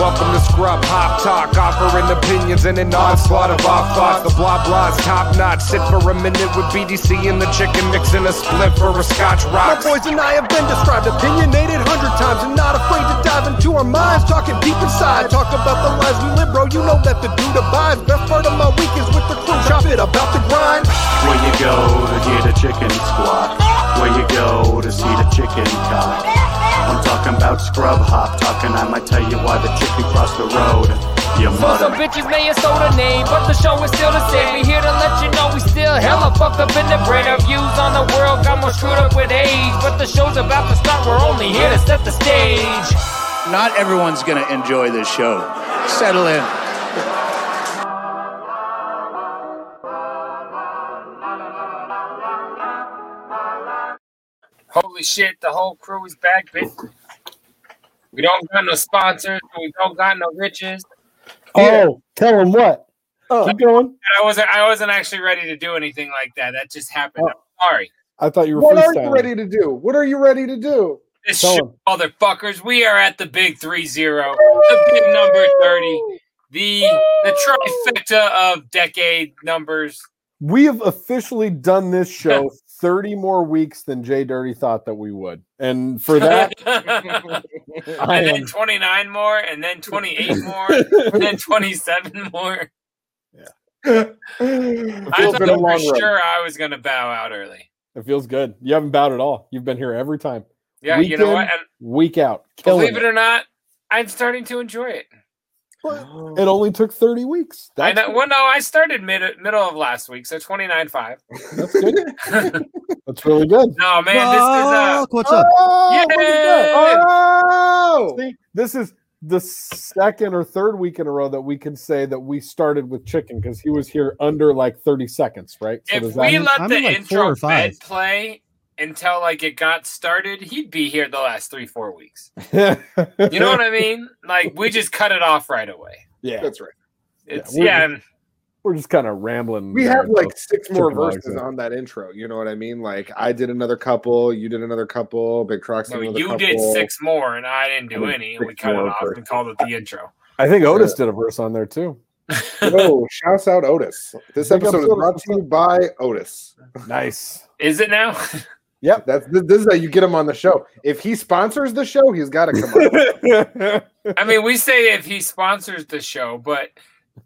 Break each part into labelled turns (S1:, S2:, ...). S1: Welcome to Scrub Hop Talk, offering opinions in an onslaught of off thought. The blah blah's top notch. Sit for a minute with BDC and the chicken mix and a split for a scotch rock.
S2: My boys and I have been described, opinionated hundred times, and not afraid to dive into our minds. Talking deep inside, talk about the lives we live, bro. You know that the dude abides. Best part of my week is with the crew. Chop it about the grind.
S3: Where you go to get a chicken squat? Where you go to see the chicken cock? I'm talking about Scrub Hop talking. I might tell you why the chicken if you cross the road. Your mother.
S4: Some bitches may have sold a name, but the show is still the same. We here to let you know we still hella fucked up in the brain. Our views on the world got more screwed up with age, but the show's about to start. We're only here to set the stage.
S5: Not everyone's gonna enjoy this show. Settle in.
S4: Holy shit, the whole crew is back, bitch. We don't got no sponsors. We don't got no riches.
S6: Oh, yeah. tell them what. Oh, keep going.
S4: I wasn't. I wasn't actually ready to do anything like that. That just happened. Oh. I'm sorry.
S6: I thought you were.
S7: What are you ready to do? What are you ready to do?
S4: This shit, motherfuckers. We are at the big three zero, the big number thirty, the the trifecta of decade numbers.
S6: We have officially done this show 30 more weeks than Jay Dirty thought that we would. And for that,
S4: and then 29 more, and then 28 more, and then 27 more.
S6: Yeah. I
S4: thought for run. sure I was going to bow out early.
S6: It feels good. You haven't bowed at all. You've been here every time.
S4: Yeah,
S6: week
S4: you know
S6: in,
S4: what? And
S6: week out.
S4: Believe it or not, I'm starting to enjoy it.
S6: Well, it only took 30 weeks.
S4: That's I know, well, no, I started mid middle of last week, so 29.5.
S6: That's good. That's really good.
S4: No, man, oh,
S6: this is uh, what's up? Oh, what oh! See, this is the second or third week in a row that we can say that we started with chicken because he was here under like 30 seconds, right?
S4: So if we let the like intro bed play until like it got started, he'd be here the last three, four weeks. you know what I mean? Like we just cut it off right away.
S6: Yeah,
S7: that's right.
S4: It's yeah.
S6: We're, yeah. Just, we're just kind of rambling.
S7: We have like six more verses on that intro. You know what I mean? Like I did another couple, you did another couple, Big Trucks.
S4: No, you couple. did six more, and I didn't do I any, and we cut it off first. and called it the intro.
S6: I think
S7: uh,
S6: Otis yeah. did a verse on there too.
S7: oh, shouts out Otis. This episode, episode is brought to you by Otis.
S6: Nice.
S4: Is it now?
S6: Yep,
S7: that's this, is how you get him on the show. If he sponsors the show, he's got
S6: Uh-huh.
S7: to
S4: come on. I mean, we say if he sponsors the show, but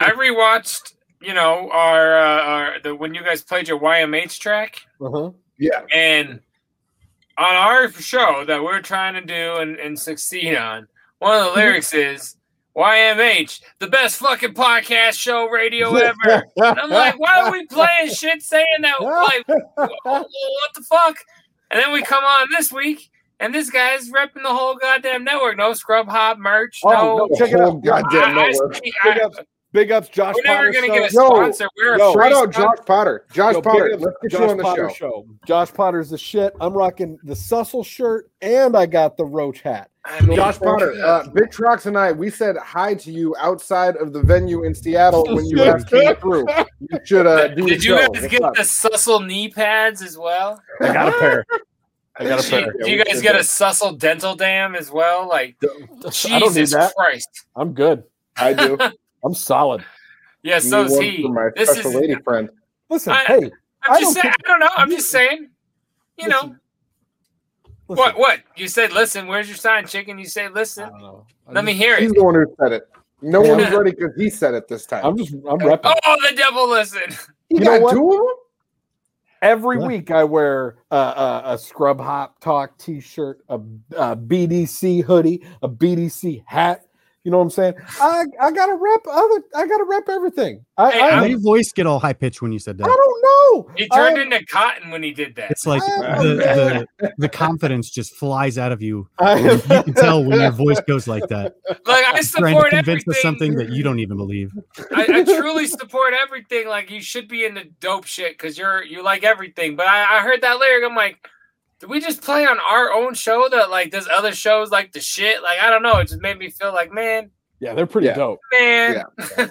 S4: I rewatched, you know, our, uh, our the when you guys played your YMH track.
S6: Uh-huh.
S7: Yeah,
S4: and on our show that we're trying to do and, and succeed on, one of the lyrics is. YMH, the best fucking podcast show radio ever. And I'm like, why are we playing shit saying that? Like, what the fuck? And then we come on this week, and this guy's repping the whole goddamn network. No scrub hop merch.
S6: Oh,
S7: no, check it out. Goddamn I, network.
S6: I, I, big, ups, big ups, Josh.
S4: We're never going to get a sponsor. Yo, we're yo, a
S7: shout out Josh Potter. Josh yo, Potter. Let's get Josh you on the
S6: Potter
S7: show. show.
S6: Josh Potter's the shit. I'm rocking the Sussel shirt, and I got the Roach hat.
S7: I mean, Josh Potter, uh, Big Trox and I, we said hi to you outside of the venue in Seattle when you guys came through. You should uh, do
S4: Did
S7: you
S4: guys What's get up? the Sussel knee pads as well?
S6: I got a pair. I got a
S4: pair. Do you, yeah, guys get that. a Sussel dental dam as well? Like, Jesus
S6: I don't need that.
S4: Christ.
S6: I'm good.
S7: I do.
S6: I'm solid.
S4: Yeah, so is he.
S7: my this special is, lady friend.
S6: Listen, I, hey.
S4: I'm just I saying, I don't know. I'm just saying, you listen. know. Listen. What? What? You said, listen. Where's your sign, chicken? You say, listen.
S6: Uh,
S4: Let just, me hear it.
S7: He's the one who said it. No one was ready because he said it this time.
S6: I'm just, I'm repping.
S4: Oh, the devil listen.
S7: You, you know what? Two of them?
S6: Every what? week I wear uh, uh, a scrub hop talk T-shirt, a, a BDC hoodie, a BDC hat. You know what I'm saying? I I gotta rep other. I gotta rep everything. I
S4: Hey,
S6: I,
S8: Why did your voice get all high pitched when you said
S6: I
S8: that?
S6: don't know.
S4: He turned
S6: I-
S4: into cotton when he did that.
S8: It's like
S6: am
S8: the, the the confidence just flies out of you.
S6: I am-
S8: You can tell when your voice goes like that.
S4: Like I
S8: Trying to
S4: support
S8: convince
S4: everything.
S8: us something that you don't even believe.
S4: I, I truly support everything. Like you should be into dope shit because you're you like everything. But I, I heard that lyric. I'm like, did we just play on our own show that like this other shows like the shit? Like I don't know. It just made me feel like man,
S6: yeah, they're pretty
S7: Yeah.
S6: dope.
S4: man.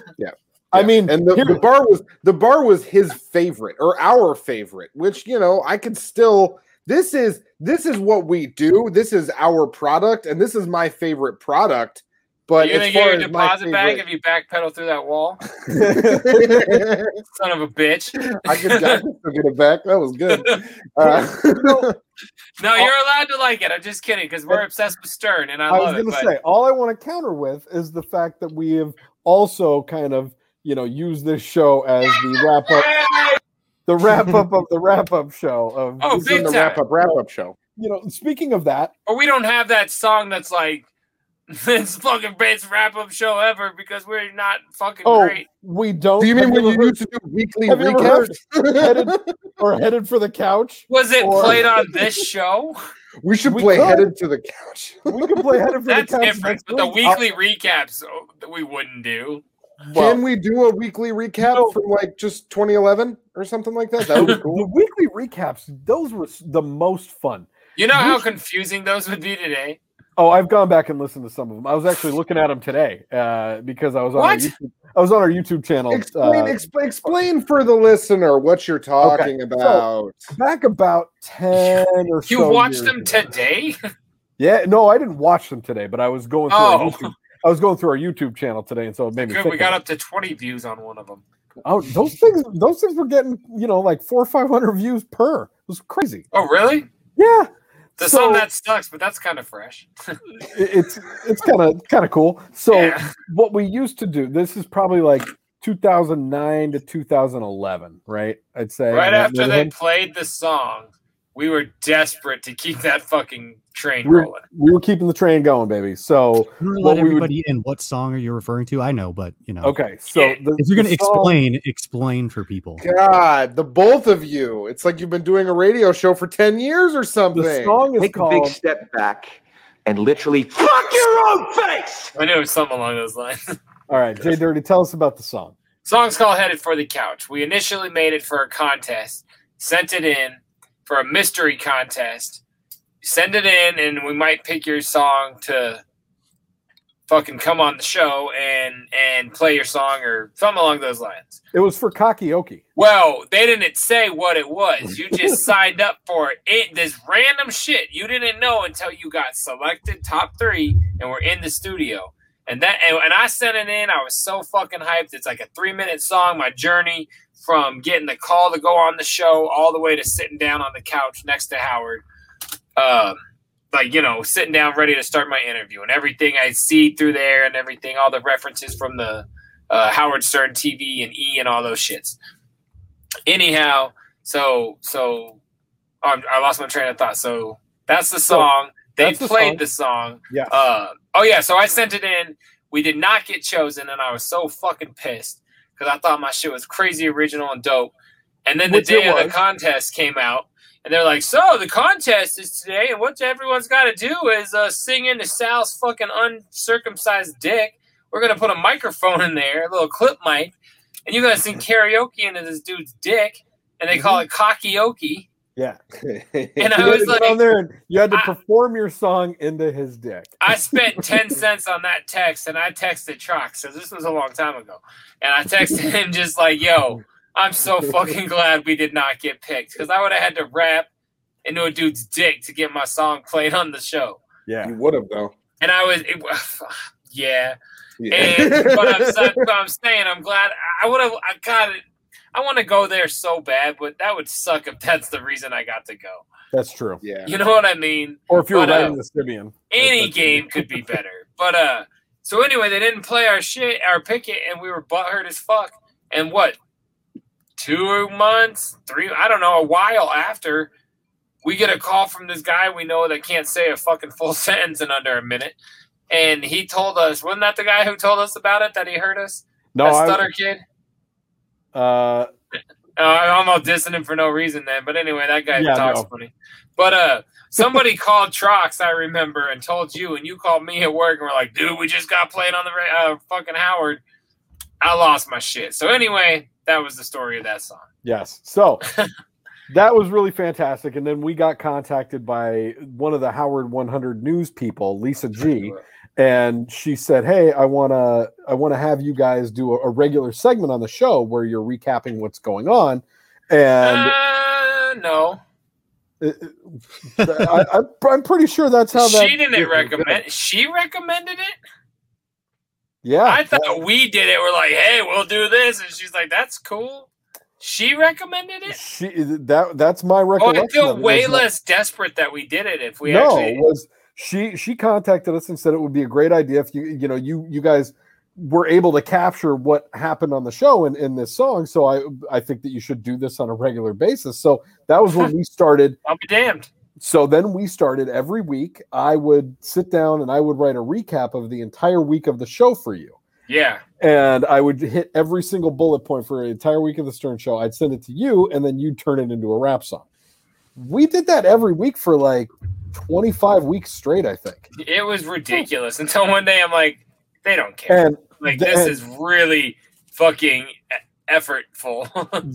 S6: I mean,
S7: and the,
S6: here-
S7: the bar was the bar was his favorite or our favorite which you know i can still this is this is what we do this is our product and this is my favorite product but
S4: you gonna
S7: as far
S4: get your
S7: as my
S4: deposit back if
S7: favorite-
S4: you backpedal through that wall, son of a bitch.
S7: I could, I could still get it back. That was good. Uh,
S4: No, you're allowed to like it. I'm just kidding because we're obsessed with Stern, and I,
S6: I was
S4: love
S6: going
S4: it.
S6: to
S4: But
S6: say, all I want to counter with is the fact that we have also kind of, you know, used this show as the wrap up, the wrap up of the wrap up show of,
S4: oh,
S7: this is
S4: big
S7: the
S4: time.
S7: wrap up wrap up show.
S6: you know. Speaking of that,
S4: Or we don't have that song that's like it's fucking best wrap up show ever because we're not fucking
S6: oh,
S4: great.
S6: we don't.
S7: Do you mean
S6: have
S7: when
S6: ever
S7: you
S6: heard-
S7: used to do weekly
S6: have you ever
S7: recaps?
S6: headed, or headed for the couch?
S4: Was it
S6: or-
S4: played on this show?
S7: We should
S6: We
S7: play
S6: could.
S7: headed to the couch.
S6: We could play headed for
S4: That's
S6: the couch.
S4: different.
S6: next
S4: But the
S6: week.
S4: weekly recaps oh, that we wouldn't do.
S6: Well-
S7: Can we do a weekly recap
S6: No.
S7: from like just 2011 or something like that? That would be cool.
S6: Uh, The weekly recaps; those were s- the most fun.
S4: You know how confusing those would be today.
S6: Oh, I've gone back and listened to some of them. I was actually looking at them today uh, because I was on our
S4: What?
S6: YouTube, I was on our YouTube channel.
S7: explain,
S6: uh,
S7: explain, explain for the listener what you're talking about.
S6: back about 10 or so
S4: You watched
S6: years
S4: them
S6: ago.
S4: today?
S6: yeah no i didn't watch them today but i was going through our
S4: Oh.
S6: YouTube, i was going through our youtube channel today and so it made me
S4: Good,
S6: think
S4: we got up to 20 views on one of them.
S6: oh those things those things were getting you know like four or five hundred views per it was crazy
S4: Oh, really?
S6: yeah
S4: The
S6: So-
S4: song that sucks, but that's kind of fresh.
S6: it- it's it's kind of kind of cool so
S4: Yeah.
S6: what we used to do this is probably like 2009 to 2011 right i'd say
S4: Right
S6: in that
S4: after they
S6: neighborhood.
S4: played the song, we were desperate to keep that fucking train
S6: we were,
S4: rolling.
S6: we were keeping the train going baby so
S8: I'm gonna let
S6: What we would-
S8: everybody in what song are you referring to? I know, but you know,
S6: okay so
S4: Yeah.
S6: the-
S8: if you're gonna
S6: the song-
S8: explain, explain for people.
S7: God, the both of you. It's like you've been doing a radio show for 10 years or something.
S6: the song is
S9: Take a big
S6: called
S9: step back and literally fuck your own face.
S4: I knew it was something along those lines.
S6: All right, Jay Dirty, tell us about the song.
S4: Song's called Headed for the Couch. We initially made it for a contest, sent it in for a mystery contest. Send it in, and we might pick your song to fucking come on the show and and play your song or something along those lines.
S6: It was for Kakioki.
S4: Well, they didn't say what it was. You just signed up for it. it. This random shit you didn't know until you got selected top three and were in the studio. And that and, and I sent it in. I was so fucking hyped. It's like a three minute song. My journey from getting the call to go on the show all the way to sitting down on the couch next to Howard. Um, like you know, sitting down ready to start my interview and everything I see through there and everything, all the references from the uh, Howard Stern TV and E and all those shits anyhow so so um, i lost my train of thought so that's the song they
S6: that's the
S4: played
S6: song.
S4: the song
S6: Yeah.
S4: uh, oh yeah so i sent it in we did not get chosen and i was so fucking pissed because i thought my shit was crazy original and dope and then
S6: Which
S4: the
S6: it
S4: day of the
S6: was.
S4: contest came out and they're like so the contest is today and what everyone's got to do is uh, sing into sal's fucking uncircumcised dick we're gonna put a microphone in there a little clip mic and you guys sing karaoke into this dude's dick, and they call it cockyoki.
S6: Yeah.
S4: And I
S6: Mm-hmm. you had
S4: was
S6: to
S4: like,
S6: go on there and you had to
S4: I-
S6: perform your song into his dick.
S4: I spent ten cents on that text, and I texted Trox, so this was a long time ago, and I texted him just like, "Yo, I'm so fucking glad we did not get picked because I would have had to rap into a dude's dick to get my song played on the show."
S6: Yeah.
S7: you would have, though.
S4: And I was, it, yeah.
S7: Yeah.
S4: And but I'm, sa- but I'm saying I'm glad I would have. I got it. I want to go there so bad, but that would suck if that's the reason I got to go.
S6: That's true.
S7: yeah.
S4: You know what I mean?
S6: Or if you were
S4: But, uh,
S6: writing the Sibian.
S4: Any
S6: That's-
S4: game could be better. But uh, so anyway, they didn't play our shit, our picket, and we were butthurt as fuck. And what? Two months, three, I don't know, a while after, we get a call from this guy we know that can't say a fucking full sentence in under a minute, and he told us. Wasn't that the guy who told us about it that he heard us?
S6: No,
S4: that
S6: I-
S4: stutter kid.
S6: Uh,
S4: Uh, I'm all dissing him for no reason then. But anyway, that guy
S6: Yeah,
S4: talks
S6: no.
S4: funny. But uh, somebody called Trox, I remember, and told you, and you called me at work, and we're like, dude, we just got played on the ra- uh, fucking Howard. I lost my shit. So anyway, that was the story of that song.
S6: Yes. So that was really fantastic. And then we got contacted by one of the Howard 100 news people, Lisa G, and she said, "Hey, I wanna I wanna have you guys do a, a regular segment on the show where you're recapping what's going on." And
S4: Uh, no,
S6: Uh, I, I, I'm pretty sure that's how that.
S4: she didn't recommend. She recommended it.
S6: Yeah,
S4: I thought we did it. We're like, hey, we'll do this, and she's like, that's cool. She recommended it.
S6: she that that's
S4: Oh,
S6: my
S4: I
S6: recollection.
S4: feel
S6: of it. It
S4: way
S6: was not-
S4: less desperate that we did it if we
S6: no,
S4: actually
S6: it was she she contacted us and said it would be a great idea if you you know you you guys were able to capture what happened on the show in, in this song. So I I think that you should do this on a regular basis. So that was when we started
S4: I'll be damned.
S6: so then we started every week. I would sit down and I would write a recap of the entire week of the show for you.
S4: Yeah.
S6: And I would hit every single bullet point for an entire week of the Stern Show. I'd send it to you, and then you'd turn it into a rap song. We did that every week for like 25 weeks straight, I think.
S4: It was ridiculous until one day I'm like, they don't care.
S6: And
S4: like
S6: the-
S4: this
S6: and-
S4: is really fucking e- effortful.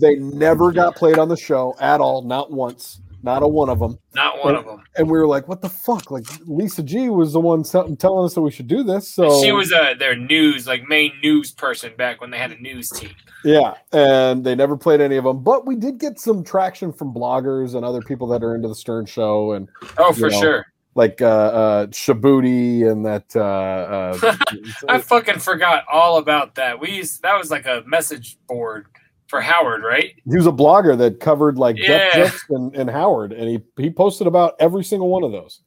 S6: They never got played on the show at all, not once, not a one of them.
S4: Not one
S6: and,
S4: of them.
S6: And we were like, what the fuck? Like, Lisa G was the one sell- telling us that we should do this. So
S4: she was uh, their news, like main news person back when they had a news team.
S6: Yeah, and they never played any of them, but we did get some traction from bloggers and other people that are into the Stern Show and
S4: Oh,
S6: you
S4: for sure.
S6: like uh, uh, Shabuti and that. Uh,
S4: I fucking forgot all about that. We used that was like a message board for Howard, right?
S6: he was a blogger that covered like Def
S4: Yeah.
S6: Jux and, and Howard, and he he posted about every single one of those,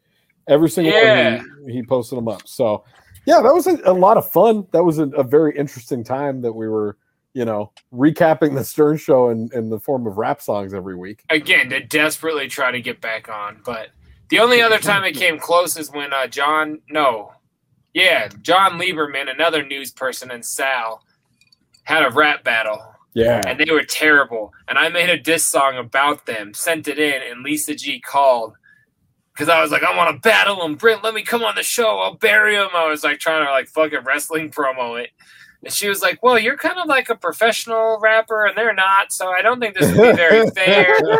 S6: every single
S4: Yeah.
S6: one he, he posted them up. So yeah, that was a, a lot of fun. That was a, a very interesting time that we were you know recapping the Stern Show in, in the form of rap songs every week.
S4: Again, to desperately try to get back on, but the only other time it came close is when uh, John, no, yeah, John Lieberman, another news person, and Sal had a rap battle.
S6: Yeah.
S4: and they were terrible. And I made a diss song about them, sent it in, and Lisa G called because I was like, I want to battle him, Brent. Let me come on the show. I'll bury him. I was like trying to like fucking wrestling promo it, and she was like, Well, you're kind of like a professional rapper, and they're not, so I don't think this would be very fair. no,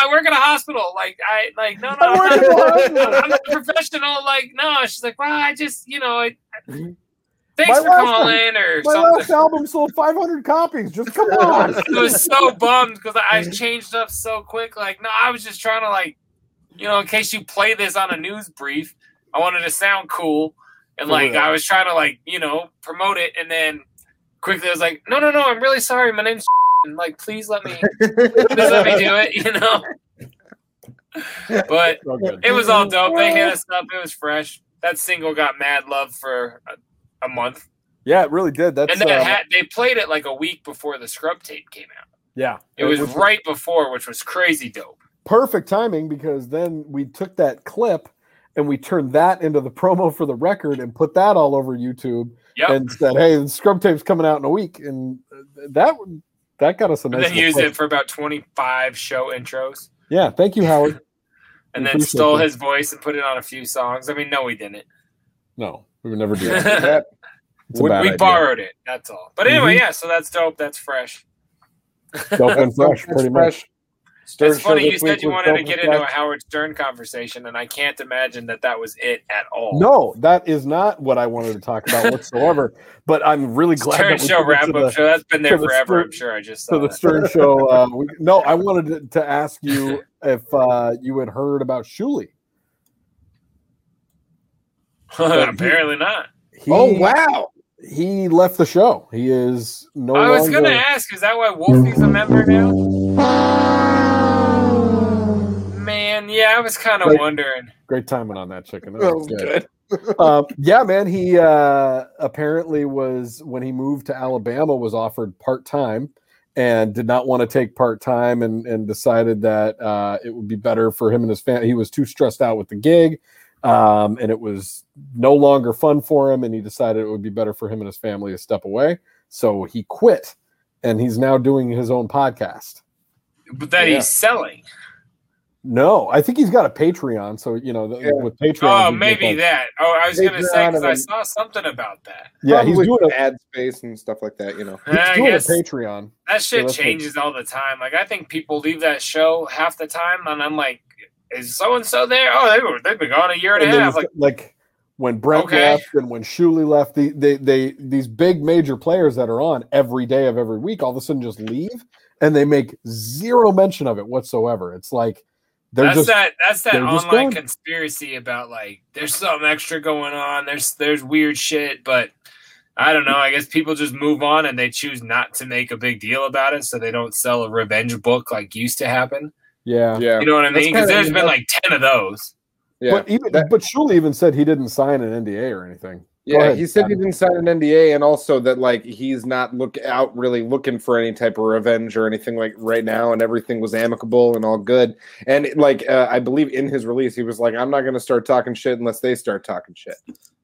S4: I work in a hospital. Like I like no no.
S2: I work in a
S4: I'm
S2: hospital.
S4: not, I'm not professional. Like no. She's like, Well, I just you know. I, Thanks
S6: Mm-hmm. My
S4: for
S6: last-
S4: calling or
S6: my
S4: something.
S6: last album sold 500 copies. Just come on.
S4: I was so bummed because I I changed up so quick. Like, no, I was just trying to like, you know, in case you play this on a news brief, I wanted to sound cool, and like I was trying to like, you know, promote it, and then quickly I was like, no, no, no, I'm really sorry, my name's and like, please let me, please let me do it, you know. But it was all dope. They hit us up. It was fresh. That single got mad love for a, a month,
S6: Yeah, it really did. That's
S4: and that
S6: uh,
S4: had, they played it like a week before the scrub tape came out.
S6: yeah.
S4: It was
S6: was
S4: right before, which was crazy dope.
S6: perfect timing because then we took that clip and we turned that into the promo for the record and put that all over YouTube
S4: Yep.
S6: and said, "Hey, the scrub tape's coming out in a week." And uh, that that got us a
S4: And
S6: nice.
S4: then
S6: little
S4: used
S6: push.
S4: it for about 25 show intros
S6: Yeah, thank you, Howard.
S4: and
S6: We
S4: then
S6: appreciate
S4: stole
S6: that.
S4: his voice and put it on a few songs. I mean, no, we didn't.
S6: No, we would never do that. that it's a
S4: we
S6: bad idea.
S4: borrowed it. That's all. But anyway,
S6: Mhm.
S4: yeah, so that's dope. That's fresh.
S6: Dope and fresh, pretty much. Stern
S4: it's
S6: show
S4: funny.
S6: this
S4: You
S6: week
S4: said you
S6: was
S4: wanted to
S6: dope
S4: get
S6: and
S4: into a
S6: fresh.
S4: Howard Stern conversation, and I can't imagine that that was it at all.
S6: No, that is not what I wanted to talk about whatsoever. but I'm really glad.
S4: Stern
S6: that we
S4: show
S6: took it to
S4: wrap
S6: the-
S4: up show. That's been
S6: to
S4: there
S6: the
S4: forever.
S6: Stern-
S4: I'm sure. I just saw
S6: to the
S4: that.
S6: Stern show. Uh, we, no, I wanted to, to ask you if uh, you had heard about Shuli.
S4: Apparently not.
S7: Oh, wow.
S6: He left the show. He is no
S4: I was
S6: longer.
S4: gonna ask, is that why Wolfie's a member now? Man, yeah, I was kind of
S6: Like-
S4: wondering.
S6: Great timing on that chicken. That
S4: Oh,
S6: was good. um, yeah, man. He uh, apparently was when he moved to Alabama was offered part time and did not want to take part time and and decided that uh, it would be better for him and his family. He was too stressed out with the gig um, and it was no longer fun for him. And he decided it would be better for him and his family to step away, so he quit, and he's now doing his own podcast.
S4: But that
S6: Yeah.
S4: he's selling.
S6: No, I think he's got a Patreon, so you know the, with Patreon.
S4: Oh, maybe that. Oh, I was going to say because I saw something about that.
S6: Yeah, he's
S7: Probably
S6: doing a-
S7: ad space and stuff like that. You know,
S4: He's I doing a guess-
S6: Patreon.
S4: That shit
S7: that's good.
S4: changes all the time. Like I think people leave that show half the time, and I'm like, "Is so and so there? Oh, they were, they've been gone a year and,
S6: And
S4: a
S6: then
S4: half."
S6: he's
S4: Like,
S6: got- like when Brent
S4: Okay.
S6: left and when Shuley left, the, they they these big major players that are on every day of every week all of a sudden just leave and they make zero mention of it whatsoever. It's like they're
S4: that's
S6: just
S4: that. That's that
S6: they're just
S4: online
S6: gone.
S4: conspiracy about like there's something extra going on. There's there's weird shit, but I don't know. I guess people just move on and they choose not to make a big deal about it, so they don't sell a revenge book like used to happen.
S6: yeah yeah.
S4: You know what I mean? Because there's been like ten of those.
S6: but even but Shuley even said he didn't sign an NDA or anything. Go
S7: Yeah,
S6: ahead,
S7: he said
S6: Adam.
S7: he didn't sign an NDA, and also that like he's not look out really looking for any type of revenge or anything like right now, and everything was amicable and all good. And like uh, I believe in his release, he was like, "I'm not going to start talking shit unless they start talking shit."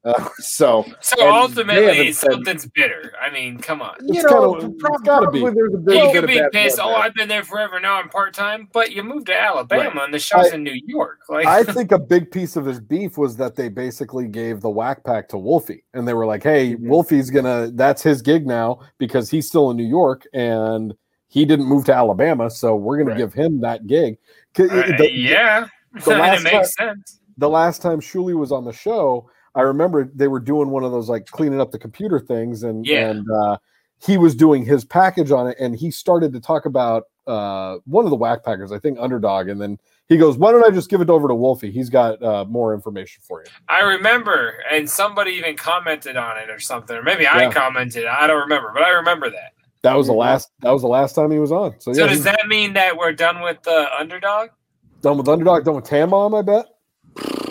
S7: Uh, so,
S4: So
S7: and they
S4: ultimately,
S7: haven't said-
S4: something's bitter. I mean, come on.
S7: you know, prob- probably there's a bit,
S4: you
S7: bit
S4: could
S7: of
S4: be
S7: bad
S4: pissed.
S7: blood
S4: Oh,
S7: there.
S4: I've been there forever. Now I'm part time. But you moved to Alabama,
S6: Right.
S4: and the show's
S6: I-
S4: in New York. Like, uh,
S6: I think a big piece of his beef was that they basically gave the whack pack to Wolfie, and they were like, "Hey, Wolfie's gonna that's his gig now because he's still in New York and he didn't move to Alabama, so we're gonna give him that gig." 'Cause
S4: Uh,
S6: it- the-
S4: yeah,
S6: the last
S4: it makes sense.
S6: the last time Shuli was on the show, I remember they were doing one of those like cleaning up the computer things, and
S4: Yeah.
S6: and uh, he was doing his package on it, and he started to talk about uh, one of the whack packers, I think Underdog, and then he goes, "Why don't I just give it over to Wolfie? He's got uh, more information for you."
S4: I remember, and somebody even commented on it or something, or maybe I
S6: Yeah.
S4: commented. I don't remember, but I remember that.
S6: That was the last. That was the last time he was on. So,
S4: Mm-hmm. So
S6: yeah,
S4: does
S6: he's
S4: that mean that we're done with the underdog?
S6: done with Underdog, done with Tam Mom, I bet.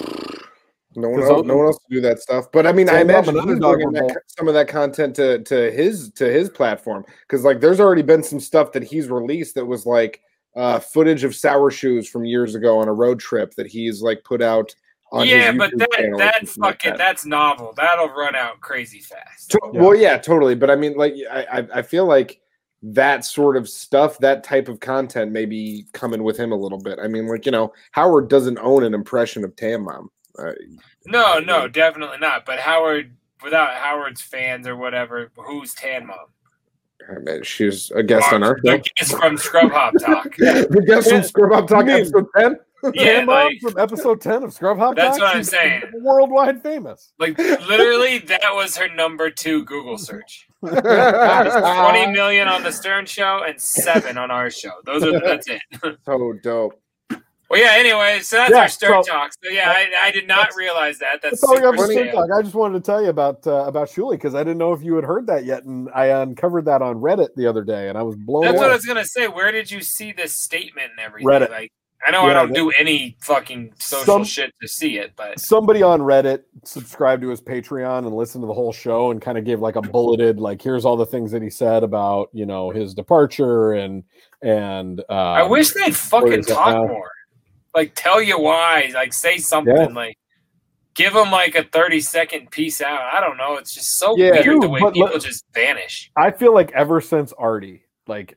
S7: No one,
S6: 'Cause
S7: else,
S6: I'm-
S7: no one else to do that stuff. But I mean,
S6: Sam
S7: I
S6: Robin
S7: imagine he's
S6: Underdog
S7: bringing
S6: remote.
S7: that, some of that content to to his to his platform because like there's already been some stuff that he's released that was like uh, footage of Sour Shoes from years ago on a road trip that he's like put out. on his
S4: yeah, but
S7: YouTube
S4: that
S7: channel or
S4: that's
S7: something like
S4: fucking
S7: that.
S4: that's novel. That'll run out crazy fast.
S7: To- Well, yeah, totally. But I mean, like, I I- I feel like that sort of stuff, that type of content, may be coming with him a little bit. I mean, like you know, Howard doesn't own an impression of Tam Mom. Uh,
S4: No, no, definitely not. But Howard, without Howard's fans or whatever, who's Tan Mom?
S7: I mean, she's a guest on our show.
S4: The guest from Scrub Hop Talk.
S7: the guest from Scrub Up Talk episode 10?
S4: Yeah,
S6: Tam Mom
S4: like-
S6: from episode ten of Scrub Hop.
S4: That's
S6: Doc,
S4: what I'm
S6: she's
S4: saying.
S6: Worldwide famous.
S4: Like literally, that was her number two Google search.
S6: Ah.
S7: Ah,
S4: Twenty million on the Stern Show and seven on our show. Those are that's it.
S7: So dope.
S4: Well, yeah. Anyway, so that's
S6: Yeah,
S4: our Stern
S6: so-
S4: talk. So yeah, I, I did not realize that. That's,
S6: That's all we got
S4: super
S6: for Snoop
S4: sad.
S6: Dogg. I just wanted to tell you about uh, about Shuli because I didn't know if you had heard that yet, and I uncovered that on Reddit the other day, and I was blown
S4: That's what I
S6: away.
S4: was gonna say. Where did you see this statement and everything?
S6: Reddit.
S4: Like, I know I
S6: Yeah,
S4: don't
S6: that-
S4: do any fucking social
S6: Some-
S4: shit to see it, but
S6: Somebody on Reddit subscribed to his Patreon and listened to the whole show and kind of gave like a bulleted like here's all the things that he said about you know his departure and and uh,
S4: I wish they'd fucking
S6: is that
S4: talk
S6: now?
S4: more. Like, tell you why. Like, say something.
S6: Yeah.
S4: Like, give them like a thirty second piece out. I don't know. It's just so
S6: Yeah.
S4: weird the
S6: Dude,
S4: way
S6: but
S4: people
S6: let-
S4: just vanish.
S6: I feel like ever since Artie, like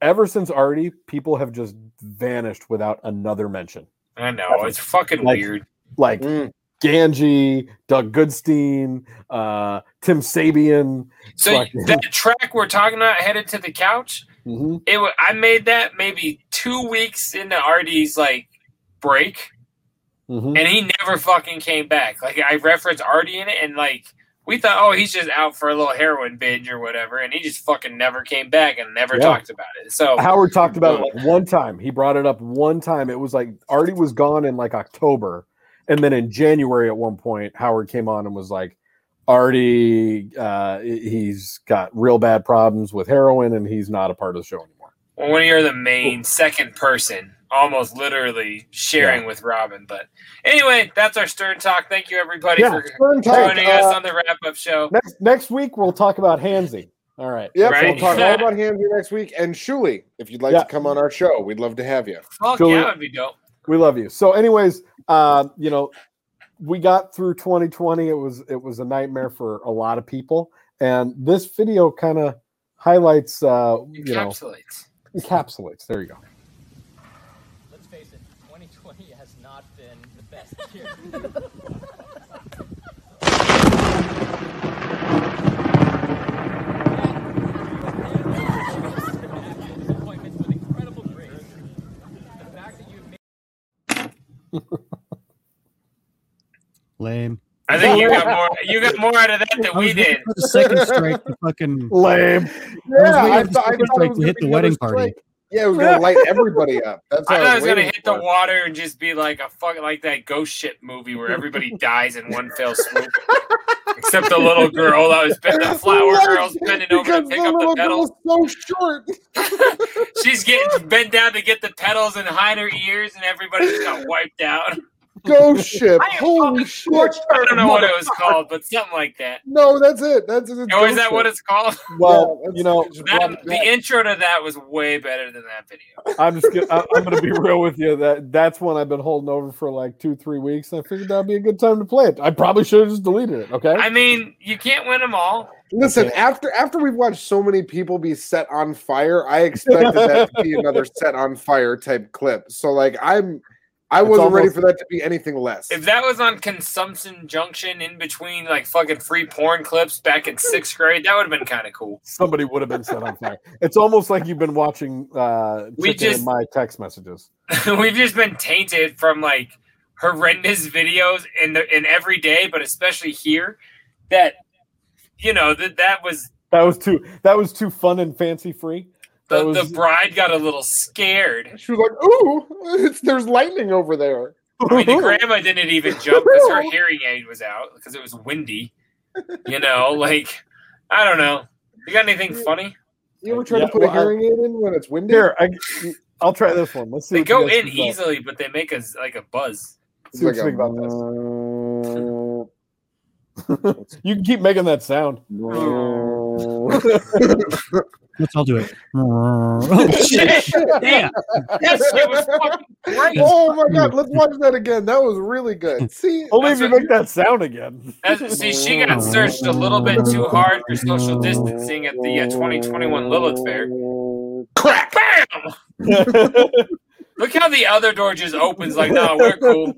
S6: ever since Artie, people have just vanished without another mention.
S4: I know it's fucking
S6: Like-
S4: weird.
S6: like Ganji, Doug Goodstein, uh, Tim Sabian.
S4: So
S6: fucking-
S4: that track we're talking about, headed to the couch.
S6: Mhm.
S4: It. wa- I made that maybe two weeks into RD's like break,
S6: Mhm.
S4: and he never fucking came back. Like I referenced Artie in it, and like we thought, oh, he's just out for a little heroin binge or whatever, and he just fucking never came back and never
S6: Yeah.
S4: talked about it. So
S6: Howard talked about it like one time. He brought it up one time. It was like Artie was gone in like October, and then in January at one point, Howard came on and was like, "Artie, uh, he's got real bad problems with heroin, and he's not a part of the show anymore."
S4: Well, when you're the main second person, almost literally sharing with Robin. But anyway, that's our Stern Talk. Thank you, everybody,
S6: Yeah,
S4: for
S6: Stern Talk,
S4: joining us
S6: uh,
S4: on the wrap up show.
S6: Next next week we'll talk about Hansy. All right.
S7: Yep,
S4: Right.
S7: we'll talk all about Hamzy next week. And Shuli, if you'd like
S6: Yeah.
S7: to come on our show, we'd love to have you.
S4: Fuck
S6: Julie-
S4: yeah, that would be dope.
S6: We love you. So, anyways, uh, you know, we got through 2020. It was it was a nightmare for a lot of people, and this video kind of highlights. Uh, you know,
S4: Encapsulates.
S6: encapsulates. There you go.
S10: Let's face it, 2020 has not been the best year.
S8: Lame.
S4: I think you got more. You got more out of that than
S8: I
S4: we
S8: was looking
S4: did.
S8: For the second strike, to fucking
S6: Lame.
S7: Yeah, I,
S8: for the
S7: thought, I
S8: second
S7: thought
S8: strike
S7: it
S8: to hit
S7: was gonna
S8: the
S7: be
S8: wedding
S7: another
S8: party.
S7: strike. Yeah, it was gonna light everybody up. That's
S4: I
S7: what
S4: thought I was gonna
S7: waiting
S4: hit the
S7: for.
S4: water and just be like a fuck like that ghost ship movie where everybody dies in one fell swoop, except the little girl that was bend- the flower
S7: Right,
S4: girl's bending over to
S7: because
S4: pick up the
S7: little
S4: petals.
S7: girl's so short.
S4: She's getting bent down to get the petals and hide her ears, and everybody's got wiped out.
S7: Go ship. Holy shit.
S4: I don't know what it was called, but something like that.
S7: No, that's it. That's it.
S4: Oh, is that what it's called?
S6: Well, you know,
S4: That, the intro to that was way better than that video.
S6: I'm just gonna, I- I'm gonna be real with you. That that's one I've been holding over for like two three weeks. And I figured that'd be a good time to play it. I probably should have just deleted it. Okay.
S4: I mean, you can't win them all.
S7: Listen, after after we've watched so many people be set on fire, I expected that to be another set on fire type clip. So like I'm I
S6: It's
S7: wasn't ready
S6: almost-
S7: for that to be anything less.
S4: If that was on Consumption Junction in between like fucking free porn clips back in sixth grade, that would have been kind of cool.
S6: Somebody would have been set on fire. It's almost like you've been watching uh
S4: We
S6: chicken in
S4: just-
S6: my text messages.
S4: We've just been tainted from like horrendous videos in the in every day, but especially here. That you know that that was
S6: That was too that was too fun and fancy free.
S4: the,
S6: That was-
S4: the bride got a little scared.
S7: She was like, "Ooh, it's, there's lightning over there."
S4: I mean, the grandma didn't even jump because her hearing aid was out because it was windy. You know, like I don't know. You got anything funny?
S7: You ever try
S6: Yeah,
S7: to put
S6: well,
S7: a
S6: I-
S7: hearing aid in when it's windy?
S6: Here, I I'll try this one. Let's see.
S4: They
S6: what you
S4: go
S6: guys
S4: in
S6: think about-
S4: easily, but they make us like a buzz.
S6: see what you think about this. you can keep making that sound.
S8: Let's all do it. Oh, shit. Yeah.
S4: Yes, it was fucking great.
S7: Oh my god, let's watch that again. That was really good. See,
S6: Only if
S4: That's
S6: you
S4: what-
S6: make that sound again.
S4: That's, see, she got searched a little bit too hard for social distancing at the uh, 2021 Lilith Fair.
S7: Crack!
S4: Bam! Look how the other door just opens. Like, nah, we're cool.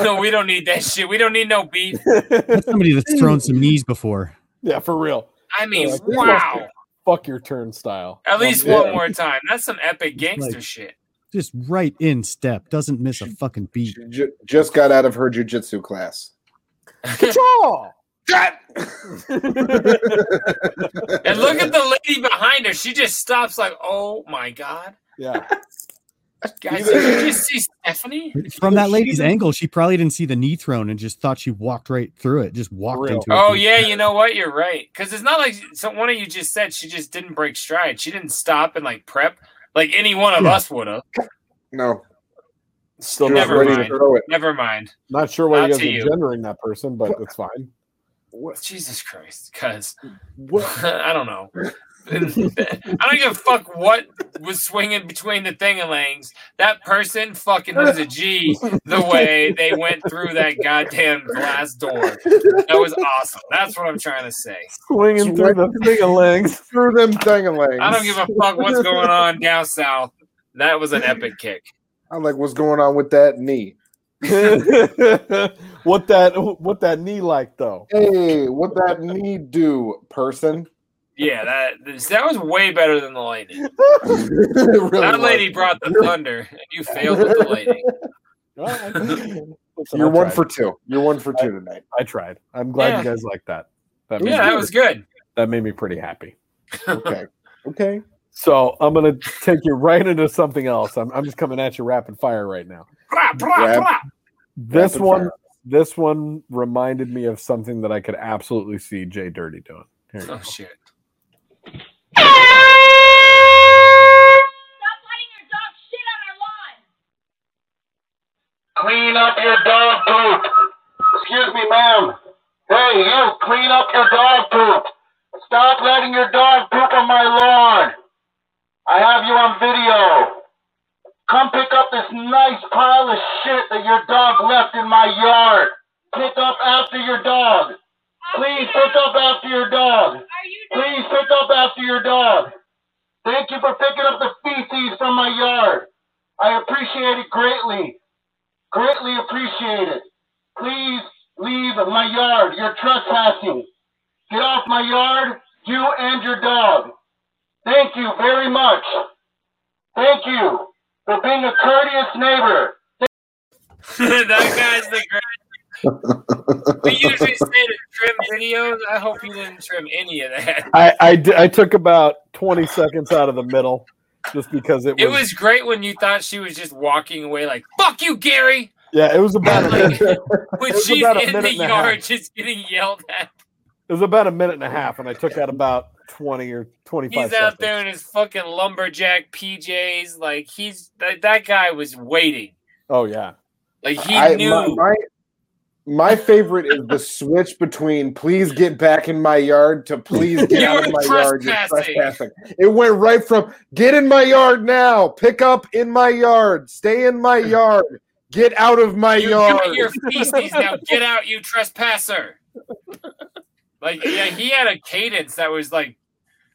S4: No, we don't need that shit. We don't need no beef.
S8: That's somebody that's thrown some knees before.
S6: yeah, for real.
S4: I mean,
S6: Yeah, we lost
S4: wow.
S6: it. Fuck your Um, turnstile.
S4: At least
S6: Yeah.
S4: one more time. That's some epic gangster
S8: Like-
S4: shit.
S8: Just right in step. Doesn't miss a fucking beat.
S7: Ju- just got out of her jujitsu class.
S6: Ka-chaw!
S4: And look at the lady behind her. She just stops, like, oh my God.
S6: Yeah.
S4: Guys, did you just see Stephanie?
S8: From that lady's angle, she probably didn't see the knee thrown and just thought she walked right through it. Just walked
S6: Real.
S8: into it.
S4: Oh yeah, you know what? You're right. Because it's not like so one of you just said she just didn't break stride. She didn't stop and like prep like any one of
S8: Yeah.
S4: us would have.
S7: No,
S6: Still
S7: she was
S4: Never
S7: ready
S4: mind.
S7: to throw it.
S4: Never mind.
S6: Not sure why
S4: Not
S6: you guys
S4: to
S6: are
S4: you.
S6: gendering that person, but it's fine.
S4: Jesus Christ, because
S7: What?
S4: I don't know. I don't give a fuck what was swinging between the thingalangs. That person fucking was a G the way they went through that goddamn glass door. That was awesome. That's what I'm trying to say.
S6: Swinging through the thing of legs.
S7: Through them dangling.
S4: I don't give a fuck what's going on down south. That was an epic kick.
S7: I'm like, what's going on with that knee?
S6: what that what that knee like though?
S7: Hey, what that knee do, person?
S4: Yeah, that that was way better than the lightning.
S7: Really
S4: that
S7: was.
S4: lady brought the thunder, and you failed with the lightning.
S6: Listen, I
S7: You're one
S6: tried.
S7: for two. You're one for two tonight.
S6: I tried. I'm glad
S4: Yeah.
S6: you guys like that. That made,
S4: Yeah,
S6: me,
S4: that was good.
S6: that made me pretty happy.
S7: Okay. Okay.
S6: So I'm gonna take you right into something else. I'm, I'm just coming at you rapid fire right now.
S7: Grab-
S6: This
S7: Rapid
S6: one
S7: fire.
S6: this one reminded me of something that I could absolutely see Jay Dirty doing. Here you
S4: Oh
S6: go.
S4: shit!
S11: Stop letting your dog shit on our lawn.
S3: Clean up your dog poop. Excuse me, ma'am. Hey, you, clean up your dog poop. Stop letting your dog poop on my lawn. I have you on video.
S12: Come pick up this nice pile of shit that your dog left in my yard. Pick up after your dog. Please pick up after your dog. Please pick up after your dog. Thank you for picking up the feces from my yard. I appreciate it greatly. Greatly appreciate it. Please leave my yard. You're trespassing. Get off my yard, you and your dog. Thank you very much. Thank you for being a courteous neighbor.
S4: that guy's the greatest. We usually say to trim videos. I hope you didn't trim any of that.
S6: I, I, di- I took about 20 seconds out of the middle just because it was.
S4: It was great when you thought she was just walking away, like "fuck you, Gary."
S6: yeah, it was about a
S4: Like,
S6: minute. it
S4: When
S6: was
S4: she's
S6: about
S4: in
S6: a minute
S4: the
S6: and a half.
S4: yard, just getting yelled at.
S6: It was about a minute and a half, and I took out about 20 or 25
S4: He's
S6: seconds.
S4: out there in his fucking lumberjack PJs. Like he's that, that guy was waiting.
S6: Oh, yeah.
S4: Like he
S7: I-
S4: knew.
S7: My, my, my favorite is the switch between "please get back in my yard" to "please get
S4: You
S7: out of
S4: were
S7: my yard." You're
S4: trespassing.
S7: trespassing. It went right from "get in my yard now," "pick up in my yard," "stay in my yard," "get out of my
S4: you
S7: yard."
S4: got your feces now. Get out, you trespasser! Like, yeah, he had a cadence that was like,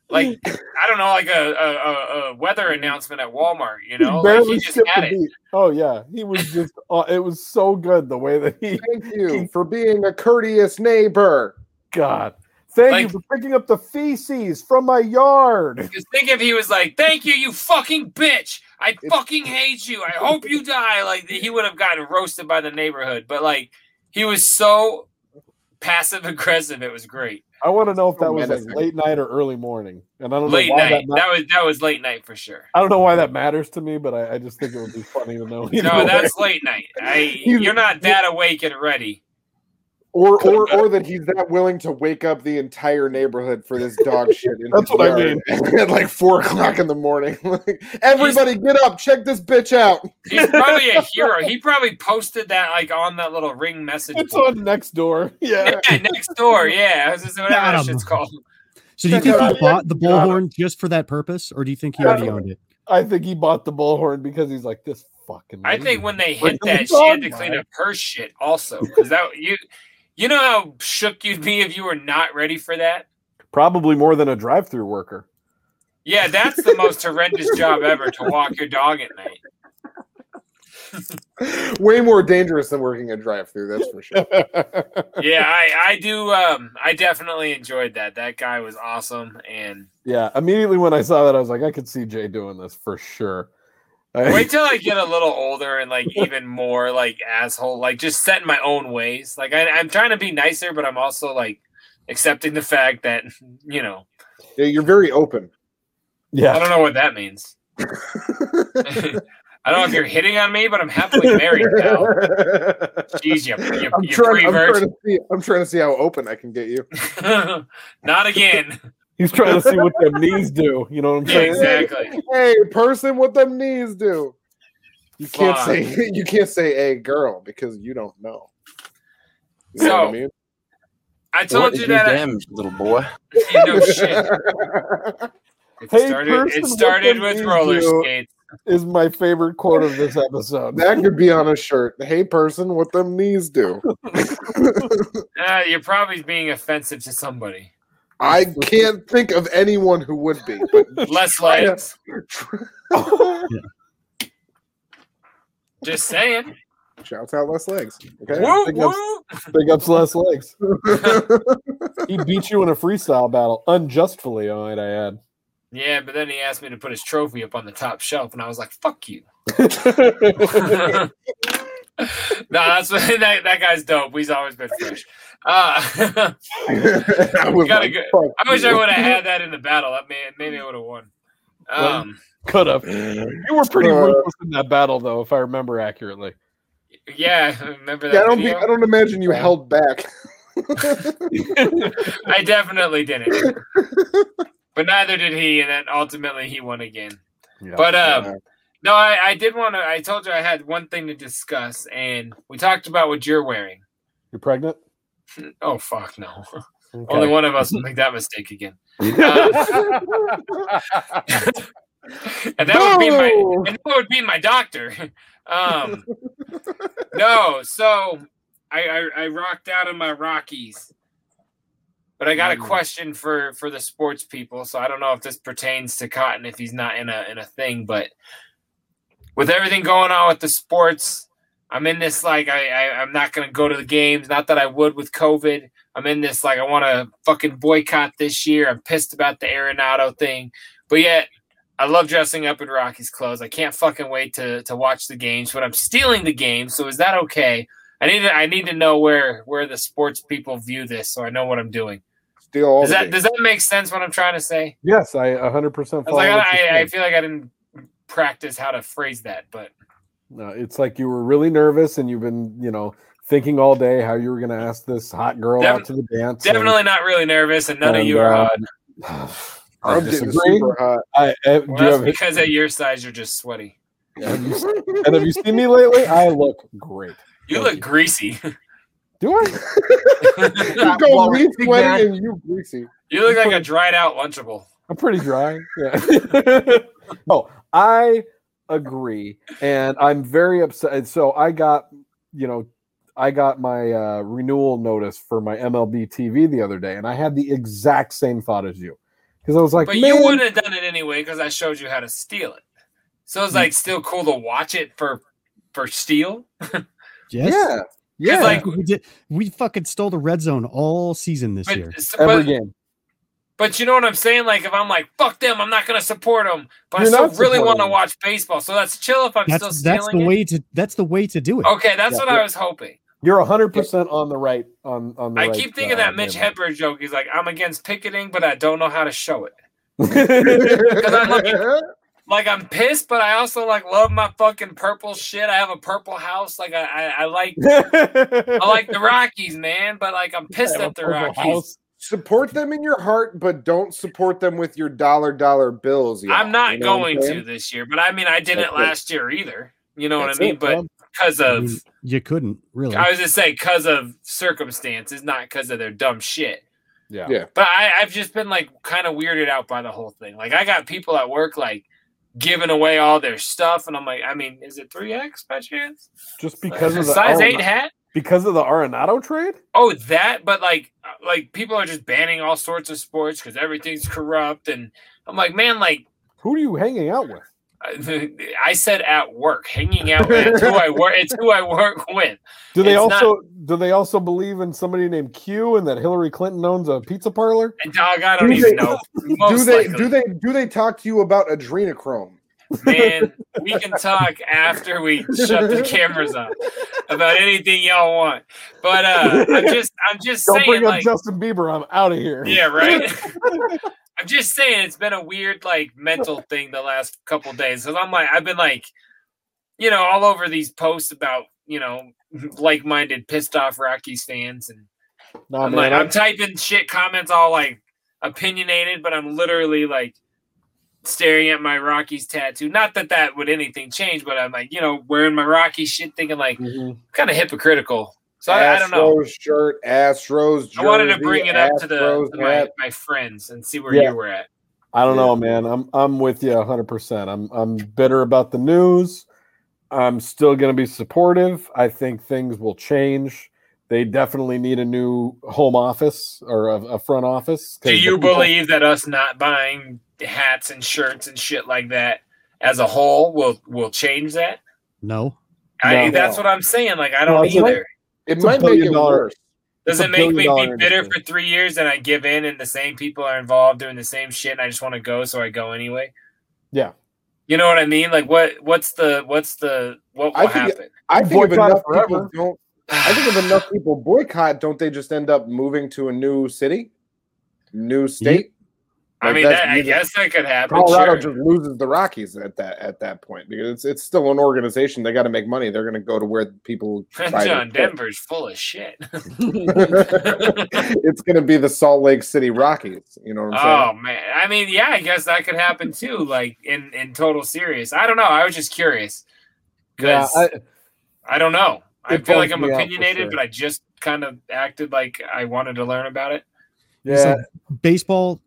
S4: like I don't know, like a a, a, a weather announcement at Walmart. You know,
S6: he
S4: like
S6: barely
S4: he just
S6: skipped
S4: had
S6: a
S4: it.
S6: beat. Oh yeah, he was just. Uh, it was so good the way that he.
S7: Thank you for being a courteous neighbor.
S6: God, thank you for picking up the feces from my yard.
S4: Just think if he was like, "Thank you, you fucking bitch! I fucking hate you! I hope you die!" Like he would have gotten roasted by the neighborhood. But like, he was so passive aggressive. It was great.
S6: I want to know if that was like
S4: Medicine.
S6: late night or early morning, and I don't know
S4: Late
S6: why
S4: night.
S6: that.
S4: That was that was late night for sure.
S6: I don't know why that matters to me, but I, I just think it would be funny to know. either
S4: No,
S6: way.
S4: that's late night. I, you're not that awake and ready.
S7: Or, or, or that he's that willing to wake up the entire neighborhood for this dog shit. in
S6: That's
S7: his
S6: what I
S7: yard at like four o'clock in the morning. Like, everybody, get up! Check this bitch out.
S4: He's probably a hero. He probably posted that like on that little ring message.
S6: It's
S4: board.
S6: on next door. Yeah.
S4: Yeah, next door. Yeah, I was just, whatever
S8: Got
S4: that
S8: him.
S4: shit's called.
S8: So do you think he bought the bullhorn just for that purpose, or do you think he already owned it?
S6: I think he bought the bullhorn because he's like this fucking.
S4: I think when they
S6: Bring
S4: hit
S6: the
S4: that, she had
S6: dog
S4: to clean
S6: back.
S4: up her shit also because that you, you know how shook you'd be if you were not ready for that.
S6: Probably more than a drive-through worker.
S4: Yeah, that's the most horrendous job ever to walk your dog at night.
S7: Way more dangerous than working a drive-through. That's for sure.
S4: Yeah, I I do. Um, I definitely enjoyed that. That guy was awesome and.
S6: Yeah. Immediately when I saw that, I was like, I could see Jay doing this for sure. I-
S4: Wait till I get a little older and like even more like asshole, like just set in my own ways. Like I, I'm trying to be nicer, but I'm also like accepting the fact that you know
S7: Yeah, you're very open.
S4: I don't know what that means. I don't know if you're hitting on me, but I'm happily married now. Jeez, you, you,
S7: I'm
S4: you
S7: trying, I'm, trying
S4: prevert.
S7: to see, I'm trying to see how open I can get you.
S4: Not again.
S6: He's trying to see what them knees do. You know what I'm
S4: Yeah,
S6: saying?
S4: exactly.
S7: Hey, person, what them knees do? You can't
S4: Fuck.
S7: say you can't say hey girl because you don't know. You know
S4: So,
S7: what I mean?
S4: I told you that. I,
S13: little boy.
S4: you know, shit. It
S6: Hey,
S4: started,
S6: person,
S4: it
S6: what
S4: started
S6: them
S4: with
S6: knees
S4: roller
S6: do
S4: skates.
S6: Is my favorite quote of this episode.
S7: That could be on a shirt. Hey person, what them knees do?
S4: Uh, you're probably being offensive to somebody.
S7: I can't think of anyone who would be. But
S4: Less
S7: try to-
S4: legs. Just saying.
S7: Shouts out less legs. Okay.
S4: Woo,
S6: Big ups, big ups less legs. he beat you in a freestyle battle unjustfully, I might I add.
S4: Yeah, but then he asked me to put his trophy up on the top shelf, and I was like, "Fuck you." no, that's that, that guy's dope. He's always been fresh. Uh, we
S7: was
S4: got a
S7: like,
S4: good-
S7: "Fuck
S4: I wish I
S7: you."
S4: would have had that in the battle. That may, maybe I would have won. Um,
S6: Could have. You were pretty ruthless in that battle, though, if I remember accurately.
S4: yeah, remember that?
S7: Yeah, I don't be,
S4: video?
S7: I don't imagine you held back.
S4: Um, I definitely didn't. but neither did he, and then ultimately he won again. But um, no, I, I did want to. I told you I had one thing to discuss, and we talked about what you're wearing.
S6: You're pregnant?
S4: Oh fuck no!
S6: Okay.
S4: Only one of us will make that mistake again. Um, and that would be my and that would be my doctor. Um, no, so I, I I rocked out of my Rockies, but I got a question for for the sports people. So I don't know if this pertains to Cotton if he's not in a in a thing, but with everything going on with the sports, I'm in this like I, I I'm not gonna go to the games. Not that I would with COVID. I'm in this like I want to fucking boycott this year. I'm pissed about the Arenado thing, but yet I love dressing up in Rockies clothes. I can't fucking wait to to watch the games, but I'm stealing the game. So is that okay? I need to I need to know where where the sports people view this, so I know what I'm doing.
S7: Steal all
S4: Does
S7: the
S4: that
S7: games.
S4: does that make sense? What I'm trying to say?
S6: Yes, I 100 percent.
S4: I was like, I, I, I feel like I didn't practice how to phrase that, but
S6: No, it's like you were really nervous and you've been, you know, thinking all day how you were going to ask this hot girl out
S4: Defin-
S6: to the dance. and-
S4: definitely not really nervous, and none of
S6: and,
S4: you are uh,
S6: um,
S4: hot.
S6: I
S4: I'm getting
S6: disagree.
S4: super
S6: I, I- do
S4: Well,
S6: you
S4: that's
S6: have-
S4: because at your size you're just sweaty.
S6: have you seen- and have you seen me lately? I look great.
S4: You look greasy.
S6: Do I?
S7: you go
S6: blowing
S7: me
S6: Big Mac.
S7: sweaty and you greasy.
S4: You look like a dried out lunchable.
S6: I'm pretty dry. Yeah. no, I agree, and I'm very upset. And so I got, you know, I got my uh, renewal notice for my MLB TV the other day, and I had the exact same thought as you because I was like,
S4: but
S6: man,
S4: you wouldn't have done it anyway because I showed you how to steal it. So it's like still cool to watch it for for steal.
S8: Yes.
S4: Yeah.
S8: 'Cause,
S4: Yeah.
S8: like, we, did, we fucking stole the red zone all season this
S4: But-
S8: year.
S4: so- Every but- game. But you know what I'm saying? Like if I'm like fuck them, I'm not gonna support them. But
S8: You're
S4: I
S8: not
S4: still really
S8: supporting
S4: want to
S8: them.
S4: watch baseball. So that's chill if I'm still
S8: That's,
S4: stealing
S8: that's the
S4: it.
S8: way to that's the way to do it.
S4: Okay, that's
S6: Yeah,
S4: what
S6: yeah.
S4: I was hoping.
S6: you're 100 percent on the right on on the
S4: I
S6: right uh,
S4: keep thinking
S6: side.
S4: that Mitch Hedberg joke. He's like, I'm against picketing, but I don't know how to show it. 'Cause I'm like, like, I'm pissed, but I also like love my fucking purple shit. I have a purple house. Like I, I, I like, I like the Rockies, man. But like I'm pissed at the Rockies.
S7: Support them in your heart, but don't support them with your dollar dollar bills. y'all.
S4: I'm not
S7: You know what I'm
S4: going to
S7: saying?
S4: this year, but I mean, I didn't
S7: That's it.
S4: last year either. You know
S8: That's
S4: what I mean?
S8: it,
S4: but
S8: man.
S4: because
S8: I
S4: of,
S8: mean,
S7: Mm-hmm.
S8: you couldn't really.
S4: I was just say, because of circumstances, not because of their dumb shit.
S6: Yeah.
S7: Yeah.
S4: But I, I've just been like kind of weirded out by the whole thing. Like I got people at work like giving away all their stuff, and I'm like, I mean, is it three X by chance?
S6: just because of the
S4: size
S7: oh
S6: Arena-
S4: eight hat.
S6: because of the Arenado trade.
S4: Oh, that, but like, uh, like people are just banning all sorts of sports because everything's corrupt, and I'm like, man, like,
S6: Who are you hanging out with?
S4: I I said at work, hanging out. with who I work. It's who I work with.
S6: Do they
S4: It's not-
S6: also do they also believe in somebody named Q and that Hillary Clinton owns a pizza parlor?
S4: dog? I don't
S7: Do
S4: even
S7: they-
S4: know.
S7: do
S4: Most
S7: they
S4: likely.
S7: do they do they talk to you about adrenochrome?
S4: man, we can talk after we shut the cameras off about anything y'all want. But uh, I'm just, I'm just
S6: Don't
S4: saying,
S6: bring up
S4: like,
S6: Justin Bieber. I'm out of here.
S4: yeah, right. I'm just saying, it's been a weird, like, mental thing the last couple days because I'm like, I've been like, you know, all over these posts about, you know, like-minded, pissed off Rockies fans, and
S6: Nah,
S4: I'm
S6: Oh,
S4: like,
S6: man, I-
S4: I'm typing shit comments all like opinionated, but I'm literally like staring at my Rockies tattoo. Not that that would anything change, but I'm like, you know, wearing my Rocky shit, thinking like,
S6: Mhm.
S4: kind of hypocritical. So I, I don't know.
S7: Astros shirt, Astros. Jersey,
S4: I wanted to bring it up to the
S7: Astros
S4: to my,
S7: hat.
S4: my friends and see where
S6: Yeah.
S4: you were at.
S6: I don't know, man. I'm I'm with you 100. percent I'm I'm bitter about the news. I'm still going to be supportive. I think things will change. They definitely need a new home office or a, a front office. 'cause
S4: Do you
S6: the people-
S4: believe that us not buying hats and shirts and shit like that as a whole will will change that?
S8: No.
S4: I,
S8: No.
S4: that's what I'm saying. Like I don't
S8: No, it's
S4: either.
S8: like-
S7: It
S6: It's a
S7: might make
S6: billion
S7: it
S6: dollar-
S7: worse.
S4: Does
S6: It's a
S4: it make me
S6: billion-dollar
S4: be bitter for three years and I give in and the same people are involved doing the same shit and I just want to go so I go anyway?
S6: Yeah.
S4: You know what I mean? Like what what's the what's the what will
S7: I think,
S4: happen?
S7: I think if
S6: Boycott
S7: enough
S6: forever.
S7: people don't, I think if enough people boycott, don't they just end up moving to a new city, new state?
S4: I
S7: Like,
S4: mean
S7: that's
S4: that I
S7: either-
S4: guess that could happen.
S7: Colorado
S4: sure.
S7: just loses the Rockies at that at that point because it's, it's still an organization. They got to make money. They're going to go to where people. buy their
S4: John
S7: shit.
S4: Denver's full of shit.
S7: it's going to be the Salt Lake City Rockies. You know what I'm
S4: Oh man. I mean, yeah, I guess that could happen too, like in in total serious. I don't know. I was just curious.
S6: Yeah,
S4: Because
S6: I,
S4: I, don't know. I
S6: It
S4: feel like
S6: bums
S4: I'm
S6: me out for
S4: opinionated,
S6: sure.
S4: but I just kind of acted like I wanted to learn about it.
S8: It's like baseball,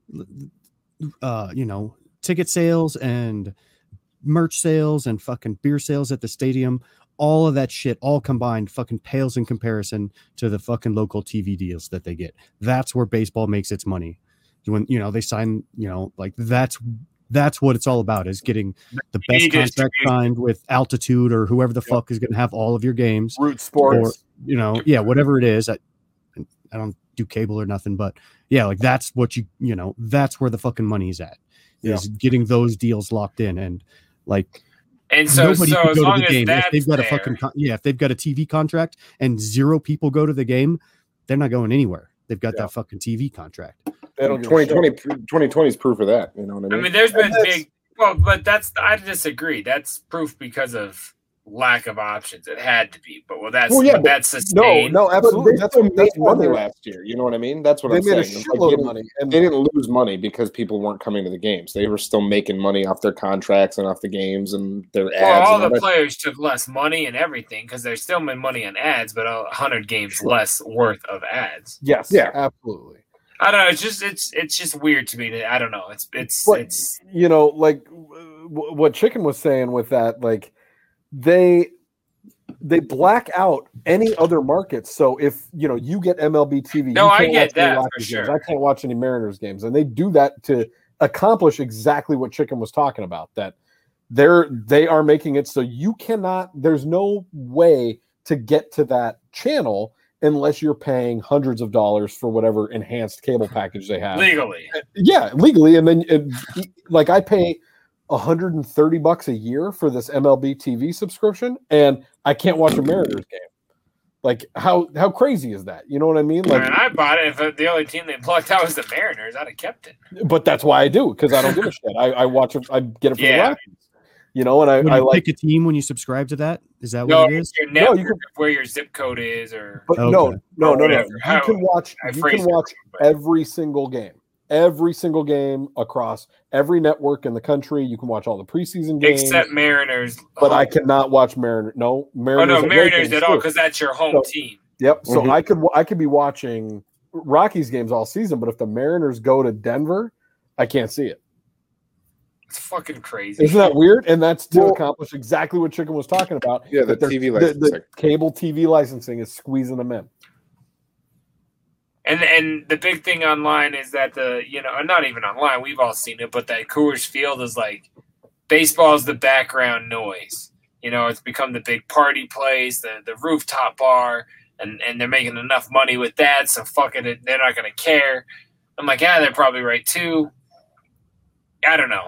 S8: uh, you know, ticket sales and merch sales and fucking beer sales at the stadium. All of that shit, all combined, fucking pales in comparison to the fucking local TV deals that they get. That's where baseball makes its money. When you know they sign, you know, like that's that's what it's all about is getting the best
S6: He just-
S8: contract signed with altitude or whoever the fuck is going to have all of your games.
S6: Root sports.
S8: you know, yeah, whatever it is. I, I don't do cable or nothing, but yeah, like that's what you you know that's where the fucking money's at is getting those deals locked in and like.
S4: And so- so
S8: could
S4: as long as
S8: if they've got
S4: that's
S8: a fucking con- yeah, if they've got a TV contract and zero people go to the game, they're not going anywhere. They've got that fucking TV contract.
S7: They don't 2020 2020 is proof of that. You know what I
S4: I
S7: mean?
S4: mean, there's been
S7: And that's-
S4: big. Well, but that's I disagree. That's proof because of lack of options. It had to be, but well, that's
S7: Well, yeah,
S4: but
S7: but-
S4: that's
S7: no,
S4: sustained.
S7: no, absolutely.
S6: They
S7: That's
S6: still
S7: what- that's
S6: made
S7: why
S6: money
S7: they're- last year. You know what I mean? That's what
S6: They
S7: I'm
S6: made a
S7: saying. It's
S6: shitload of
S7: they didn't-
S6: money,
S7: they didn't lose money because people weren't coming to the games. They were still making money off their contracts and off the games and their ads.
S4: Well, all
S7: and all
S4: the
S7: that.
S4: players took less money and everything because they're still made money on ads, but a hundred games less worth of ads.
S6: Yes.
S7: Yeah.
S6: Absolutely.
S4: I don't know. It's just it's it's just weird to me. that- I don't know. It's it's
S6: But,
S4: it's
S6: you know, like w- w- what Chicken was saying with that, like they they black out any other markets. So if you know you get MLB TV,
S4: No,
S6: you
S4: I
S6: can't
S4: get that
S6: watch any
S4: for
S6: Rockies games.
S4: sure.
S6: I can't watch any Mariners games, and they do that to accomplish exactly what Chicken was talking about. That they're they are making it so you cannot. There's no way to get to that channel unless you're paying hundreds of dollars for whatever enhanced cable package they have
S4: legally.
S6: yeah legally and then and, like i pay 130 bucks a year for this mlb tv subscription and i can't watch a mariners game like how how crazy is that you know what i mean
S4: I,
S6: like
S4: mean, I bought it. If the only team they plucked out was the Mariners, I'd have kept it.
S6: but that's why i do because i don't give a shit i, I watch it i get it for
S4: Yeah.
S6: the Rockies, you know and i,
S8: Would
S6: I
S8: you
S6: like
S8: pick a team when you subscribe to that? Is that
S4: No,
S8: what it is?
S4: it's your network, where your zip code is, or
S6: But no,
S8: Okay.
S6: no,
S4: Or
S6: no, no.
S4: whatever.
S6: You
S4: How-
S6: can watch.
S4: I
S6: You
S4: phrased
S6: can
S4: it,
S6: watch every single game, every single game across every network in the country. You can watch all the preseason games,
S4: except Mariners.
S6: but I cannot watch Mariner. No,
S4: Oh
S6: Mariners.
S4: no,
S6: away
S4: Mariners
S6: games,
S4: at all
S6: too.
S4: because that's your home
S6: So-
S4: team.
S6: Yep. So
S4: Mhm.
S6: I could I could be watching Rockies games all season, but if the Mariners go to Denver, I can't see it.
S4: It's fucking crazy.
S6: Isn't that weird? And that's to accomplish exactly what Chicken was talking about.
S7: Yeah, the
S6: that they're-
S7: TV
S6: The,
S7: licensing.
S6: cable TV licensing is squeezing them in.
S4: And and the big thing online is that the you know not even online we've all seen it, but that Coors Field is like baseball is the background noise. You know, it's become the big party place, the the rooftop bar, and and they're making enough money with that, so fucking it, they're not gonna care. I'm like, yeah, they're probably right too. I don't know.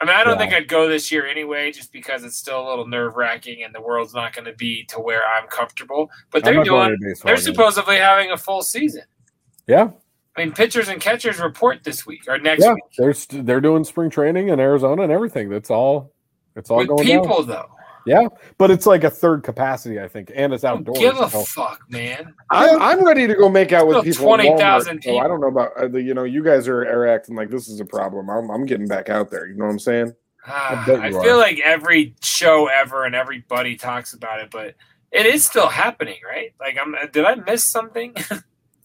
S4: I mean, I don't think I'd go this year anyway, just because it's still a little nerve wracking, and the world's not going to be to where I'm comfortable. But
S6: I'm
S4: they're
S6: not going
S4: doing.
S6: to baseball
S4: They're
S6: games.
S4: supposedly having a full season.
S6: Yeah.
S4: I mean, pitchers and catchers report this week or next
S6: Yeah.
S4: week
S6: They're st- they're doing spring training in Arizona and everything. That's all. It's all
S4: with
S6: going
S4: people,
S6: down.
S4: though.
S6: Yeah, but it's like a third capacity, I think, and it's outdoors.
S4: Give a
S6: so-
S4: fuck, man.
S7: I'm, I'm ready to go make out with
S4: Still
S7: people. Twenty
S4: 20,000
S7: thousand. So I don't know about uh, the- you know. You guys are, are acting like this is a problem. I'm, I'm getting back out there. You know what I'm saying?
S4: Ah,
S7: bet
S4: I,
S7: you
S4: feel
S7: are.
S4: like every show ever and everybody talks about it, but it is still happening, right? Like, I'm did I miss something?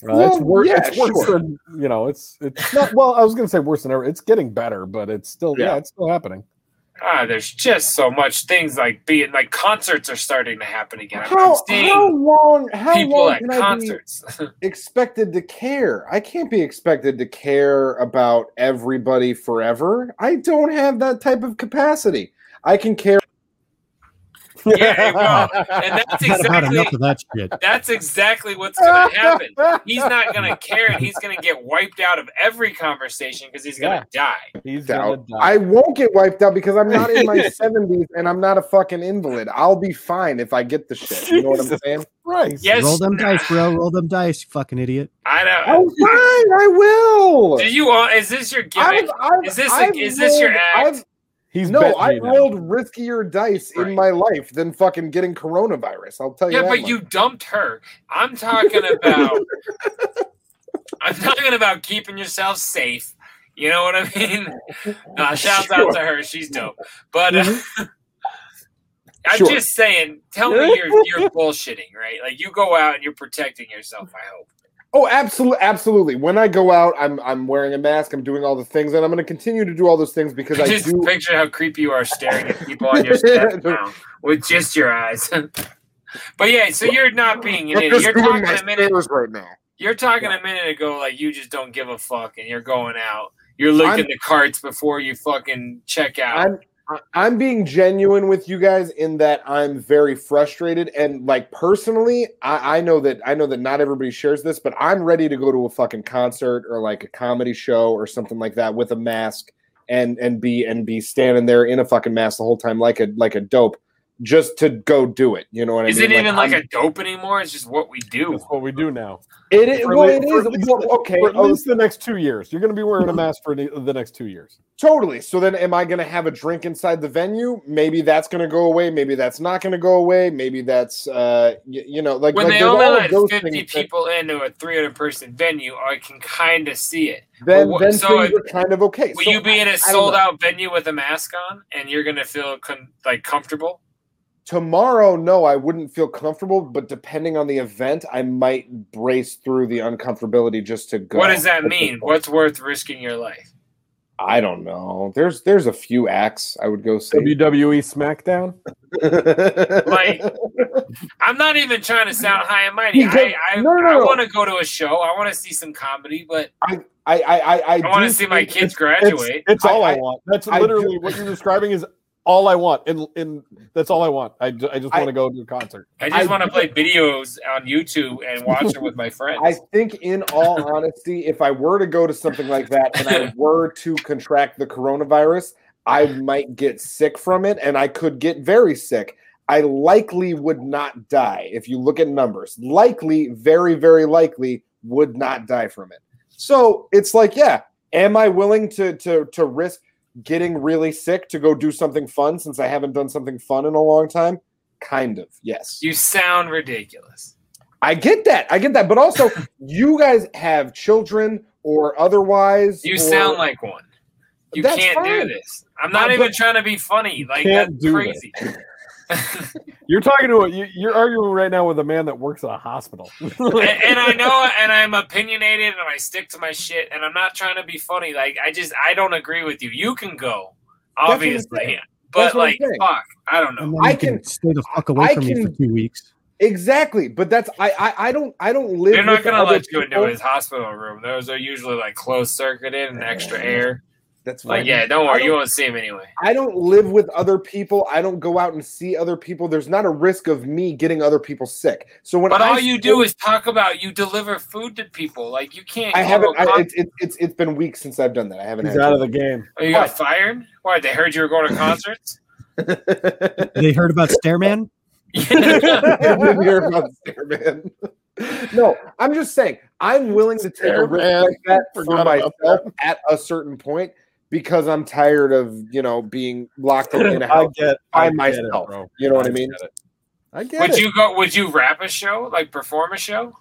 S6: Uh, it's wor- it's worse than you know. It's it's not well. I was going to say worse than ever. It's getting better, but it's still yeah,
S4: Yeah.
S6: it's still happening.
S4: ah, there's just so much things like being like concerts are starting to happen again. I'm- I'm
S7: How,
S4: seeing
S7: how long? How
S4: people
S7: long
S4: at
S7: can
S4: concerts.
S7: I be expected to care? I can't be expected to care about everybody forever. I don't have that type of capacity. I can care.
S4: Yeah, well, and that's
S7: Not about
S4: exactly
S7: enough of that shit.
S4: That's exactly what's going to happen. He's not going to care, and he's going to get wiped out of every conversation because he's going to die.
S6: He's
S7: Doubt. I won't get wiped out because I'm not in my 70s and I'm not a fucking invalid. I'll be fine if I get the shit. You know what I'm saying?
S6: Right.
S4: Yes.
S8: Roll them dice, bro. Roll them dice, you fucking idiot.
S4: I don't.
S7: I'm fine. I will.
S4: Do you want? Is this your gimmick?
S7: I've- I've-
S4: is this?
S7: I've
S4: is this your
S7: rolled-
S4: act?
S7: I've-
S6: He's
S7: no,
S6: bet
S7: I
S6: G now.
S7: rolled riskier dice in my life than fucking getting coronavirus. I'll tell you.
S4: yeah,
S7: that
S4: but
S7: much.
S4: you dumped her. I'm talking about. I'm talking about keeping yourself safe. You know what I mean? Nah, shouts out to her. She's dope. But uh, I'm
S12: Sure.
S4: just saying. Tell me you're you're bullshitting, right? Like you go out and you're protecting yourself. I hope.
S7: Oh, absolutely, absolutely. When I go out, I'm I'm wearing a mask. I'm doing all the things, and I'm going to continue to do all those things because I
S4: just
S7: do.
S4: picture how creepy you are staring at people on your step now with just your eyes. but yeah, so you're not being an
S7: I'm
S4: idiot.
S7: just
S4: You're
S7: doing
S4: talking
S7: my
S4: a minute.
S7: stairs right now.
S4: You're talking a minute ago like you just don't give a fuck and you're going out. You're looking
S7: I'm-
S4: the carts before you fucking check out.
S7: I'm I- I'm being genuine with you guys in that I'm very frustrated and like personally, I, I know that I know that not everybody shares this, but I'm ready to go to a fucking concert or like a comedy show or something like that with a mask and and be and be standing there in a fucking mask the whole time like a like a dope just to go do it. You know what
S4: Is
S7: I mean?
S4: it even like
S7: I'm-
S4: a dope anymore? It's just what we do. That's
S6: what we do now.
S7: It is.
S6: For
S7: Well,
S6: at
S7: it
S6: least- for
S7: is.
S6: at least-
S7: well, okay.
S6: For at
S7: oh,
S6: least the next two years, you're going to be wearing a mask for the the next two years.
S7: Totally. So then, am I going to have a drink inside the venue? Maybe that's going to go away. Maybe that's not going to go away. Maybe that's, uh, y- you know, like
S4: when
S7: like
S4: they
S7: there's
S4: only
S7: all of
S4: let
S7: those
S4: 50
S7: things that-
S4: people into a 300 person venue, I can kind of see it.
S7: then,
S4: But what-
S7: then
S4: so
S7: things
S4: if-
S7: are kind of okay.
S4: will
S7: So
S4: you be in
S7: I- I
S4: a
S7: don't
S4: sold
S7: know.
S4: out venue with a mask on and you're going to feel com- like comfortable?
S7: tomorrow? No, I wouldn't feel comfortable, but depending on the event, I might brace through the uncomfortability just to go.
S4: What does that
S7: At this
S4: mean?
S7: point.
S4: What's worth risking your life?
S7: I don't know. There's there's a few acts I would go see.
S6: WWE E SmackDown.
S4: Like, I'm not even trying to sound high and mighty.
S7: You
S4: I,
S7: get-
S4: I,
S7: no, no,
S4: I
S7: no.
S4: want to go to a show. I want to see some comedy, but
S7: I I I I,
S4: I want
S6: do
S4: to see my
S6: think
S4: kids
S6: It's,
S4: graduate.
S6: it's all I, want. That's
S7: I do-
S6: literally what you're describing is all I want, and and that's all I want. I, ju- I just want to go to a concert.
S4: I just
S7: I
S4: want to
S7: do-
S4: play videos on YouTube and watch it with my friends.
S7: I think, in all honesty, if I were to go to something like that and I were to contract the coronavirus, I might get sick from it and I could get very sick. I likely would not die. If you look at numbers, likely, very, very likely would not die from it. So it's like, yeah, am I willing to to to risk getting really sick to go do something fun since I haven't done something fun in a long time? Kind of, yes.
S4: you sound ridiculous.
S7: I get that. I get that. But also, you guys have children or otherwise.
S4: You
S7: or-
S4: sound like one. You
S7: That's
S4: can't
S7: fine.
S4: do this. I'm not
S7: Uh,
S4: even
S7: but-
S4: trying to be funny. Like
S6: can't
S4: that's
S6: do
S4: crazy.
S6: You're talking to a, you, you're arguing right now with a man that works at a hospital.
S4: and, and I know, and I'm opinionated, and I stick to my shit, and I'm not trying to be funny. Like I just, I don't agree with you. You can go,
S7: what I'm
S4: obviously,
S7: saying. That's
S4: but
S7: what I'm
S4: like,
S7: saying.
S4: fuck, I don't
S8: And
S4: know.
S8: then
S7: I
S8: you can,
S7: can-
S8: stay the fuck away
S7: I
S8: from me for
S7: can-
S8: two weeks.
S7: exactly. But that's I. I, I don't. I don't live.
S4: They're not
S7: with the
S4: gonna
S7: other
S4: let you into
S7: people.
S4: his hospital room. Those are usually like closed circuited and extra air.
S7: That's
S4: Like,
S7: fine.
S4: yeah, don't
S7: I
S4: worry, you won't see him anyway.
S7: I don't live with other people. I don't go out and see other people. There's not a risk of me getting other people sick. So when
S4: But
S7: I
S4: all you do is talk about you deliver food to people. Like you can't.
S7: I
S4: go
S7: haven't.
S4: to a
S7: I,
S4: con-
S7: it's it's it's it's been weeks since I've done that. I haven't.
S6: He's
S7: had
S6: out of
S7: children.
S6: the game.
S4: Oh, you got fired? Why? They heard you were going to concerts?
S8: They heard about Stairman.
S7: I didn't hear about Stairman. No, I'm just saying I'm willing to take a
S5: Stairman.
S7: risk like that for
S5: Forgot
S7: myself
S5: about
S7: at a certain point because I'm tired of you know being locked away in a
S6: I
S7: house
S6: get I
S7: by
S6: get it,
S7: myself.
S6: bro.
S7: you know what I
S6: I
S7: mean?
S6: get it. I get
S4: Would
S7: it.
S4: you go? Would you rap a show? Like perform a show?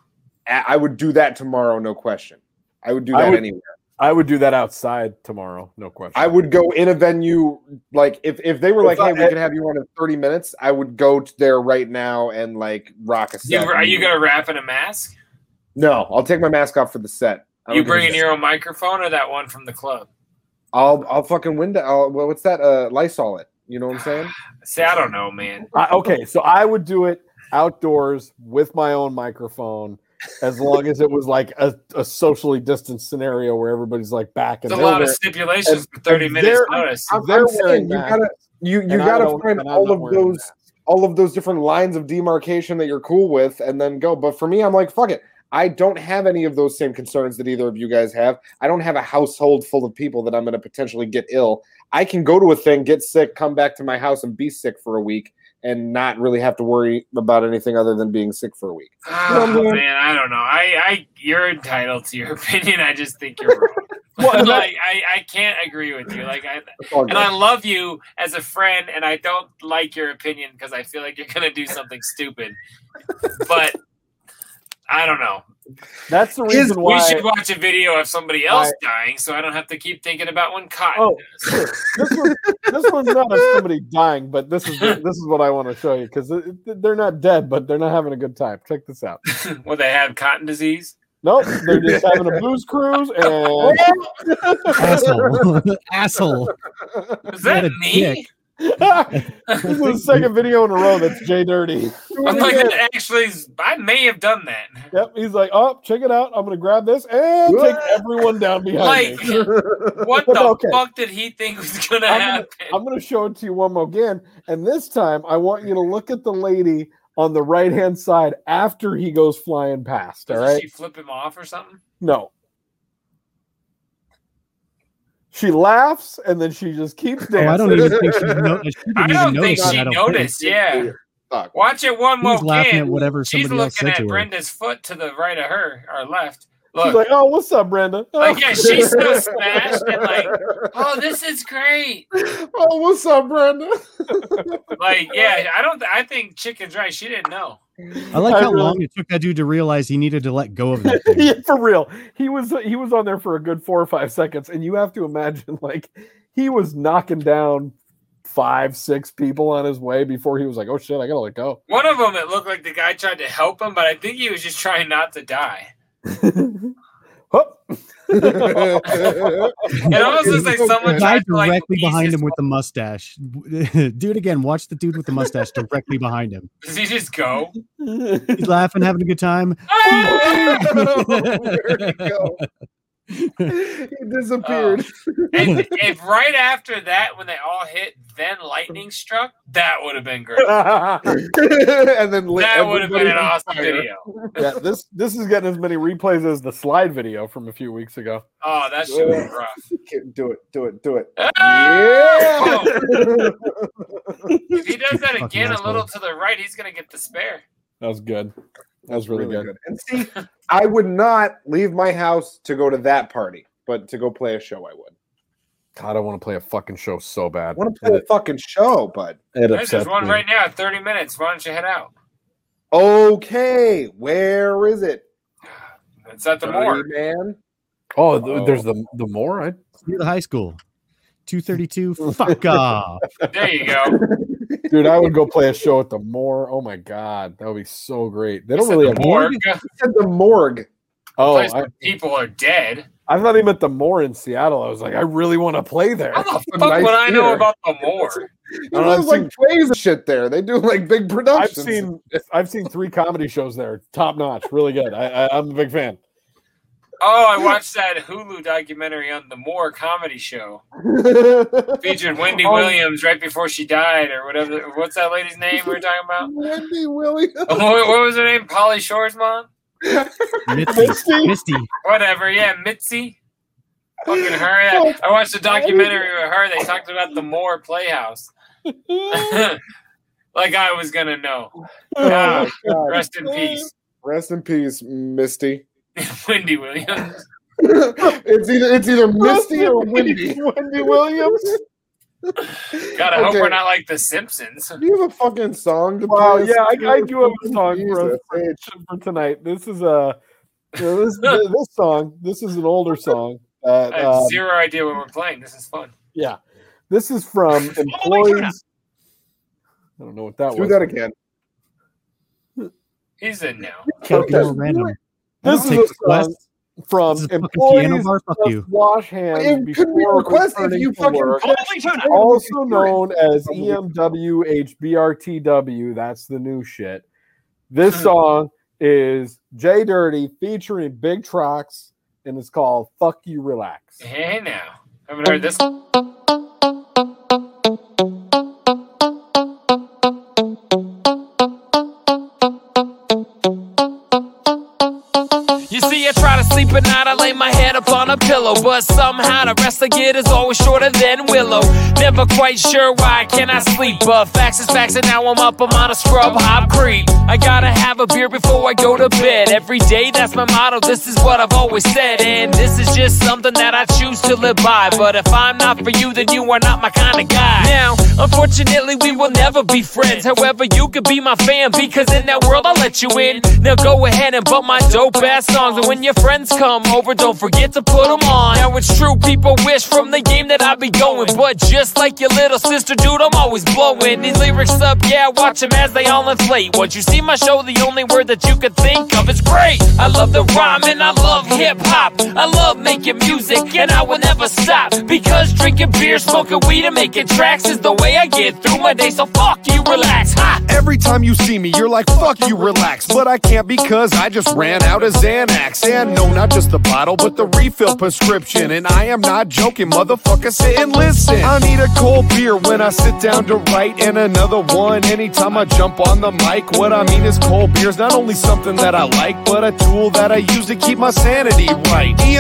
S7: I I would do that tomorrow, no question. I would do
S6: I
S7: that
S6: would-
S7: anywhere.
S6: I would do that outside tomorrow, no question.
S7: I would go in a venue like if if they were
S6: If
S7: like,
S6: I-
S7: "Hey, we can have you on in 30 minutes," I would go to there right now and like rock a
S4: You,
S7: set.
S4: are you gonna rap in a mask?
S7: No, I'll take my mask off for the set. I
S4: You
S7: don't give a
S4: bringing
S7: shit.
S4: your own microphone or that one from the club?
S7: I'll I'll fucking window. I'll, well, what's that? Uh, Lysol it. You know what I'm saying?
S4: See, I don't know, man.
S6: I, okay, so I would do it outdoors with my own microphone, as long as it was like a, a socially distanced scenario where everybody's like back and
S4: There's a
S6: they're
S4: lot of
S6: wearing-
S4: stipulations
S6: and-
S4: for 30
S6: and
S4: minutes
S6: they're-
S4: notice.
S6: I'm-
S7: I'm
S6: they're
S7: saying
S6: wearing
S7: you
S6: masks,
S7: gotta you you
S6: and I
S7: gotta
S6: don't-
S7: find
S6: and I'm
S7: all
S6: not
S7: of
S6: wearing
S7: those all of those different lines of demarcation that you're cool with, and then go. But for me, I'm like, fuck it. I don't have any of those same concerns that either of you guys have. I don't have a household full of people that I'm going to potentially get ill. I can go to a thing, get sick, come back to my house, and be sick for a week, and not really have to worry about anything other than being sick for a week.
S4: Ah, man, I don't know. I, I, you're entitled to your opinion. I just think you're wrong.
S6: Well, and that-
S4: like, I, I can't agree with you. Like, I,
S7: That's all
S4: and
S7: good.
S4: I love you as a friend, and I don't like your opinion because I feel like you're gonna do something stupid. But I don't know.
S6: That's the reason
S4: We
S6: why.
S4: should watch a video of somebody else
S6: Why-
S4: dying, so I don't have to keep thinking about when cotton.
S6: Oh, sure. this, one, this one's not of somebody dying, but this is this is what I want to show you because they're not dead, but they're not having a good time. Check this out.
S4: Well, they have cotton disease.
S6: Nope, they're just having a booze cruise and
S8: asshole, asshole.
S4: Is that
S8: a
S4: me?
S8: dick.
S6: this is the second video in a row that's Jay Dirty.
S4: I'm like, actually, I may have done that.
S6: Yep, he's like, oh, check it out. I'm gonna grab this and take everyone down behind
S4: Like,
S6: me.
S4: what
S6: But
S4: the
S6: okay.
S4: fuck did he think was gonna
S6: I'm
S4: happen?
S6: gonna, I'm gonna show it to you one more again, and this time I want you to look at the lady on the right hand side after he goes flying past. All
S4: Doesn't
S6: right,
S4: she flip him off or something?
S6: no. She laughs and then she just keeps
S8: Oh,
S6: dancing.
S8: I don't even think she noticed. She didn't
S4: I don't
S8: even
S4: think
S8: notice it,
S4: she
S8: I don't
S4: noticed.
S8: think.
S4: Yeah. Watch it one
S8: He's
S4: more
S8: laughing
S4: kid.
S8: at whatever
S4: She's
S8: somebody else
S4: looking
S8: said
S4: at
S8: to her.
S4: Brenda's foot to the right of her or left.
S6: She's
S4: Look,
S6: like, "Oh, what's up, Oh, Brenda?"
S4: Like, yeah, she's so smashed and like, oh, this is great.
S7: Oh, what's up, Brenda?
S4: Like, yeah, I don't. I think Chicken's right. She didn't know.
S8: I like
S6: I
S8: how
S6: really-
S8: long it took that dude to realize he needed to let go of that. Thing.
S6: yeah, for real. He was he was on there for a good four or five seconds, and you have to imagine like he was knocking down five, six people on his way before he was like, "Oh shit, I gotta let go."
S4: One of them, it looked like the guy tried to help him, but I think he was just trying not to die. It almost looks like someone
S8: the guy
S4: tried to like
S8: directly behind him with the mustache. Do it again. Watch the dude with the mustache directly behind him.
S4: Does he just go? Ah!
S8: He's laughing, having a good time.
S7: he
S4: Uh,
S7: disappeared.
S4: Oh. And if right after that, when they all hit, then lightning struck, that would have been great.
S6: and then lit
S4: That would have been
S6: everybody
S4: an
S6: on
S4: awesome
S6: fire.
S4: video.
S6: yeah, this this is getting as many replays as the slide video from a few weeks ago.
S4: Oh, that shit was rough.
S7: do it, do it, do it.
S4: Ah!
S7: Yeah.
S4: If he does that
S6: Fucking
S4: again a
S6: asshole.
S4: little to the right, he's gonna get despair.
S6: That was good. That was really,
S7: Really
S6: good.
S7: And see, I would not leave my house to go to that party, but to go play a show, I would.
S6: God, I want to play a fucking show so bad.
S7: I want to play a fucking show, but
S6: It
S4: There's
S6: upsets
S4: just one
S6: me.
S4: right now, 30 minutes. Why don't you head out?
S7: okay, where is it?
S4: It's at the
S7: Sorry,
S4: more.
S7: man.
S6: Oh, th- there's the the more I
S8: Near the high school. 232. Fuck off.
S4: There you go.
S6: Dude, I would go play a show at the Moore. Oh my god, that would be so great. They don't
S4: It's at
S6: really
S4: the
S6: have
S4: morgue.
S7: At the morgue.
S6: Oh,
S4: Place
S6: I,
S4: where people are dead.
S6: I thought he meant the Moore in Seattle. I was like, I really want to play there.
S4: How the
S7: a
S4: fuck
S7: nice
S4: would I know
S7: theater.
S4: about the more?
S6: I
S7: You
S6: don't know,
S7: know,
S6: I've
S7: there's like plays and shit there. They do like big
S6: I've
S7: productions.
S6: seen I've seen three comedy shows there, top notch, really good. I, I, I'm a big fan.
S4: Oh, I watched that Hulu documentary on the Moore comedy show. Featured Wendy
S6: Oh.
S4: Williams right before she died, or whatever. What's that lady's name we were talking about?
S7: Wendy Williams.
S4: Oh, what, what was her name? Polly Shore's mom?
S8: Misty. Misty.
S4: Whatever. Yeah, Mitzi. Fucking her. That,
S6: Oh,
S4: I watched a documentary with her. They talked about the Moore Playhouse. like I was gonna know.
S7: Oh my
S4: Ah,
S7: God.
S4: rest in peace,
S7: Rest in peace, Misty.
S4: Wendy Williams.
S7: it's either it's either Misty or Wendy.
S6: Wendy Williams.
S4: God, I hope
S7: Okay.
S4: we're not like The Simpsons.
S7: Do you have a fucking song to
S6: Wow,
S7: play?
S6: yeah, I, I do have a song for us
S7: Jesus.
S6: for, for tonight. This is a this, this song. This is an older song. Uh,
S4: I have
S6: um,
S4: zero idea what we're playing. This is fun.
S6: Yeah. This is
S7: Oh
S6: from employees. I don't know what that
S7: Do
S6: was.
S7: that again.
S4: He's in now.
S8: Can't be
S6: Okay.
S8: more random.
S6: This is
S8: Take
S6: a
S8: requests.
S6: song from
S8: This is
S4: Um,
S8: fucking piano
S6: employees
S8: bar. Fuck
S6: must
S8: you.
S6: wash hands
S7: It could be
S6: before
S7: requested
S6: returning
S7: if you
S6: to
S7: fucking
S6: work,
S7: finish.
S6: also known as E EMWHBRTW. That's the new shit. This song is Jay Dirty featuring Big Trox, and it's called "Fuck You Relax."
S4: Hey now. Haven't heard this.
S13: You see, I try to sleep at night, I lay my head upon a pillow. But somehow the rest I get is always shorter than Willow. Never quite sure why I cannot sleep. But facts is facts, and now I'm up, I'm on a scrub hop creep. I gotta have a beer before I go to bed. Every day, that's my motto, this is what I've always said. And this is just something that I choose to live by. But if I'm not for you, then you are not my kind of guy. Now, unfortunately, we will never be friends. However, you could be my fan because in that world I'll let you in. Now go ahead and bump my dope ass songs. And when your friends come over, don't forget to put them on. on. Now it's true, people wish from the game that I be going. But just like your little sister, dude, I'm always blowing these lyrics up. Yeah, watch them as they all inflate. Once you see my show, the only word that you could think of is great. I love the rhyme and I love hip hop. I love making music and I will never stop. Because drinking beer, smoking weed, and making tracks is the way I get through my day. So fuck you, relax. Ha!
S7: Every time you see me, you're like, fuck you, relax. But I can't because I just ran out of Xanax. And no, not just the bottle, but the refill prescription. And I am not joking, motherfucker, sit and listen. I need a cold beer when I sit down to write, and another one anytime I jump on the mic. What I mean is, cold beer's not only something that I like, but a tool that I use to keep my sanity right. E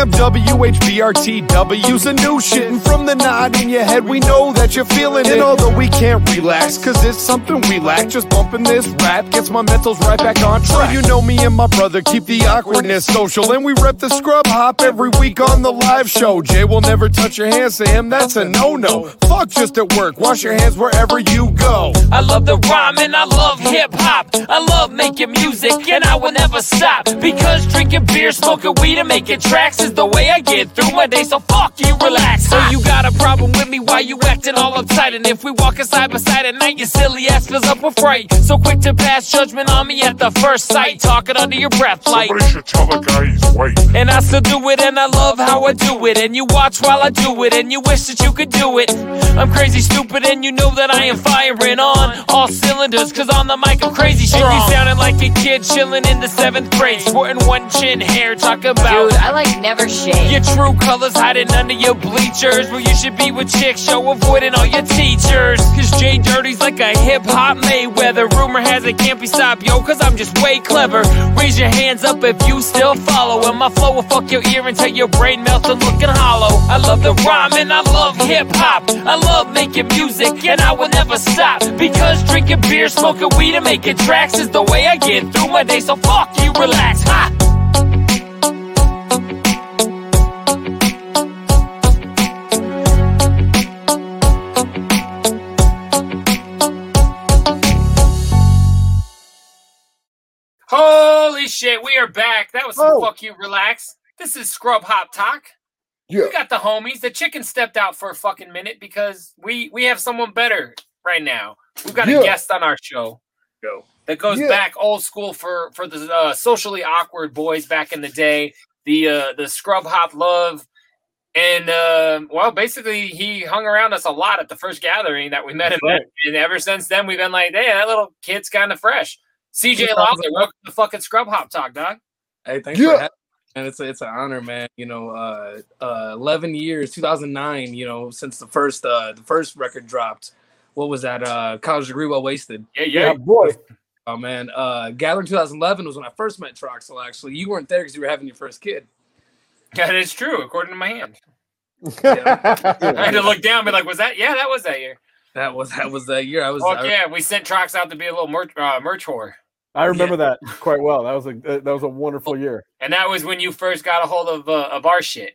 S7: EMWHBRTW's a new shit, and from the nod in your head, we know that you're feeling it. And although we can't relax, cause it's something we lack, just bumping this rap gets my mentals right back on track. You know me and my brother keep the awkwardness social, and we rep the scrub hop every week on the live show. Jay will never touch your hands to him, that's a no no. Fuck just at work, wash your hands wherever you go.
S13: I love the rhyme and I love hip hop. I love making music and I will never stop. Because drinking beer, smoking weed, and making tracks is the way I get through my day. So fuck you, relax. So you got a problem with me? Why you acting all uptight? And if we walking side by side at night, your silly ass fills up with fright. So quick to pass judgment on me at the first sight, talking under your breath like.
S14: Somebody should tell the guy he's white.
S13: And I still do it, and I love how I do it. And you watch while I do it, and you wish that you could do it. I'm crazy stupid, and you know that I am firing on all cylinders. Cause on the mic, I'm crazy strong. And you sounding like a kid chilling in the seventh grade, sporting one chin hair, talking about.
S15: Dude, I like never shave.
S13: Your true colors hiding under your bleachers. Where you should be with chicks, show avoiding all your teachers. Cause Jay Dirty's like a hip hop Mayweather. Rumor has it can't be stopped, yo, cause I'm just way clever. Raise your hands up if you still follow. And my flow will fuck your ear until your brain melts and looking hollow. I love the rhyme and I love hip hop. I love making music and I will never stop. Because drinking beer, smoking weed, and making tracks is the way I get through my day. So fuck you, relax. Ha!
S4: Holy shit, we are back. That was some
S16: Oh.
S4: fuck you relax. This is Scrub Hop Talk.
S16: Yeah.
S4: We got the homies. The chicken stepped out for a fucking minute because we we have someone better right now. We've got
S16: Yeah.
S4: a guest on our show. Go. That goes
S16: Yeah.
S4: back old school for for the uh, socially awkward boys back in the day. The uh, the Scrub Hop love. And uh, well, basically, he hung around us a lot at the first gathering that we met him
S16: That's right.
S4: at. And ever since then, we've been like, hey, that little kid's kind of fresh. CJ
S17: Yeah.
S4: Lowther, welcome to fucking Scrub Hop Talk, dog.
S17: Hey, thanks for having me. And it's it's an honor, man. You know, uh, uh, eleven years, two thousand nine. You know, since the first uh, the first record dropped. What was that? Uh, College degree well wasted.
S4: Yeah, yeah. Yeah,
S17: boy. Oh man, uh, Gathering 2011 was when I first met Troxel. Actually, you weren't there because you were having your first kid.
S4: That is true, according to my hand. I had to look down, and be like, was that? Yeah, that was that year.
S17: That was that was that year. I was.
S4: Oh
S17: I-
S4: yeah, we sent Trox out to be a little merch, uh, merch whore,
S6: I remember that quite well. That was a that was a wonderful year.
S4: and that was when you first got a hold of uh, of our shit.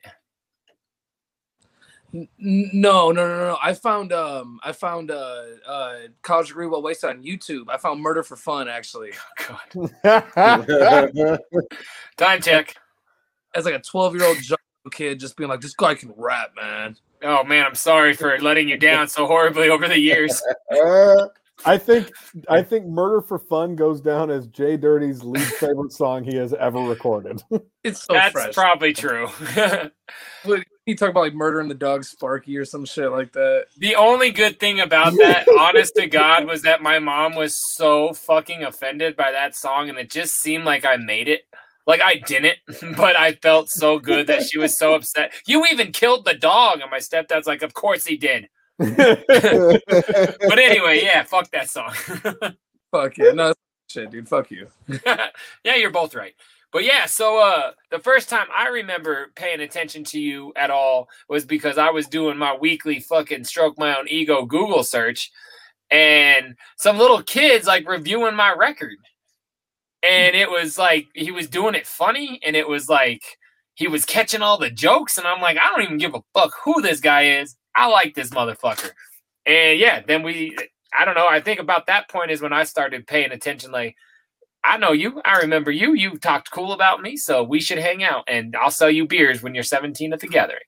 S17: N- No, no, no, no. I found um I found uh uh college degree well wasted on YouTube. I found murder for fun actually.
S4: Time check.
S17: As like a twelve year old kid, just being like, this guy can rap, man.
S4: Oh man, I'm sorry for letting you down so horribly over the years.
S6: I think I think "Murder for Fun" goes down as Jay Dirty's least favorite song he has ever recorded.
S17: It's so
S4: That's
S17: fresh.
S4: probably true.
S17: But you talk about like murdering the dog Sparky or some shit like that.
S4: The only good thing about that, honest to God, was that my mom was so fucking offended by that song, and it just seemed like I made it. Like I didn't, but I felt so good that she was so upset. You even killed the dog, and my stepdad's like, "Of course he did." but anyway, yeah, fuck that song.
S17: Fuck yeah, no shit, dude. Fuck you.
S4: yeah, you're both right. But yeah, so uh the first time I remember paying attention to you at all was because I was doing my weekly fucking stroke my own ego Google search and some little kids like reviewing my record. And it was like he was doing it funny and it was like he was catching all the jokes and I'm like I don't even give a fuck who this guy is. I like this motherfucker. And yeah, then we I don't know, I think about that point is when I started paying attention like I know you. I remember you. You talked cool about me, so we should hang out, and I'll sell you beers when you're 17 at the gathering.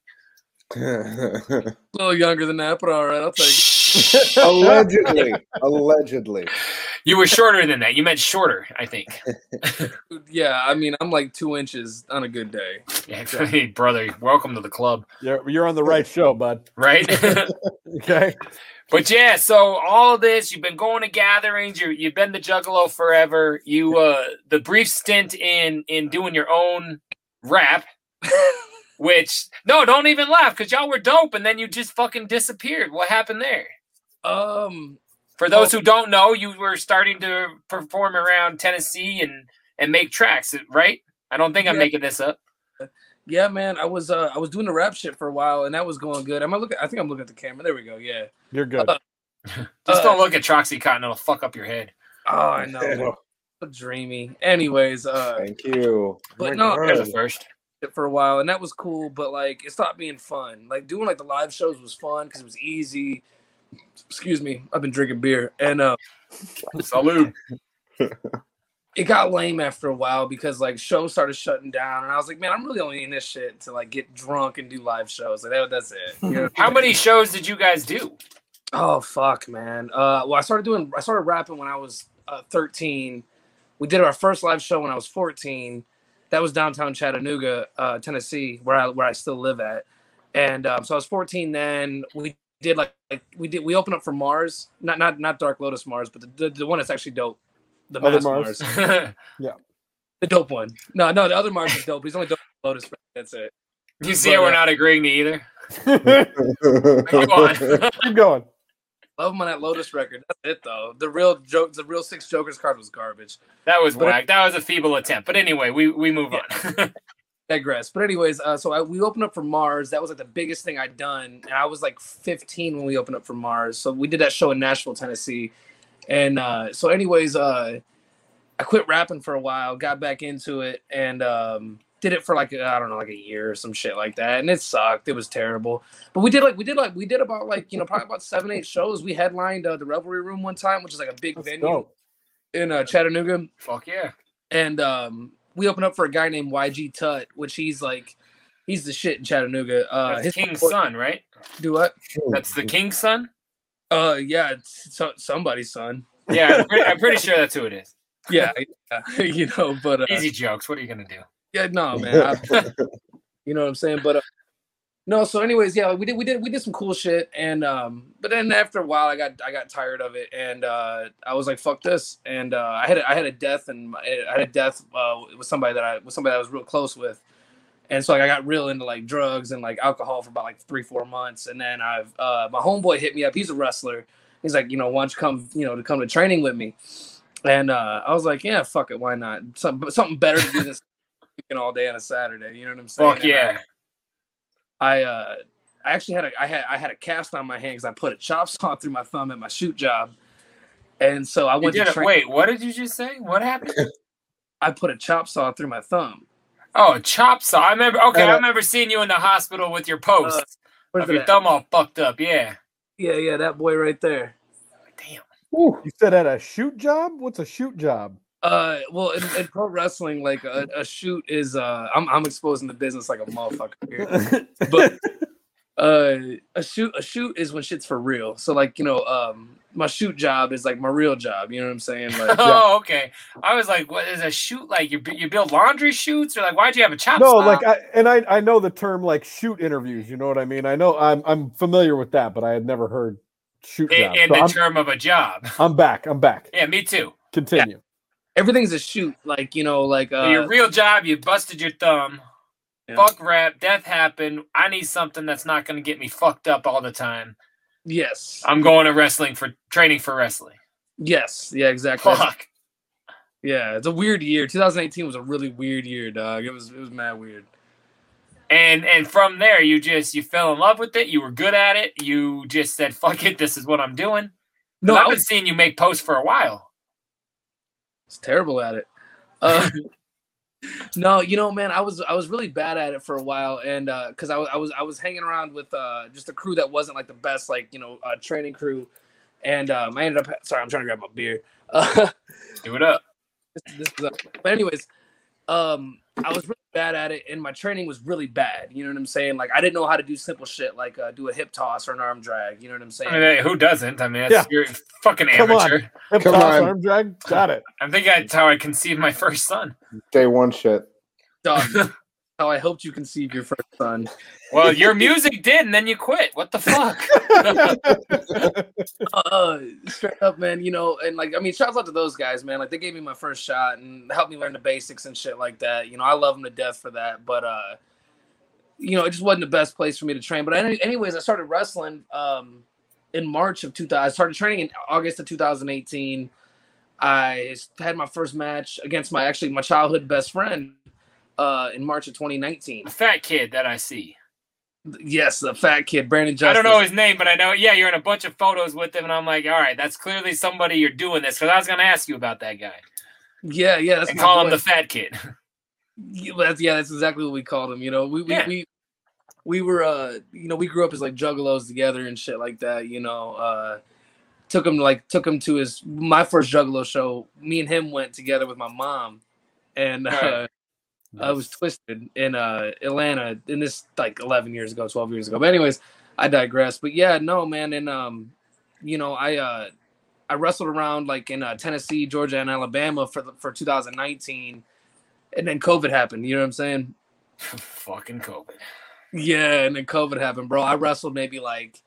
S17: a little younger than that, but all right, I'll take it.
S7: allegedly, allegedly.
S4: You were shorter than that. You meant shorter, I think.
S17: yeah, I mean, I'm like two inches on a good day.
S4: hey, brother, welcome to the club.
S6: You're, you're on the right show, bud.
S4: Right?
S6: okay.
S4: But yeah, so all this, you've been going to gatherings, you you've been the juggalo forever. You uh the brief stint in in doing your own rap, which no, don't even laugh because y'all were dope and then you just fucking disappeared. What happened there?
S17: Um
S4: For those who don't know, you were starting to perform around Tennessee and and make tracks, right? I don't think I'm
S17: Yeah.
S4: making this up.
S17: Yeah, man, I was uh, I was doing the rap shit for a while, and that was going good. Am I looking? I think I'm looking at the camera. There we go. Yeah.
S6: You're good.
S4: Just don't look at Troxy Cotton, it'll fuck up your head.
S17: Oh, I know. man. So dreamy. Anyways, uh,
S7: Thank you.
S17: but
S4: Oh
S17: no,
S4: my God. There's the first.
S17: for a while, and that was cool. But like, it stopped being fun. Like doing like the live shows was fun because it was easy. Excuse me, I've been drinking beer, and uh,
S4: salute.
S17: it got lame after a while because like shows started shutting down, and I was like, man, I'm really only in this shit to like get drunk and do live shows. Like that, that's it. You know?
S4: How many shows did you guys do?
S17: Oh fuck, man. Uh, well, I started doing. I started rapping when I was uh, 13. We did our first live show when I was 14. That was downtown Chattanooga, uh, Tennessee, where I where I still live at. And um, so I was 14 then. We did like, like we did. We opened up for Mars, not not not Dark Lotus Mars, but the the, the one that's actually dope. The
S6: Other
S17: Mass
S6: Mars.
S17: Mars.
S6: yeah.
S17: The dope one. No, no, the other Mars is dope. He's only dope with Lotus. That's it.
S4: You see,
S17: But,
S4: we're
S17: uh,
S4: not agreeing to either. Uh,
S17: Come on.
S6: Keep going.
S17: Love him on that Lotus record. That's it though. The real joke, the real six Jokers card was garbage.
S4: That was
S17: But-
S4: whack. That was a feeble attempt. But anyway, we we move on.
S17: digress. But anyways, uh, so I, we opened up for Mars. That was like the biggest thing I'd done, and I was like 15 when we opened up for Mars. So we did that show in Nashville, Tennessee, and uh, so anyways, uh, I quit rapping for a while, got back into it, and um, did it for like I don't know, like a year or some shit like that, and it sucked. It was terrible. But we did like we did like we did about like you know probably about seven eight shows. We headlined uh, the Revelry Room one time, which is like a big venue
S6: dope.
S17: in uh, Chattanooga
S4: Fuck yeah.
S17: and um, we open up for a guy named YG Tut, which he's like, he's the shit in Chattanooga. Uh,
S4: That's
S17: his
S4: King's
S17: support-
S4: son, right?
S17: Do what?
S4: That's the King's son.
S17: Uh, yeah, it's so, somebody's son.
S4: Yeah, I'm pretty, I'm pretty sure that's who it is.
S17: yeah, yeah, you know, but uh,
S4: Easy jokes. What are you gonna do?
S17: yeah, no, man, I, you know what I'm saying. But uh, no, so anyways, yeah, like, we did, we did, we did some cool shit, and um, but then after a while, I got, I got tired of it, and uh, I was like, fuck this, and uh, I had, a, I had a death, and my, I had a death uh, with somebody that I, with somebody that I was real close with, and so like I got real into like drugs and like alcohol for about like three four months, and then I've uh, my homeboy hit me up. He's a wrestler. He's like, you know, why don't you come, you know, to come to training with me? And uh, I was like, yeah, fuck it, why not? Something something better to do this fucking all day on a Saturday. You know what I'm saying?
S4: Fuck yeah.
S17: I uh, I actually had a I had I had a cast on my hand because I put a chop saw through my thumb at my shoot job, and so I
S4: You
S17: went
S4: did
S17: to
S4: a,
S17: train-
S4: wait, what did you just say? What happened?
S17: I put a chop saw through my thumb.
S4: Oh, chop saw. I remember. Okay, I
S17: Uh,
S4: remember seeing you in the hospital with your post
S17: where's
S4: of your
S17: it at?
S4: thumb all fucked up. Yeah.
S17: Yeah, yeah, that boy right there.
S6: You said at a shoot job? What's a shoot job?
S17: Uh, well, in, in pro wrestling, like a, a shoot is uh, I'm I'm exposing the business like a motherfucker here, but uh, a shoot a shoot is when shit's for real. So like you know, um, my shoot job is like my real job. You know what I'm saying? Like,
S4: Oh, okay. I was like, what is a shoot like? You bu- you build laundry shoots, or like, why'd you have a chop
S6: No,
S4: saw?
S6: like I and I I know the term like shoot interviews. You know what I mean? I know I'm I'm familiar with that, but I had never heard shoot
S4: in,
S6: job.
S4: in
S6: So
S4: the
S6: I'm,
S4: term of a job.
S6: I'm back. I'm back.
S4: Yeah, me too.
S6: Continue.
S17: everything's a shoot. Like you know, like uh,
S4: your real job, you busted your thumb.
S17: Yeah.
S4: Fuck rap, death happened. I need something that's not going to get me fucked up all the time.
S17: yes,
S4: I'm going to wrestling for training for wrestling.
S17: yes, yeah, exactly. That's-
S4: Fuck.
S17: Yeah, it's a weird year. 2018 was a really weird year, dog. It was it was mad weird.
S4: And and from there, you just you fell in love with it. You were good at it. You just said, "Fuck it, this is what I'm doing."
S17: No,
S4: No, I've
S17: I
S4: been
S17: was-
S4: seeing you make posts for a while.
S17: It's terrible at it. Uh, no, you know, man, I was I was really bad at it for a while, and because I was I was I was hanging around with uh, just a crew that wasn't like the best, like you know, uh, training crew, and um, I ended up. Sorry, I'm trying to grab my beer. Uh,
S4: Do it up.
S17: this, this is a, but anyways, um, I was really bad at it, and my training was really bad. You know what I'm saying? Like I didn't know how to do simple shit like uh, do a hip toss or an arm drag. You know what I'm saying?
S4: I mean, who doesn't? I mean, that's,
S17: Yeah.
S4: you're a fucking
S17: Come on.
S4: amateur.
S17: Hip Come toss, on. arm
S6: drag, got it.
S4: I think that's how I conceived my first son.
S7: Day one shit.
S17: Dog, how I helped you conceive your first son.
S4: Well, your music did, and then you quit. What the fuck?
S17: uh, straight up, man. You know, and like, I mean, shouts out to those guys, man. Like, they gave me my first shot and helped me learn the basics and shit like that. You know, I love them to death for that. But, uh, you know, it just wasn't the best place for me to train. But any, anyways, I started wrestling um, in March of 2000. I started training in August of 2018. I had my first match against my actually my childhood best friend uh, in March of 2019.
S4: Fat kid that I see.
S17: Yes, the fat kid, Brandon Justice.
S4: I don't know his name, but I know. Yeah, you're in a bunch of photos with him, and I'm like, all right, that's clearly somebody you're doing this because I was gonna ask you about that guy.
S17: Yeah, yeah. That's
S4: and
S17: my
S4: call him
S17: boy.
S4: the fat kid.
S17: Yeah, that's yeah, that's exactly what we called him. You know, we we,
S4: Yeah.
S17: we we were uh you know we grew up as like juggalos together and shit like that. You know, uh took him like took him to his my first juggalo show. Me and him went together with my mom, and uh, I was twisted in uh Atlanta. In this like eleven years ago, twelve years ago. But anyways, I digress. But yeah, no man, and um you know I uh I wrestled around like in uh, Tennessee, Georgia, and Alabama for the, for 2019 and then COVID happened. You know what I'm saying?
S4: Fucking COVID.
S17: Yeah, and then COVID happened, bro. I wrestled maybe like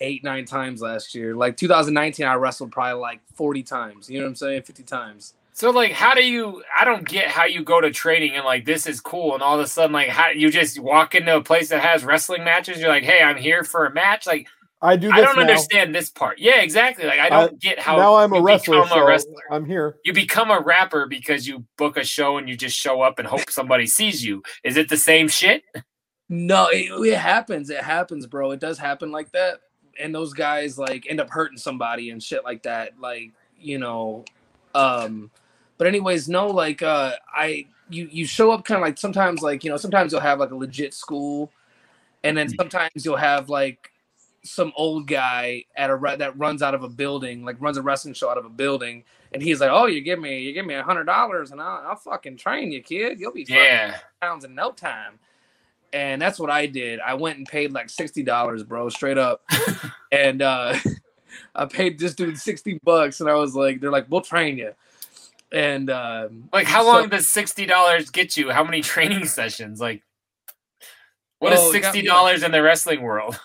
S17: eight, nine times last year. Like 2019, I wrestled probably like 40 times. You know what I'm saying? 50 times.
S4: So like, how do you? I don't get how you go to training and like this is cool, and all of a sudden like, how you just walk into a place that has wrestling matches? You're like, hey, I'm here for a match. Like,
S6: I do. This
S4: I don't
S6: now.
S4: understand this part. Yeah, exactly. Like, I don't
S6: I-
S4: get how
S6: now I'm a
S4: you
S6: wrestler.
S4: become
S6: so
S4: wrestler.
S6: I'm here.
S4: You become a rapper because you book a show and you just show up and hope somebody sees you. Is it the same shit?
S17: No, it, it happens. It happens, bro. It does happen like that. And those guys like end up hurting somebody and shit like that. Like, you know, um but anyways, no, like uh I you you show up kind of like sometimes like, you know, sometimes you'll have like a legit school and then sometimes you'll have like some old guy at a re- that runs out of a building, like runs a wrestling show out of a building, and he's like, "Oh, you give me, you give me a hundred dollars, and I'll, I'll fucking train you, kid. You'll be fucking
S4: Yeah.
S17: pounds in no time." And that's what I did. I went and paid like sixty dollars, bro, straight up, and uh, I paid this dude sixty bucks, and I was like, "They're like, we'll train you." And um,
S4: Like, how
S17: so-
S4: long does sixty dollars get you? How many training sessions? Like, what is
S17: Oh, it got
S4: sixty
S17: me-
S4: dollars in the wrestling world?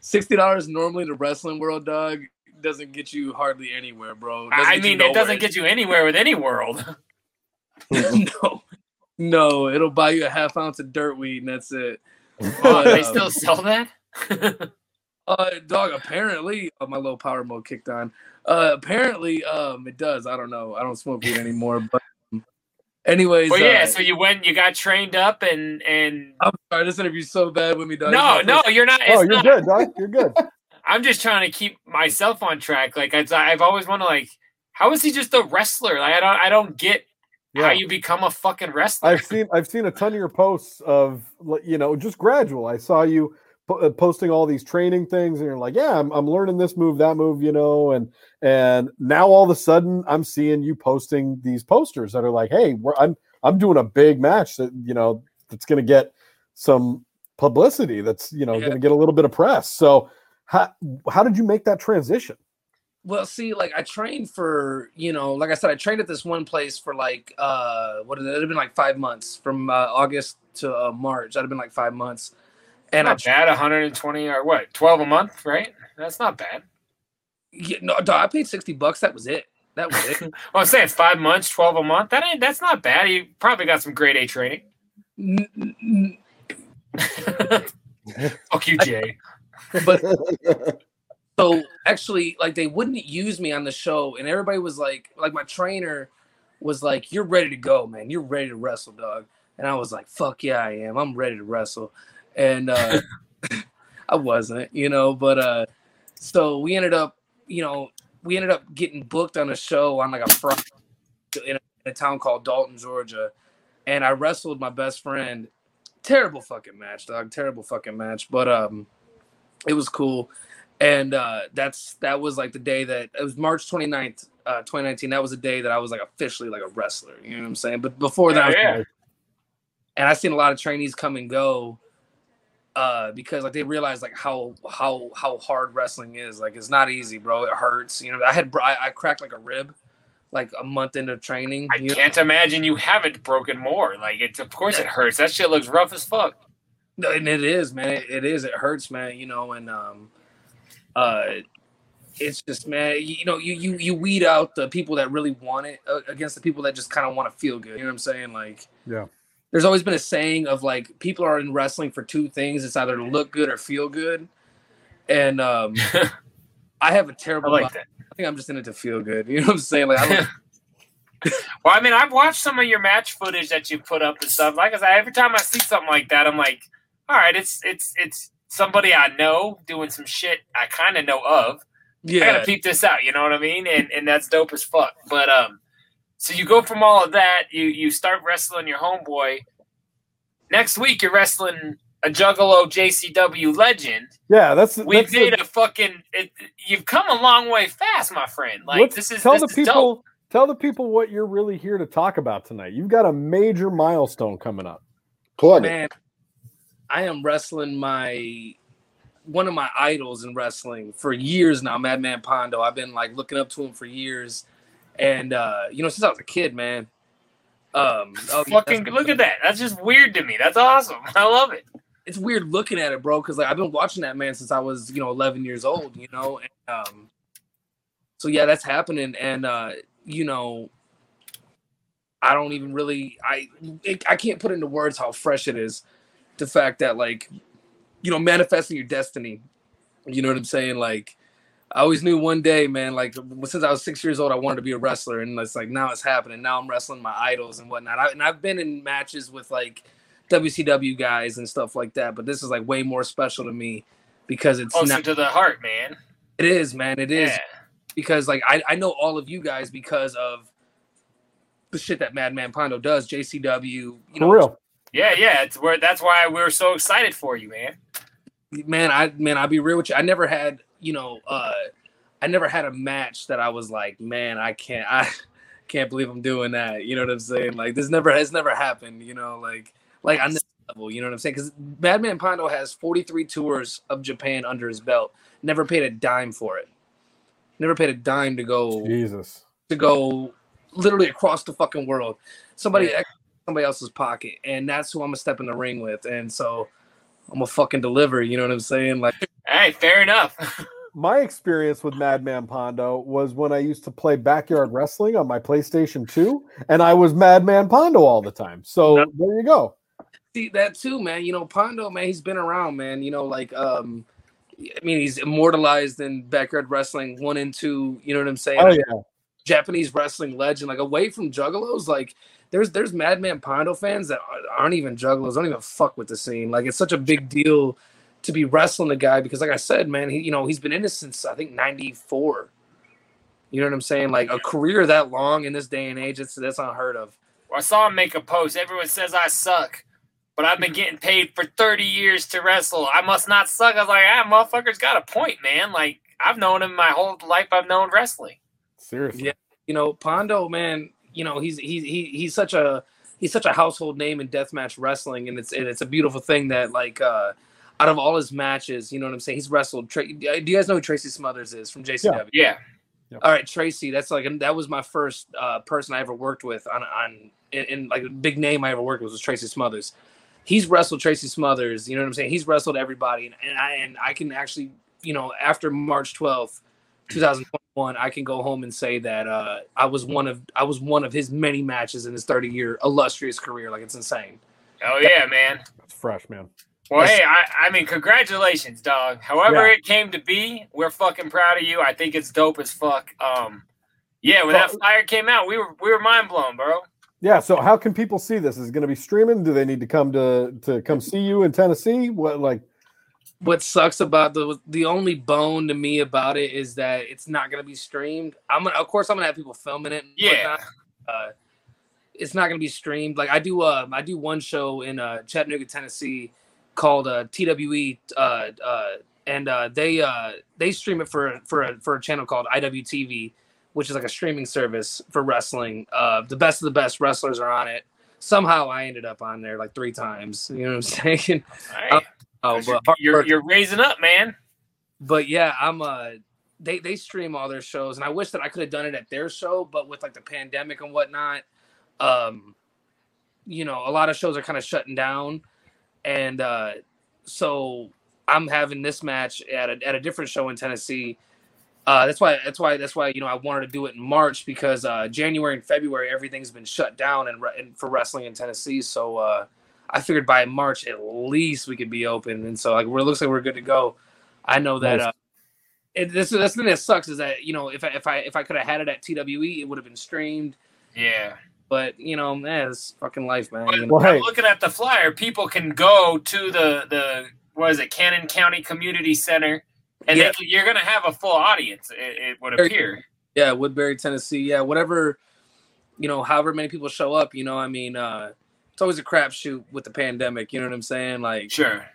S17: Sixty dollars normally in the wrestling world, Doug, doesn't get you hardly anywhere, bro. Doesn't get
S4: I
S17: you
S4: mean, it
S17: nowhere.
S4: doesn't get you anywhere with any world.
S17: No, it'll buy you a half ounce of dirt weed, and that's it.
S4: Oh, they
S17: Um,
S4: still sell that?
S17: uh, dog. Apparently, oh, my low power mode kicked on. Uh, apparently, um, it does. I don't know. I don't smoke weed anymore. But, um, anyways,
S4: Well, yeah.
S17: uh,
S4: So you went, you got trained up, and and
S17: I'm sorry. This interview's so bad with me, Doug.
S4: No,
S17: It's my
S4: no,
S17: first-
S4: Oh, you're not- it's Oh, you're not- good,
S6: Doug. You're good.
S4: I'm just trying to keep myself on track. Like I've, I've always wanted, like, how is he just a wrestler? Like I don't, I don't get how
S6: Yeah.
S4: you become a fucking wrestler.
S6: I've seen I've seen a ton of your posts of like, you know just gradual. I saw you po- uh, posting all these training things, and you're like, yeah, I'm, I'm learning this move, that move, you know, and and now all of a sudden I'm seeing you posting these posters that are like, hey, we're, I'm I'm doing a big match that you know that's going to get some publicity. That's you know going to get a little bit of press. So how how did you make that transition?
S17: Well, see, like I trained for, you know, like I said, I trained at this one place for like, uh, what did it? It'd have been like five months from uh, August to uh, March. That'd have been like five months. And
S4: not
S17: I,
S4: bad, 120 or what, 12 a month, right? That's not bad.
S17: yeah, no, dog, I paid 60 bucks. That was it. That was it.
S4: Well, I'm saying five months, 12 a month. That ain't, that's not bad. You probably got some grade A training. Fuck you, Jay.
S17: but so actually like they wouldn't use me on the show and everybody was like like my trainer was like you're ready to go man you're ready to wrestle dog and i was like fuck yeah i am i'm ready to wrestle and uh i wasn't you know but uh so we ended up you know we ended up getting booked on a show on like a friday in a, in a town called dalton georgia and i wrestled my best friend terrible fucking match dog terrible fucking match but um it was cool and uh, that's that was like the day that it was March 29th, uh, 2019. That was the day that I was like officially like a wrestler. You know what I'm saying? But before that, I was-
S4: Yeah, yeah.
S17: and I seen a lot of trainees come and go uh, because like they realize like how how how hard wrestling is. Like it's not easy, bro. It hurts. You know, I had br- I, I cracked like a rib like a month into training.
S4: I can't imagine you haven't broken more. Like it's of course it hurts. That shit looks rough as fuck.
S17: No, and it is, man. It, it is. It hurts, man. You know, and um, uh, it's just, man. You, you know, you you you weed out the people that really want it uh, against the people that just kind of want to feel good. You know what I'm saying? Like,
S6: Yeah.
S17: there's always been a saying of like people are in wrestling for two things. It's either to look good or feel good. And um, I have a terrible.
S4: I like that.
S17: I think I'm just in it to feel good. You know what I'm saying? Like, I don't-
S4: Well, I mean, I've watched some of your match footage that you put up and stuff. Like I said, every time I see something like that, I'm like, all right, it's it's it's somebody I know doing some shit I kind of know of. I
S17: yeah.
S4: gotta peep this out. You know what I mean? And and that's dope as fuck. But um, so you go from all of that, you you start wrestling your homeboy. Next week, you're wrestling a Juggalo JCW legend.
S6: Yeah, that's
S4: We
S6: that's the-
S4: did a fucking. It, you've come a long way fast, my friend. Like
S6: Let's
S4: this is
S6: tell
S4: this
S6: the
S4: is
S6: people
S4: dope.
S6: tell the people what you're really here to talk about tonight. You've got a major milestone coming up.
S7: Plug
S17: man, I am wrestling my one of my idols in wrestling for years now, Madman Pondo. I've been like looking up to him for years, and uh, you know, since I was a kid, man. Um, oh, yeah,
S4: fucking
S17: that's-
S4: look at that. That's just weird to me. That's awesome. I love it.
S17: it's weird looking at it, bro, because like I've been watching that man since I was, you know, 11 years old, you know, and um, so yeah, that's happening, and uh, you know, I don't even really, I, it, I can't put into words how fresh it is, the fact that like, you know, manifesting your destiny, you know what I'm saying, like. I always knew one day, man. Like since I was six years old, I wanted to be a wrestler, and it's like now it's happening. Now I'm wrestling my idols and whatnot. I, and I've been in matches with like WCW guys and stuff like that. But this is like way more special to me because it's
S4: Closer
S17: not.
S4: to the heart, man.
S17: It is, man. It is
S4: Yeah.
S17: because like I, I know all of you guys because of the shit that Madman Pondo does, JCW. You know,
S4: Yeah, yeah. It's where that's why we were so excited for you, man.
S17: man, I man, I'll be real with you. I never had, you know, uh I never had a match that I was like, man, I can't I can't believe I'm doing that. You know what I'm saying? Like this never has never happened, you know, like like on this level, you know what I'm saying? Cuz Madman Pondo has 43 tours of Japan under his belt. Never paid a dime for it. Never paid a dime to go
S6: Jesus.
S17: To go literally across the fucking world. Somebody somebody else's pocket and that's who I'm going to step in the ring with. And so I'm a fucking deliver. You know what I'm saying? Like,
S4: hey, fair enough.
S6: My experience with Madman Pondo was when I used to play backyard wrestling on my PlayStation 2, and I was Madman Pondo all the time. So there you go.
S17: see that too, man. You know, Pondo, man, he's been around, man. You know, like, um, I mean, he's immortalized in backyard wrestling one and two. You know what I'm saying?
S6: Oh, yeah.
S17: Japanese wrestling legend. Like, away from juggalos, like, there's there's Madman Pondo fans that aren't- aren't even juggalos, don't even fuck with the scene. Like, it's such a big deal to be wrestling the guy because, like I said, man, he you know he's been in it since I think '94. You know what I'm saying? Like a career that long in this day and age, it's that's unheard of.
S4: I saw him make a post. Everyone says I suck, but I've been getting paid for 30 years to wrestle. I must not suck. I was like, ah, motherfucker's got a point, man. Like, I've known him my whole life. I've known wrestling.
S6: Seriously.
S17: Yeah. You know, Pondo, man, you know, he's he's he, he's such a he's such a household name in deathmatch wrestling and it's and it's a beautiful thing that like uh out of all his matches, you know what I'm saying? He's wrestled. Tra- do you guys know who Tracy Smothers is from JCW?
S4: Yeah.
S17: All right, Tracy. That's like that was my first uh, person I ever worked with on on in, in like a big name I ever worked with was Tracy Smothers. He's wrestled Tracy Smothers. You know what I'm saying? He's wrestled everybody, and, and I and I can actually you know after March 12th, 2021, I can go home and say that uh, I was one of I was one of his many matches in his 30 year illustrious career. Like it's insane.
S4: Oh, yeah, man.
S6: It's fresh, man.
S4: Well, hey, I, I mean, congratulations, dog. However
S6: Yeah.
S4: it came to be, we're fucking proud of you. I think it's dope as fuck. Um, yeah, when that flyer came out, we were we were mind blown, bro.
S6: Yeah. So how can people see this? Is it going to be streaming? Do they need to come to to come see you in Tennessee? What like?
S17: what sucks about the the only bone to me about it is that it's not gonna be streamed. I'm gonna, of course, I'm gonna have people filming it. and
S4: Yeah.
S17: whatnot. Uh, it's not gonna be streamed. Like I do, um, I do one show in E, uh, Chattanooga, Tennessee, called uh, TWE uh, uh, and uh, they uh, they stream it for for a, for a channel called IWTV, which is like a streaming service for wrestling. Uh, the best of the best wrestlers are on it. Somehow I ended up on there like three times. You know what I'm saying?
S4: All right.
S17: Oh, but
S4: You're you're raising up, man.
S17: but yeah, I'm uh they they stream all their shows and I wish that I could have done it at their show, but with like the pandemic and whatnot, um you know, a lot of shows are kind of shutting down and uh so I'm having this match at a at a different show in Tennessee. Uh that's why that's why that's why you know I wanted to do it in March because uh January and February everything's been shut down and, re- and for wrestling in Tennessee, so uh I figured by March at least we could be open, and so like we're, it looks like we're good to go. I know that
S4: Nice.
S17: uh, it, this that's the thing that sucks is that you know if I if I if I could have had it at TWE, it would have been streamed.
S4: Yeah.
S17: But you know, man, it's fucking life, man. you know?
S4: I'm looking at the flyer. People can go to the the what is it, Cannon County Community Center, and
S17: Yeah.
S4: they can, you're going to have a full audience. It, it would appear.
S17: Yeah, Woodbury, Tennessee. Yeah, whatever. You know, however many people show up, you know, I mean, uh, it's always a crapshoot with the pandemic. You know what I'm saying? Like,
S4: sure.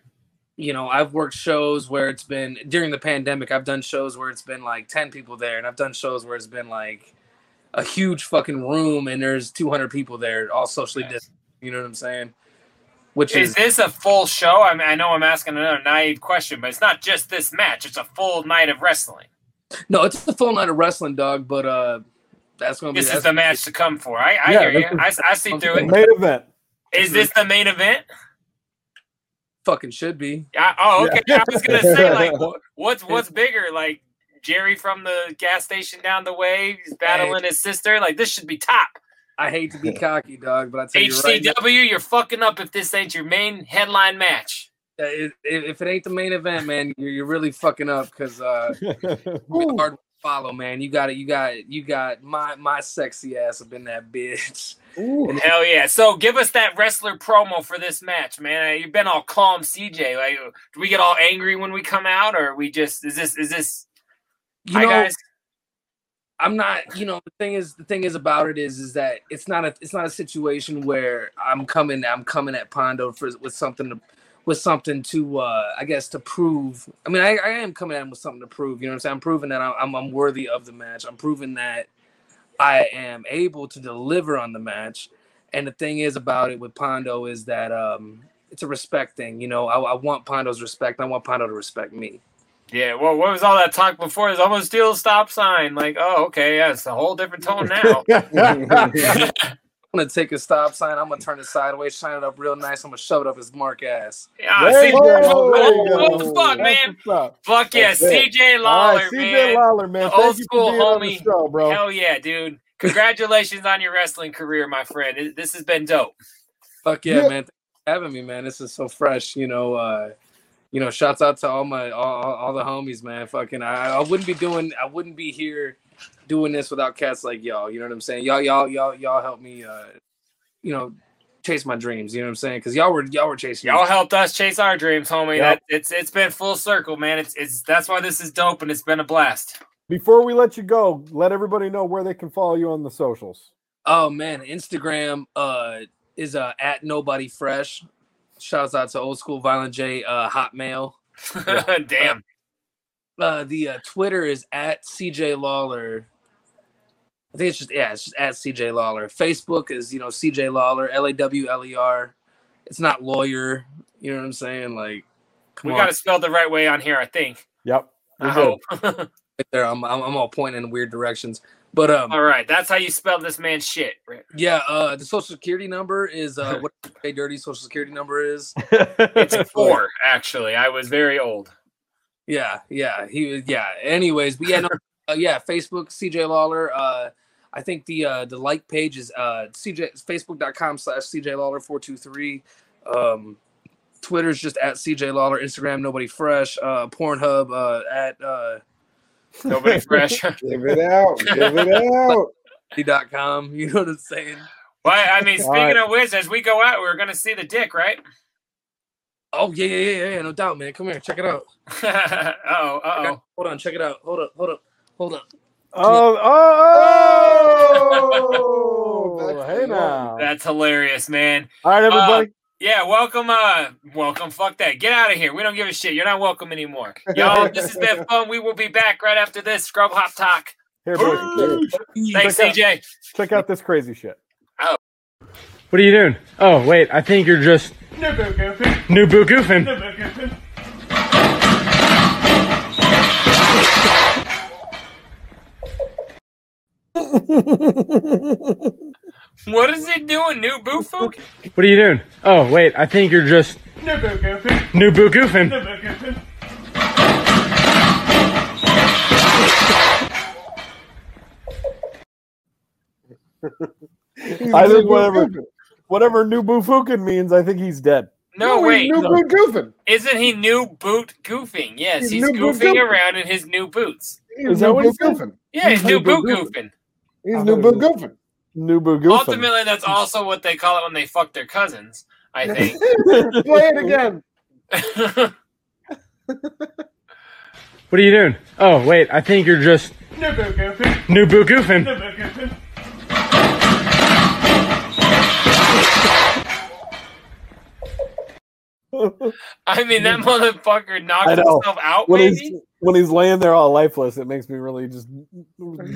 S17: You know, I've worked shows where it's been during the pandemic. I've done shows where it's been like ten people there, and I've done shows where it's been like a huge fucking room and there's 200 people there, all socially distant. You know what I'm saying? Which
S4: is,
S17: is
S4: this a full show? I mean, I know I'm asking another naive question, but it's not just this match. It's a full night of wrestling.
S17: no, it's the full night of wrestling, dog. But uh, that's gonna be
S4: This is
S17: that's
S4: the match to come for. I, I
S17: Yeah,
S4: hear you. I,
S17: that's-
S4: I see through it.
S6: Main event.
S4: Is this the main event?
S17: fucking should be.
S4: I, oh, okay.
S17: Yeah.
S4: I was gonna say like, wh- what's what's bigger? Like Jerry from the gas station down the way, he's battling his sister. Like this should be top.
S17: I hate to be cocky, dog, but I tell you right now,
S4: HCW, you're fucking up if this ain't your main headline match.
S17: i- i- if it ain't the main event, man, you're, you're really fucking up because uh, you're hard to follow, man. You got it. You got it. You got my my sexy ass up in that bitch.
S4: Hell yeah! So give us that wrestler promo for this match, man. Uh, You've been all calm, CJ. Like, do we get all angry when we come out, or we just is this is this?
S17: You
S4: Hi
S17: know-
S4: guys.
S17: I'm not, you know, the thing is, the thing is about it is, is that it's not a, it's not a situation where I'm coming, I'm coming at Pondo for with something to, with something to, uh, I guess, to prove. I mean, I, I am coming at him with something to prove. You know what I'm saying? I'm proving that I'm, I'm, I'm worthy of the match. I'm proving that I am able to deliver on the match. And the thing is about it with Pondo is that um, it's a respect thing. You know, I, I want Pondo's respect. and I want Pondo to respect me.
S4: Yeah. Well, what was all that talk before? It's almost steal stop sign. Like, oh, okay, yeah, it's a whole different tone now.
S17: I'm gonna take a stop sign. I'm gonna turn it sideways, shine it up real nice. I'm gonna shove it up his mark ass.
S4: Ah, There see, you go. what the Oh, fuck, That's man? Fuck yeah,
S17: That's it.
S4: CJ
S6: All
S4: Lawler,
S6: right, CJ
S4: man.
S6: Lawler, man.
S4: The
S6: Thank
S4: old
S6: you for
S4: school
S6: being on the
S4: homie.
S6: show, bro.
S4: Hell yeah, dude. Congratulations on your wrestling career, my friend. It- This has been dope.
S17: Fuck yeah,
S4: Yeah.
S17: man! Thanks for having me, man. This is so fresh. You know, uh, you know. Shouts out to all my all, all, all the homies, man. Fucking, I, I wouldn't be doing, I wouldn't be here doing this without cats like y'all. You know what I'm saying? Y'all, y'all, y'all, y'all help me. Uh, you know, chase my dreams. You know what I'm saying? Because y'all were y'all were chasing.
S4: Y'all helped us chase our dreams, homie.
S17: Yep.
S4: That, it's it's been full circle, man. It's it's that's why this is dope, and it's been a blast.
S6: Before we let you go, let everybody know where they can follow you on the socials.
S17: Oh man, Instagram uh is uh at nobody fresh. Shouts out to old school violent J uh hotmail.
S4: Damn.
S17: Uh, the uh, Twitter is at CJ Lawler. I think it's just yeah, it's just at CJ Lawler. Facebook is you know CJ Lawler L A W L E R. It's not lawyer. You know what I'm saying? Like, come
S4: we
S17: on,
S4: got to spell the right way on here, I think.
S6: Yep.
S4: I hope.
S17: Right there. I'm, I'm I'm all pointing in weird directions. But um,
S4: All right, that's how you spell this man's shit. Right?
S17: yeah. Uh, the social security number is uh, what a dirty social security number is.
S4: It's a four, actually. I was very old.
S17: Yeah, yeah, he was. Yeah. Anyways, but yeah, no, uh, yeah. Facebook, CJ Lawler. Uh, I think the uh, the like page is uh, CJ Facebook.com slash CJ Lawler four two three. Um, Twitter's just at CJ Lawler. Instagram, nobody fresh. Uh, Pornhub uh, at uh,
S4: nobody fresh.
S7: Give it out. Give it out.
S17: com. You know what I'm saying?
S4: Well, I I mean,
S17: All
S4: speaking
S17: right.
S4: of which, as we go out, we're gonna see the dick, right?
S17: Oh yeah, yeah, yeah, yeah. No doubt, man. Come here, check it out.
S4: uh oh, uh oh.
S17: Hold on, check it out. Hold up, hold up, hold up.
S6: Oh, oh, oh! hey now.
S4: That's hilarious, man. Uh,
S6: All right, everybody.
S4: Yeah, welcome, uh, welcome. Fuck that. Get out of here. We don't give a shit. You're not welcome anymore. Yo, this has been fun. We will be back right after this. Scrub Hop Talk.
S6: Here, boys.
S4: Thanks,
S6: Check out-
S4: CJ.
S6: Check out this crazy shit.
S16: What are you doing? Oh, wait, I think you're just new boo goofing.
S4: What is it doing? New boo fook?
S16: What are you doing? Oh, wait, I think you're just
S4: New boo goofing.
S16: new boo goofing.
S6: I think whatever whatever new Bufukin means, I think he's dead.
S4: No,
S6: he's
S4: wait.
S6: new boot goofing.
S4: Isn't he new boot goofing? Yes,
S6: He's
S4: he's,
S6: new boot
S4: goofing
S6: goofing.
S4: around in his new boots.
S6: Is that what he's goofing?
S4: Yeah, he's new boot goofing.
S6: He's new boot goofing. New boot goofing.
S4: Ultimately, that's also what they call it when they fuck their cousins. I think.
S7: Play it again.
S16: What are you doing? Oh, wait, I think you're just
S4: New boot goofing.
S16: new boo goofing.
S4: I mean, that motherfucker knocked
S6: I know.
S4: himself out,
S6: when he's
S4: maybe?
S6: when he's laying there all lifeless, it makes me really just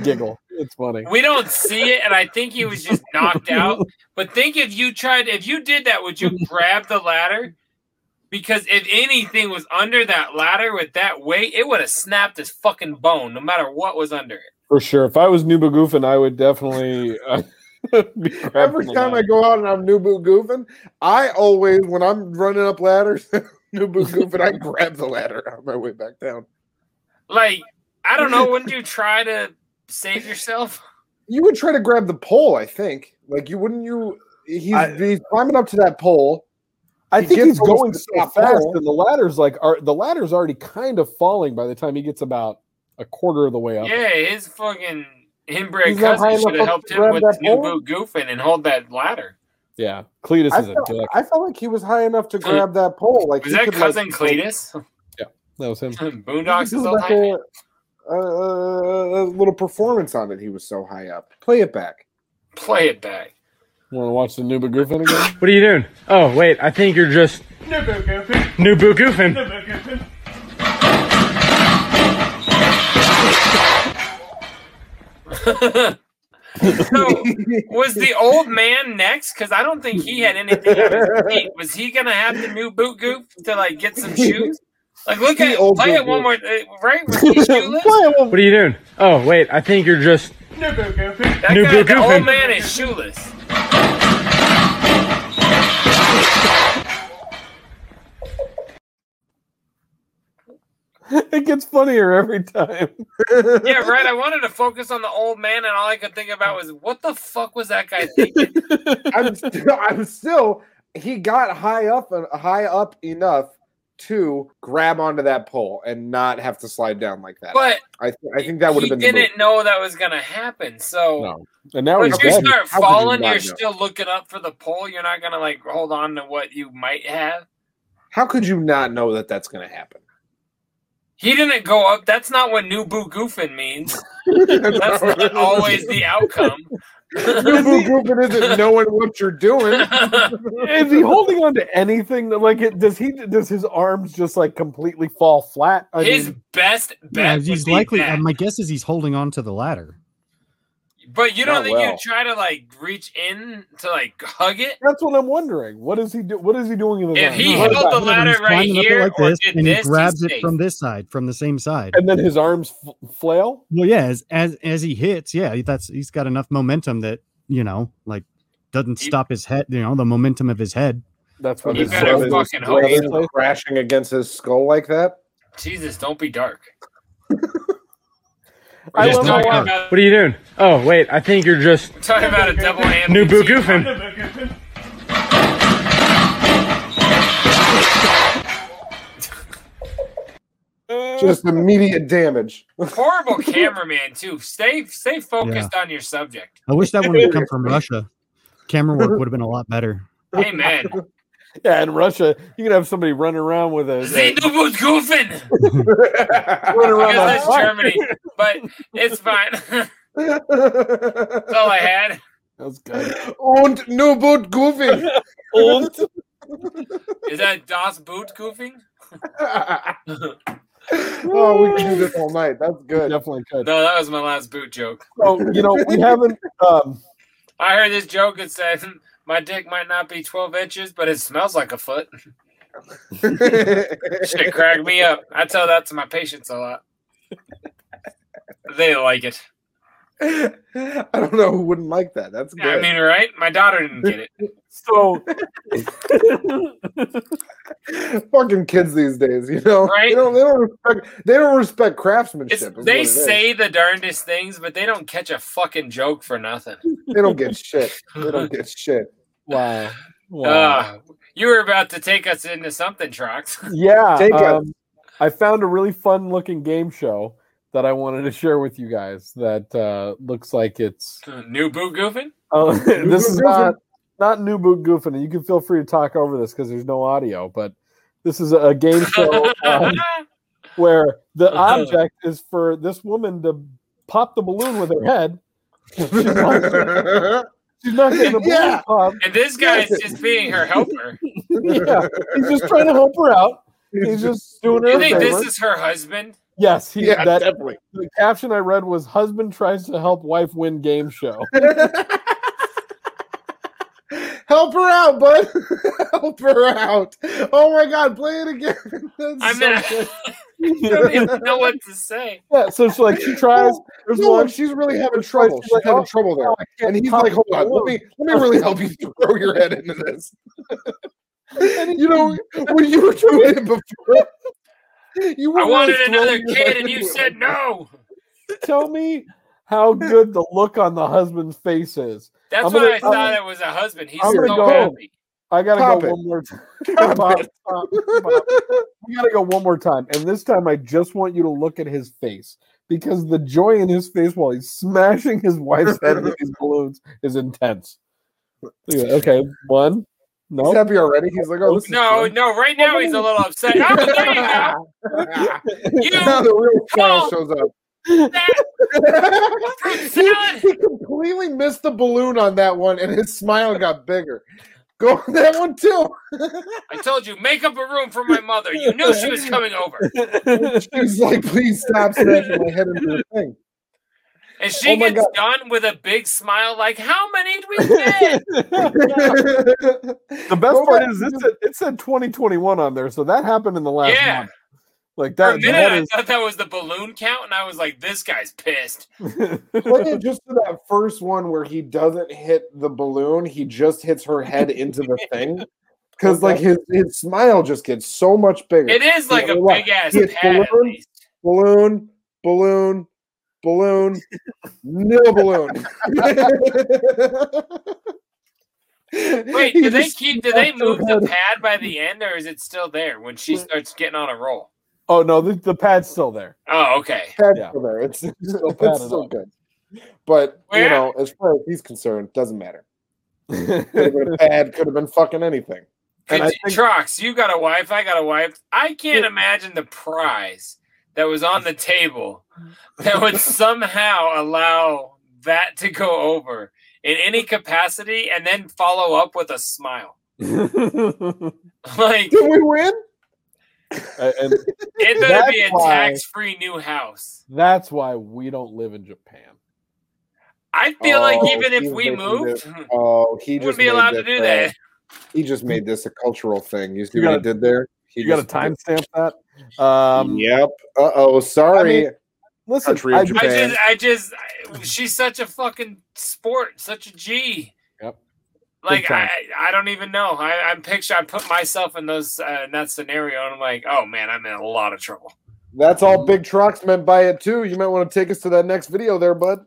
S6: giggle. It's funny.
S4: We don't see it, and I think he was just knocked out. But think if you tried, if you did that, would you grab the ladder? Because if anything was under that ladder with that weight, it would have snapped his fucking bone, no matter what was under it.
S6: For sure. If I was New Goofin, I would definitely. Uh, be grabbing
S7: Every
S6: the
S7: time I
S6: ladder.
S7: go out and I'm new boot goofing, I always when I'm running up ladders, new boot goofing, I grab the ladder on my way back down.
S4: Like, I don't know, wouldn't you try to save yourself?
S7: You would try to grab the pole, I think. Like you wouldn't you? He's, he's climbing up to that pole.
S6: I
S7: He
S6: think
S7: gets
S6: he's
S7: almost
S6: going
S7: to
S6: so
S7: that
S6: fast,
S7: pole.
S6: and the ladder's like are the ladder's already kind of falling by the time he gets about a quarter of the way up.
S4: Yeah, his fucking inbred
S6: He's not high
S4: cousin should have
S6: enough
S4: helped
S6: to
S4: him
S6: grab
S4: with
S6: that
S4: new
S6: pole?
S4: boot goofing and hold that ladder.
S6: Yeah, Cletus
S7: I
S6: is a
S7: felt,
S6: dick.
S7: I felt like he was high enough to grab that pole. Like
S4: Was
S7: he
S4: that
S7: could, like-
S4: cousin Cletus?
S6: That was him.
S4: Boondocks
S7: He
S4: is
S7: did
S4: all
S7: like a, a, a- a little performance on it. He was so high up. Play it back.
S4: Play it back.
S6: Want to watch the new Goofin again?
S16: What are you doing? Oh, wait, I think you're just new boo goofing.
S4: so was the old man next? Because I don't think he had anything. on his feet. Was he gonna have the new boot goof to like get some shoes? Like look at
S16: old
S4: play
S16: boot
S4: it one more uh, right. Was he shoeless?
S16: What are you doing? Oh, wait, I think you're just
S4: That
S16: New
S4: guy,
S16: boot
S4: the old
S16: goofing.
S4: man is shoeless.
S6: it gets funnier every time.
S4: Yeah, right. I wanted to focus on the old man, and all I could think about was what the fuck was that guy thinking?
S7: I'm still. I'm still. He got high up and high up enough to grab onto that pole and not have to slide down like that.
S4: But
S7: I, th- I think that would
S4: he
S7: have been the move.
S4: didn't know that was gonna happen. So
S6: And now he's
S4: Once you
S6: dead.
S4: start
S7: How could you
S4: falling,
S7: not
S4: you're
S7: know?
S4: still looking up for the pole. You're not gonna like hold on to what you might have.
S7: How could you not know that that's going to happen?
S4: He didn't go up. That's not what new boo goofing means. That's not always the outcome.
S7: New boot goofing isn't knowing what you're doing.
S6: Is he holding on to anything? Like, it, does he? Does his arms just like completely fall flat? I
S4: His
S6: mean,
S4: best
S8: Yeah,
S4: bet would
S8: he's
S4: be
S8: likely.
S4: that.
S8: uh, My guess is he's holding on to the ladder.
S4: But you don't
S6: Not
S4: think
S6: well.
S4: you try to like reach in to like hug it?
S6: that's what I'm wondering. What is he do? What is he doing in the
S4: If he
S6: line?
S4: held the ladder
S8: He's
S4: right
S8: climbing up it
S4: here
S8: like
S4: or
S8: this,
S4: did
S8: and he
S4: this,
S8: grabs
S4: he's
S8: it from this side, from the same side,
S6: and then his arms f- flail.
S8: Well, yeah, as, as as he hits, yeah, that's he's got enough momentum that you know, like, doesn't stop his head. You know, the momentum of his head.
S6: That's
S7: what
S4: You
S7: his
S4: better
S7: brother was
S4: fucking hope
S7: playing,
S4: so.
S7: crashing against his skull like that.
S4: Jesus, don't be dark. We're
S16: I
S4: just
S16: love
S4: talking
S16: how-
S4: about,
S16: What are you doing? Oh, wait, I think you're just
S4: we're talking about a double amputee.
S16: new boo goofing.
S7: Just immediate damage.
S4: Horrible cameraman too. Stay stay focused on your subject.
S8: I wish that one would come from Russia. Camera work would have been a lot better.
S4: Hey man,
S6: Yeah, in Russia, you could have somebody running around with a.
S4: see the boot goofing.
S6: running around
S4: Because
S6: on
S4: that's
S6: fire.
S4: Germany, but it's fine. that's all I had.
S6: That's good.
S7: Und nur boot goofing.
S6: Und
S4: Is that Das Boot goofing?
S7: oh, we can do this all night. That's good.
S6: Definitely could.
S4: No, that was my last boot joke.
S6: So you know we haven't. Um,
S4: I heard this joke that said, "My dick might not be twelve inches, but it smells like a foot." Shit cracked me up. I tell that to my patients a lot. They like it.
S7: I don't know who wouldn't like that. That's good.
S4: Yeah, I mean, right? My daughter didn't get it.
S6: So
S7: fucking kids these days, you know,
S4: Right?
S7: They don't, they don't respect. They don't respect craftsmanship.
S4: It's,
S7: is what it
S4: they
S7: is.
S4: say the darndest things, but they don't catch a fucking joke for nothing.
S7: they don't get shit. They don't get shit.
S6: Wow.
S4: Uh, you were about to take us into something, Trox.
S6: yeah,
S7: Take it.
S6: um, I found a really fun looking game show that I wanted to share with you guys. That uh, looks like it's
S4: New boot goofing?
S6: Oh,
S4: New
S6: this is
S4: boot
S6: not not new boot goofing. and You can feel free to talk over this because there's no audio. But this is a game show um, where the object is for this woman to pop the balloon with her head. She's not- she's not getting the balloon
S4: Yeah.
S6: pop.
S4: And this guy is just being her helper.
S6: yeah, he's just trying to help her out. He's just doing her.
S4: You
S6: a
S4: think this
S6: favor.
S4: is her husband?
S6: Yes, he,
S4: Yeah,
S6: that,
S4: definitely.
S6: The caption I read was "Husband tries to help wife win game show."
S7: Help her out, bud. Help her out. Oh my god, play it again. That's
S4: I
S7: so
S4: mean,
S7: good.
S4: I don't even know what to say.
S6: yeah, so she like she tries. There's
S7: No,
S6: one.
S7: she's really having
S6: There's one,
S7: trouble. She's having
S6: "Oh,
S7: trouble there.
S6: no, I can't
S7: And he's
S6: pop
S7: like, hold
S6: the
S7: on, let
S6: balloon."
S7: me let me really help you throw your head into this. You know, when you were doing it before, you were
S4: I wanted
S7: really
S4: another
S7: throwing your head
S4: kid, and you
S7: into it.
S4: said no.
S6: Tell me how good the look on the husband's face is.
S4: That's
S6: I'm
S4: what
S6: gonna-
S4: I thought it was a husband. He's
S6: I'm
S4: so
S6: gonna go.
S4: happy.
S6: I gotta
S4: Pop
S6: go
S4: it.
S6: one more time. Pop, pop, pop. We gotta go one more time, and this time I just want you to look at his face because the joy in his face while he's smashing his wife's head with these balloons is intense. Look at that. Okay, one. No,
S7: He's happy already. He's like, oh, this is
S4: No, no. Right now he's a little upset. Oh, there you go. You
S7: now the real Kyle
S4: Oh.
S7: shows up.
S4: Salad.
S7: He, he completely missed the balloon on that one, and his smile got bigger. Go on that one too.
S4: I told you, make up a room for my mother. You knew she was coming over,
S7: She's like, please stop smashing my head into the thing.
S4: and she
S7: Oh my
S4: gets done with a big smile, like, "How many do we get?"
S6: the best part is it said, it said 2021 on there, so that happened in the last
S4: Yeah.
S6: month. Like
S4: For a
S6: that.
S4: minute,
S6: that
S4: I
S6: is,
S4: thought that was the balloon count, and I was like, "This guy's pissed."
S7: Look at just that first one where he doesn't hit the balloon; he just hits her head into the thing. Because like his, his smile just gets so much bigger.
S4: It is like a
S7: You know what?
S4: big-ass
S7: He hits
S4: pad, at
S7: balloon, balloon, balloon, balloon, no balloon.
S4: Wait,
S7: He
S4: do they
S7: just
S4: keep? Do they
S7: smashed her
S4: move the
S7: head.
S4: pad by the end, or is it still there when she starts getting on a roll?
S6: oh no, the, the pad's still there.
S4: Oh, okay.
S7: Pad's still there. It's, it's
S6: Still
S7: still,
S6: padded up.
S7: good. But
S4: Yeah.
S7: you know, as far as he's concerned, doesn't matter. could have been a pad, could have been fucking anything.
S4: Could,
S7: And I
S4: Trox, you got a wife. I got a wife. I can't imagine the prize that was on the table that would somehow allow that to go over in any capacity, and then follow up with a smile. Like
S7: Did we win?
S6: and
S4: it better be a
S6: That's why-
S4: tax-free new house.
S6: that's why we don't live in Japan.
S4: I feel like
S7: Oh,
S4: even if
S7: he's
S4: we Hmm.
S7: making
S4: moved,
S7: this- oh, he
S4: wouldn't
S7: just
S4: be
S7: made
S4: allowed to
S7: this,
S4: do
S7: uh,
S4: that.
S7: he just made this a cultural thing. You see
S6: You
S7: what
S6: gotta-
S7: he did there? He
S6: You got
S7: just-
S6: to timestamp that. Um,
S7: Yep. Uh oh. Sorry.
S6: I mean, listen,
S7: Country
S6: I,
S7: of
S4: I
S7: Japan.
S4: just, I just, I- she's such a fucking sport, such a G.
S6: Yep.
S4: Like
S6: Big
S4: I,
S6: time.
S4: I don't even know. I, I'm picture. I put myself in those uh, in that scenario, and I'm like, oh man, I'm in a lot of trouble.
S7: That's all big trucks meant by it too. You might want to take us to that next video there, bud.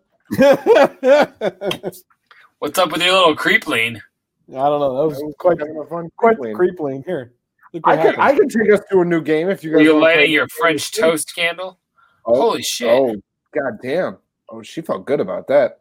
S4: What's up with your little creep lean?
S6: I don't know. That was quite
S7: Having a fun
S6: quite the
S7: creep
S6: creep lane here. Look
S7: I
S6: what
S7: could I
S6: happened.
S7: could take us to a new game if you
S4: Were
S7: guys.
S4: you
S7: wanna play-
S4: lighting your French toast candle?
S7: Oh,
S4: Holy shit!
S7: Oh god damn. Oh, she felt good about that.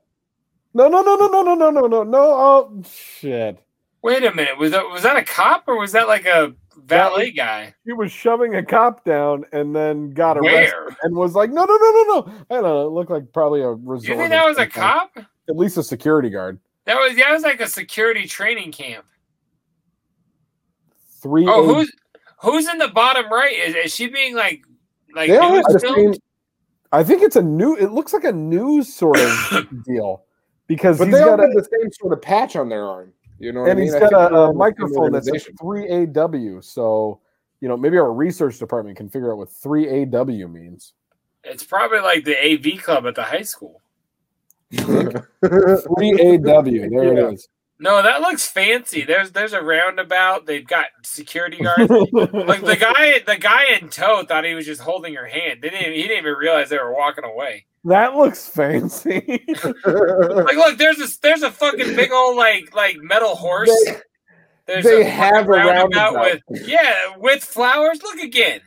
S6: No, no, no, no, no, no, no, no, no, no. Oh shit!
S4: Wait a minute. Was that was that a cop or was that like a valet guy?
S6: He was shoving a cop down and then got arrested
S4: Where?
S6: and was like, no, no, no, no, no. I don't know. It looked like probably a resort.
S4: You think
S6: or
S4: that was a
S6: something.
S4: cop?
S6: At least a security guard.
S4: That was that was like a security training camp.
S6: Three.
S4: Oh,
S6: age-
S4: who's who's in the bottom right? Is, is she being like like
S6: They all have the
S4: news filmed?
S6: same- I think it's a new. It looks like a news sort of deal because
S7: But
S6: he's
S7: they all
S6: got
S7: have
S6: a,
S7: the same sort of patch on their arm. You know what
S6: and
S7: I mean?
S6: he's
S7: I
S6: got
S7: think
S6: a,
S7: they're in the
S6: a
S7: same
S6: microphone that says
S7: organization.
S6: three AW. So you know maybe our research department can figure out what three AW means.
S4: It's probably like the AV club at the high school.
S6: Three AW. There it is.
S4: No, that looks fancy. There's there's a roundabout. They've got security guards. like the guy the guy in tow thought he was just holding her hand. They didn't he didn't even realize they were walking away.
S6: That looks fancy.
S4: Like look, there's a there's a fucking big old like like metal horse. There's
S7: they
S4: fucking
S7: have a roundabout.
S4: with yeah with flowers. Look again.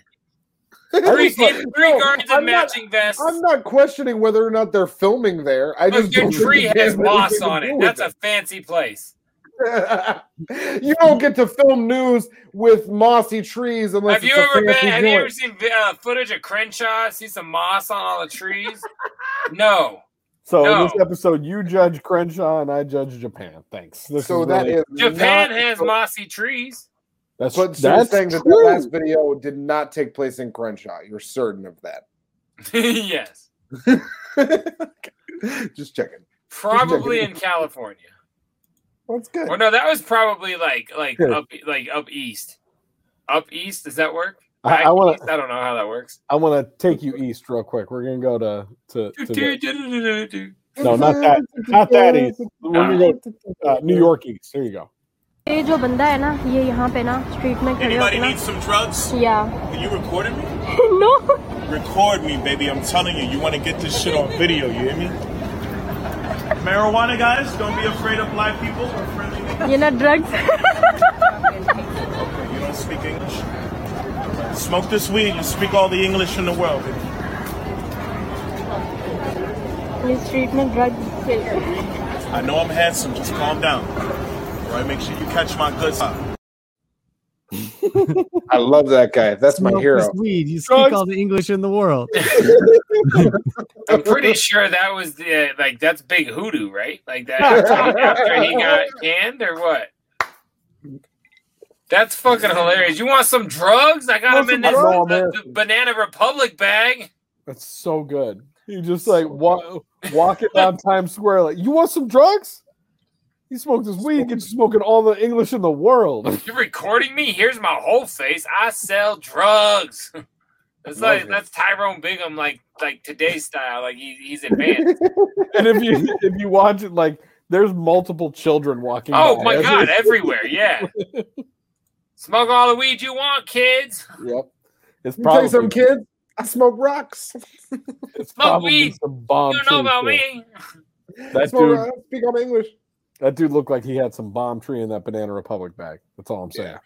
S4: Three,
S7: was like,
S4: three guards in
S7: I'm not-
S4: matching vests.
S7: I'm not questioning whether or not they're filming there. I
S4: Look,
S7: just
S4: your
S7: don't think
S4: tree
S7: it
S4: has
S7: has
S4: moss
S7: anything to
S4: on
S7: do
S4: it.
S7: with
S4: That's a fancy place.
S7: you don't get to film news with mossy trees unless
S4: Have you
S7: it's a
S4: ever been?
S7: fancy
S4: Have you ever
S7: joint.
S4: seen vi- uh, footage of Crenshaw? See some moss on all the trees? no.
S6: So in
S4: No.
S6: this episode, you judge Crenshaw and I judge Japan. Thanks. This
S7: So
S6: is
S7: that
S6: really-
S7: is
S4: Japan
S7: not-
S4: has mossy trees.
S6: that's
S7: But so you're
S6: that's
S7: saying that that
S6: true.
S7: last video did not take place in Crenshaw. You're certain of that.
S4: yes,
S7: Just checking.
S4: probably in California.
S7: That's good.
S4: Well, no, that was probably like like
S6: Good.
S4: up like up east. Up east, does that work?
S6: I- I
S4: Back
S6: wanna-
S4: east? I don't know how that works.
S6: I want to take you east real quick. We're gonna go to to, to the-
S4: New
S6: no, not that, not that east. We're gonna go uh, New York east. There you go.
S18: ये जो बंदा है ना ये यहाँ पे ना street में खड़े
S19: Anybody
S18: होके
S19: need some drugs?
S18: ना या
S19: Are you recording me?
S18: No
S19: Record me, baby. I'm telling you, you want to get this shit on video. You hear me? Marijuana guys, don't be afraid of black people. We're friendly.
S18: ये ना drugs
S19: You don't speak English. Smoke this weed. You speak all the English in the world. baby.
S18: ये street में drugs चल रहे हैं।
S19: I know I'm handsome. Just calm down. All right, make sure you catch my good side.
S7: I love that guy. That's my
S8: Smoke
S7: hero.
S8: this weed. You speak all the English in the world.
S4: I'm pretty sure that was the like that's big hoodoo, right? Like that after he got canned or what? That's fucking hilarious. You want some drugs? I got them in this
S6: Drugs?
S4: the- the Banana Republic bag.
S6: That's so good. You just like walk walking down Times Square. Like, you want some drugs? You smoke this weed. Get you smoking all the English in the world.
S4: You're recording me? Here's my whole face. I sell drugs. That's
S6: Love
S4: like
S6: it.
S4: that's Tyrone Bigham, like like today's style. Like he, he's advanced.
S6: and if you if you watch it, like there's multiple children walking.
S4: oh
S6: by.
S4: my god, everywhere, yeah. Smoke all the weed you want, kids.
S6: Yep. It's
S7: You
S6: probably
S7: take some kids. I smoke rocks.
S4: Smoke
S6: It's probably
S4: weed.
S6: some bomb.
S4: You don't know
S6: tree
S4: about
S6: shit.
S4: me.
S6: That
S7: Smoke
S6: dude,
S7: rocks, Speak all the English.
S6: that dude looked like he had some bomb tree in that Banana Republic bag. That's all I'm saying.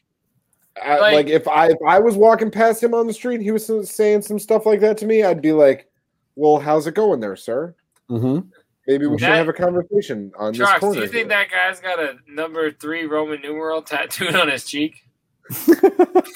S7: I,
S6: Like-
S7: like, if I if I was walking past him on the street, he was saying some stuff like that to me. I'd be like, "Well, how's it going there, sir?
S6: Mm-hmm.
S7: Maybe we should
S4: That-
S7: have a conversation on this
S4: Trucks, do
S7: corner."
S4: you think that guy's got a number three Roman numeral tattooed on his cheek?
S7: Mm-hmm.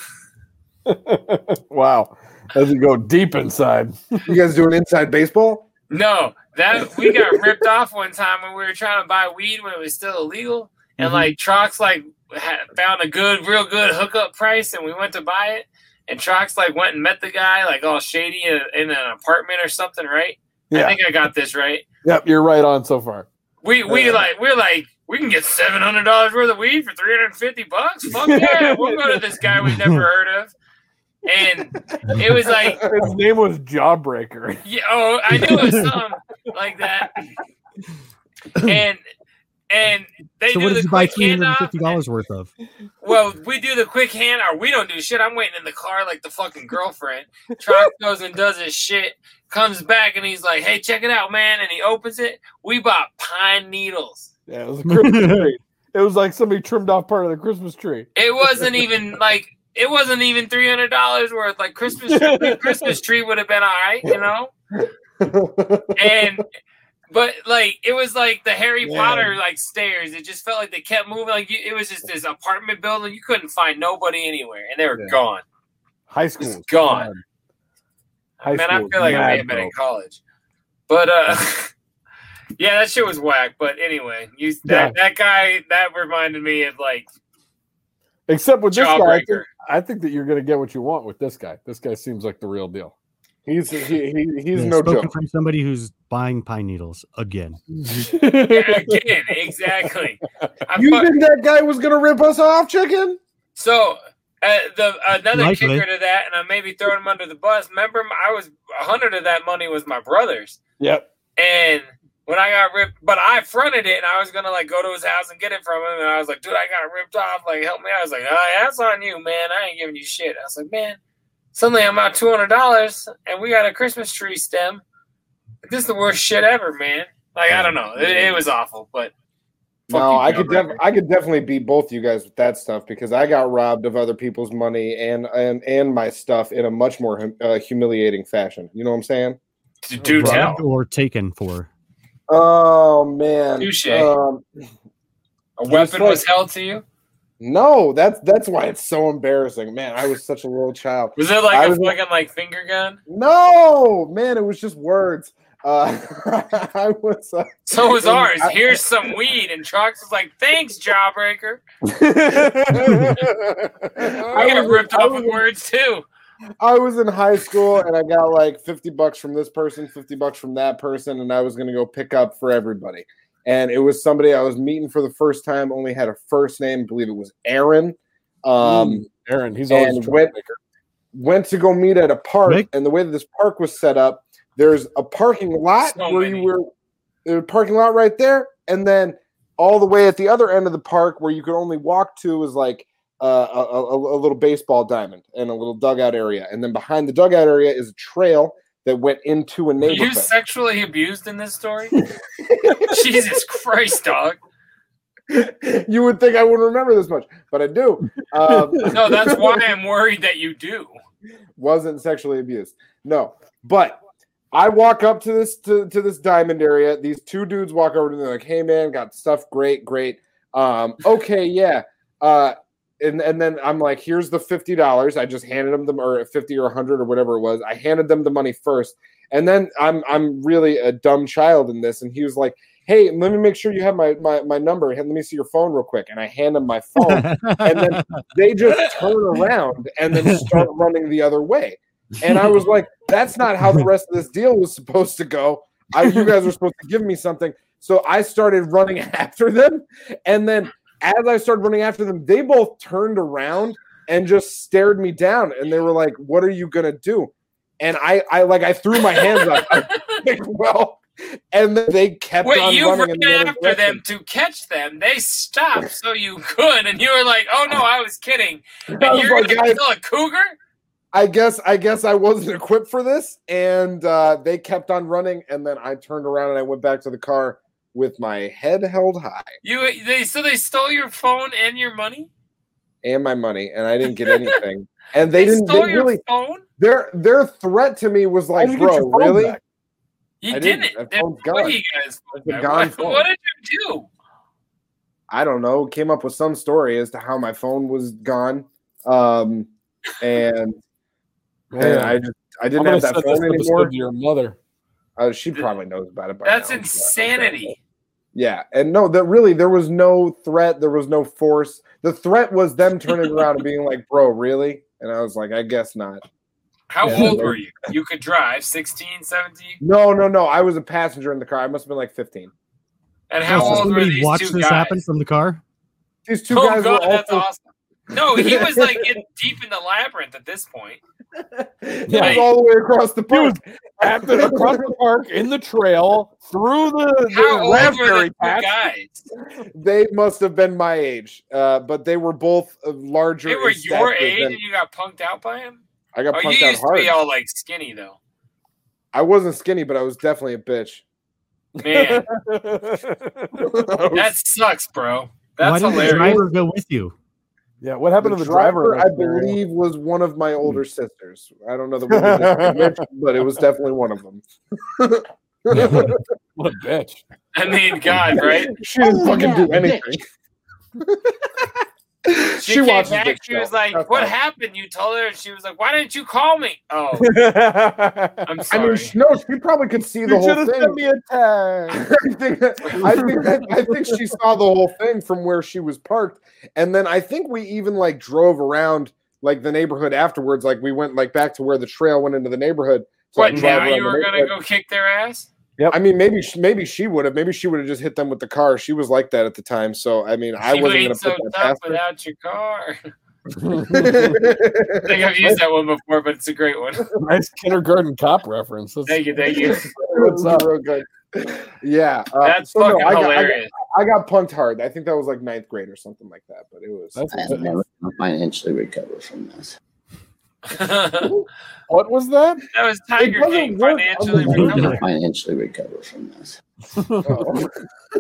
S6: Wow, as you go deep inside.
S7: you guys doing inside baseball?
S4: No, that we got ripped off one time when we were trying to buy weed when it was still illegal, and
S7: Mhm.
S4: like Trox like ha found a good, real good hookup price, and we went to buy it, and Trox like went and met the guy like all shady in, in an apartment or something, right?
S6: Yeah.
S4: I think I got this right.
S6: Yep, you're right on so far.
S4: We we
S8: Uh,
S6: Yeah.
S4: like we're like we can get seven hundred dollars worth of weed for three hundred and fifty bucks. Fuck yeah, we'll go to this guy we've never heard of. And it was like,
S6: his name was Jawbreaker.
S4: yeah, oh, I knew it was something like that. And and they
S8: so
S4: do
S8: what
S4: the
S8: did you buy
S4: quick
S8: three hundred and
S4: handoff.
S8: fifty dollars worth of?
S4: Well, we do the quick hand, or we don't do shit. I'm waiting in the car like the fucking girlfriend. Trox goes and does his shit, comes back and he's like, "Hey, check it out, man!" And he opens it. We bought pine needles.
S6: Yeah, it was a Christmas tree. It was like somebody trimmed off part of the Christmas tree.
S4: It wasn't even like it wasn't even three hundred dollars worth. Like Christmas tree, Christmas tree would have been all right, you know. And but like it was like the Harry
S20: Yeah.
S4: Potter like stairs. It just felt like they kept moving. Like you, it was just this apartment building. You couldn't find nobody anywhere, and they were
S6: Yeah.
S4: gone.
S6: High school was
S4: gone.
S6: mad. High
S4: Man, I
S6: school
S4: feel like I may
S6: mad,
S4: have been
S6: bro.
S4: in college, but uh. Yeah, that shit was whack. But anyway, you that,
S6: Yeah.
S4: that guy that reminded me of like
S6: Except with this guy, I think,
S4: Jawbreaker.
S6: I think that you're going to get what you want with this guy. This guy seems like the real deal.
S7: He's he, he, he's
S8: Yeah,
S7: no
S8: spoken
S7: joke.
S8: from somebody who's buying pine needles again.
S4: Again, exactly. I'm
S7: You
S4: fuck-
S7: think that guy was gonna rip us off, chicken?
S4: So uh, the another
S8: Likely.
S4: kicker to that, and I maybe throwing him under the bus. Remember, my- I was a hundred of that money was my brother's,
S6: Yep.
S4: and when I got ripped, but I fronted it, and I was gonna like go to his house and get it from him, and I was like, dude, I got ripped off. Like, help me. out. I was like, oh, that's on you, man. I ain't giving you shit. I was like, man. Suddenly I'm out two hundred dollars, and we got a Christmas tree stem. This is the worst shit ever, man. Like I don't know, it, it was awful, but
S7: no, I could def- I could definitely beat both you guys with that stuff because I got robbed of other people's money and and and my stuff in a much more hum- uh, humiliating fashion. You know what I'm saying?
S4: do
S8: Robbed or taken for.
S7: Oh man.
S4: Touche.
S7: Um,
S4: a
S7: it
S4: weapon was
S7: like-
S4: held to you.
S7: No, that's that's why it's so embarrassing. Man, I was such a little child.
S4: Was it like
S7: I
S4: a
S7: was-
S4: fucking like finger gun?
S7: No, man, it was just words. Uh, I was. Uh,
S4: So was
S7: in-
S4: ours.
S7: I-
S4: Here's some weed, and Trox was like, "Thanks, Jawbreaker." I
S7: I
S4: got
S7: was-
S4: ripped
S7: I
S4: off
S7: was-
S4: with words too.
S7: I was in high school and I got like 50 bucks from this person, 50 bucks from that person, and I was going to go pick up for everybody. And it was somebody I was meeting for the first time, only had a first name, I believe it was Aaron. Um,
S6: Aaron, he's always
S7: and
S6: a
S7: went, went to go meet at a park.
S6: Nick?
S7: And the way that this park was set up, there's a parking lot
S4: So
S7: where you were, there's a parking lot right there. And then all the way at the other end of the park where you could only walk to is like uh, a, a, a little baseball diamond and a little dugout area. And then behind the dugout area is a trail that went into
S4: Were
S7: a
S4: you
S7: neighborhood.
S4: sexually abused in this story? Jesus Christ, dog!
S7: you would think I wouldn't remember this much, but I do. Um,
S4: No, that's why I'm worried that you do.
S7: wasn't sexually abused. No, but I walk up to this to, to this diamond area. These two dudes walk over to me they're like, "Hey man, got stuff. Great, great. Um, okay, yeah." Uh, and and then I'm like, "Here's the fifty dollars." I just handed them the or fifty or hundred or whatever it was. I handed them the money first, and then I'm I'm really a dumb child in this. And he was like, "Hey, let me make sure you have my my, my number. Let me see your phone real quick." And I hand him my
S4: Oh,
S7: phone, and then they just turn around and then start running the other way. And I was like, that's not how the rest of this deal was supposed to go. I, you guys were supposed to give me something. So I started running after them. And then as I started running after them, they both turned around and just stared me down. And they were like, what are you going to do? And I, I like, I threw my hands up. I was like, well, and then they kept
S4: Wait,
S7: on
S4: you
S7: running.
S4: ran
S7: in the other
S4: after
S7: direction.
S4: them to catch them. They stopped so you could, and you were like, "Oh no, I was kidding." And
S7: I was
S4: you're
S7: like, guys-
S4: still a cougar.
S7: I guess I guess I wasn't equipped for this, and uh, they kept on running, and then I turned around and I went back to the car with my head held high
S4: You they so they stole your phone and your money.
S7: and my money, and I didn't get anything. And they,
S4: They
S7: didn't they
S4: stole your
S7: really
S4: phone?
S7: their their threat to me was like,
S4: you get
S7: bro,
S4: your phone
S7: really?
S4: back? You
S7: I
S4: didn't.
S7: didn't. That
S4: That's
S7: phone's
S4: what
S7: gone.
S4: you guys-
S7: It's a gone
S4: what,
S7: phone.
S4: what did you do?
S7: I don't know. Came up with some story as to how my phone was gone, um, and, and I just I didn't
S6: I'm
S7: have
S6: gonna send this
S7: that
S6: episode
S7: phone anymore.
S6: to your mother.
S7: Uh, she probably knows about it by
S4: That's
S7: now.
S4: insanity.
S7: Yeah, and no, that really there was no threat, there was no force. The threat was them turning around and being like, "Bro, really?" And I was like, "I guess not."
S4: How
S7: Yeah.
S4: old were you? You could drive 16, 17?
S7: No, no, no. I was a passenger in the car. I must have been like 15.
S4: And
S8: Oh,
S4: how
S8: so
S4: old were
S8: somebody
S4: these
S8: watched
S4: two
S8: this
S4: guys?
S8: happen from the car?
S7: These two
S4: Oh
S7: guys
S4: god,
S7: were
S4: that's
S7: also,
S4: awesome. No, he was like in, deep in the labyrinth at this point.
S7: it was all the way across the park.
S6: After the across the park in the trail through the,
S4: How
S6: the
S4: old were the
S6: raspberry
S4: two
S6: patch.
S4: guys?
S7: They must have been my age, uh, but they were both uh, larger.
S4: They were
S7: in
S4: your
S7: stature
S4: age
S7: than-
S4: and you got punked out by him?
S7: I got
S4: oh,
S7: punked
S4: you
S7: out
S4: used to be
S7: hard.
S4: all like skinny though.
S7: I wasn't skinny, but I was definitely a bitch.
S4: Man. that sucks, bro. That's
S8: Why didn't
S4: hilarious.
S8: the driver go with you?
S6: Yeah, what happened to the driver?
S7: I believe, was one of my older
S6: Hmm.
S7: sisters. I don't know the one that was which, but it was definitely one of them.
S6: What a bitch.
S4: I mean, God, right? Oh,
S7: She didn't fucking do anything.
S4: She, came back. she was like, "What happened?" You told her, and she was like, "Why didn't you call me?" Oh, I'm
S7: I
S4: sorry.
S7: mean, sh- no, she probably could see the
S4: You
S7: whole
S4: should've
S7: thing.
S4: sent
S6: me a tag.
S7: I think, I think, that, I think she saw the whole thing from where she was parked, and then I think we even like drove around like the neighborhood afterwards. Like we went like back to where the trail went into the neighborhood. So I
S4: what
S7: can
S4: now?
S7: drive around
S4: You
S7: the
S4: were gonna
S7: neighborhood.
S4: go kick their ass?
S7: I mean, maybe she, maybe she would have. Maybe she would have just hit them with the car. She was like that at the time. So I mean, I
S4: You
S7: wasn't
S4: ain't
S7: going to
S4: so
S7: put that
S4: tough
S7: past her.
S4: without your car. I think I've used that one before, but it's a great one.
S6: nice kindergarten cop reference. That's-
S4: Thank you, thank you.
S7: What's up? Real good. Yeah, uh,
S4: That's
S6: Oh,
S7: so no,
S4: fucking
S7: I got- I got-
S4: hilarious.
S7: I got, punked hard. I think that was like ninth grade or something like that. But it was. Oh.
S21: I'll never financially recover from this.
S6: what was that?
S4: That was Tiger King financially.
S21: I'll never financially recover from this.
S8: You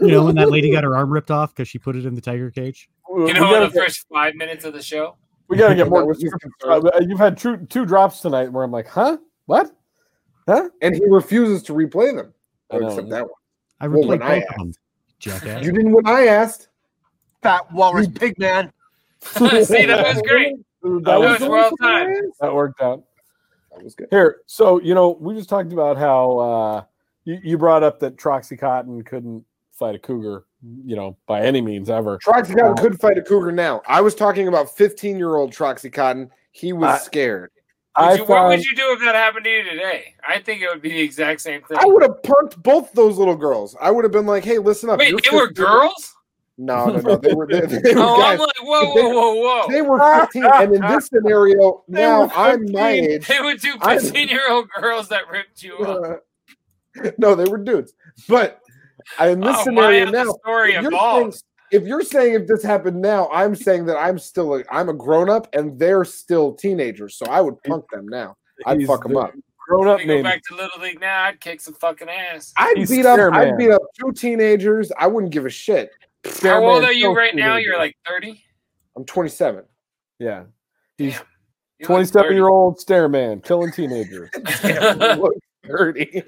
S8: know when that lady got her arm ripped off because she put it in the tiger cage.
S4: You know, in the first five minutes of the show,
S6: We gotta get more.
S4: was
S6: Uh, You've had two, two drops tonight where I'm like, huh? What? Huh?
S7: And he refuses to replay them.
S6: I know.
S7: Except that one.
S8: I
S7: Well, when
S8: replayed
S7: I
S8: both of them. Jackass.
S7: You didn't when I asked.
S20: Fat walrus pig man.
S6: See, that was
S4: great.
S6: That,
S20: was well timed.
S6: That worked out.
S7: That was good.
S6: Here, so you know, we just talked about how uh, you, you brought up that Troxy Cotton couldn't fight a cougar, you know, by any means ever.
S7: Troxy
S6: Uh,
S7: Cotton could fight a cougar now. I was talking about 15 year old Troxy Cotton. He was
S6: I-
S7: scared.
S6: I
S4: Would you- what would you do if that happened to you today? I think it would be the exact same thing.
S7: I would have punked both those little girls. I would have been like, "Hey, listen up."
S4: Wait,
S7: you're
S4: they were
S7: 15.
S4: girls?
S7: No, no, no. They were. They, they were
S4: Oh, I'm
S7: guys.
S4: like, whoa,
S7: They-
S4: whoa, whoa, whoa.
S7: They were 15, and in this scenario,
S4: They
S7: now
S4: were
S7: I'm my
S4: 15.
S7: age.
S4: They were two
S7: I'm-
S4: 15 year old girls that ripped you up.
S7: no, they were dudes. But I- in this
S4: Oh,
S7: scenario
S4: why is the
S7: now,
S4: story
S7: if, you're saying,
S4: evolved?
S7: if you're saying if this happened now, I'm saying that I'm still a, I'm a grown up and they're still teenagers. So I would punk them now. I'd
S6: He's
S7: fuck them
S6: the
S7: up.
S6: Grown up
S4: If we go
S6: man.
S4: back to Little League now, I'd kick some fucking ass.
S7: I'd
S6: He's
S7: beat up.
S6: scare
S7: I'd
S6: man.
S7: beat up two teenagers. I wouldn't give a shit.
S4: How old are you right now? You're like 30?
S7: I'm 27.
S6: Yeah. He's
S4: look
S6: 27
S4: dirty.
S6: year old stare man killing teenagers.
S7: Dirty.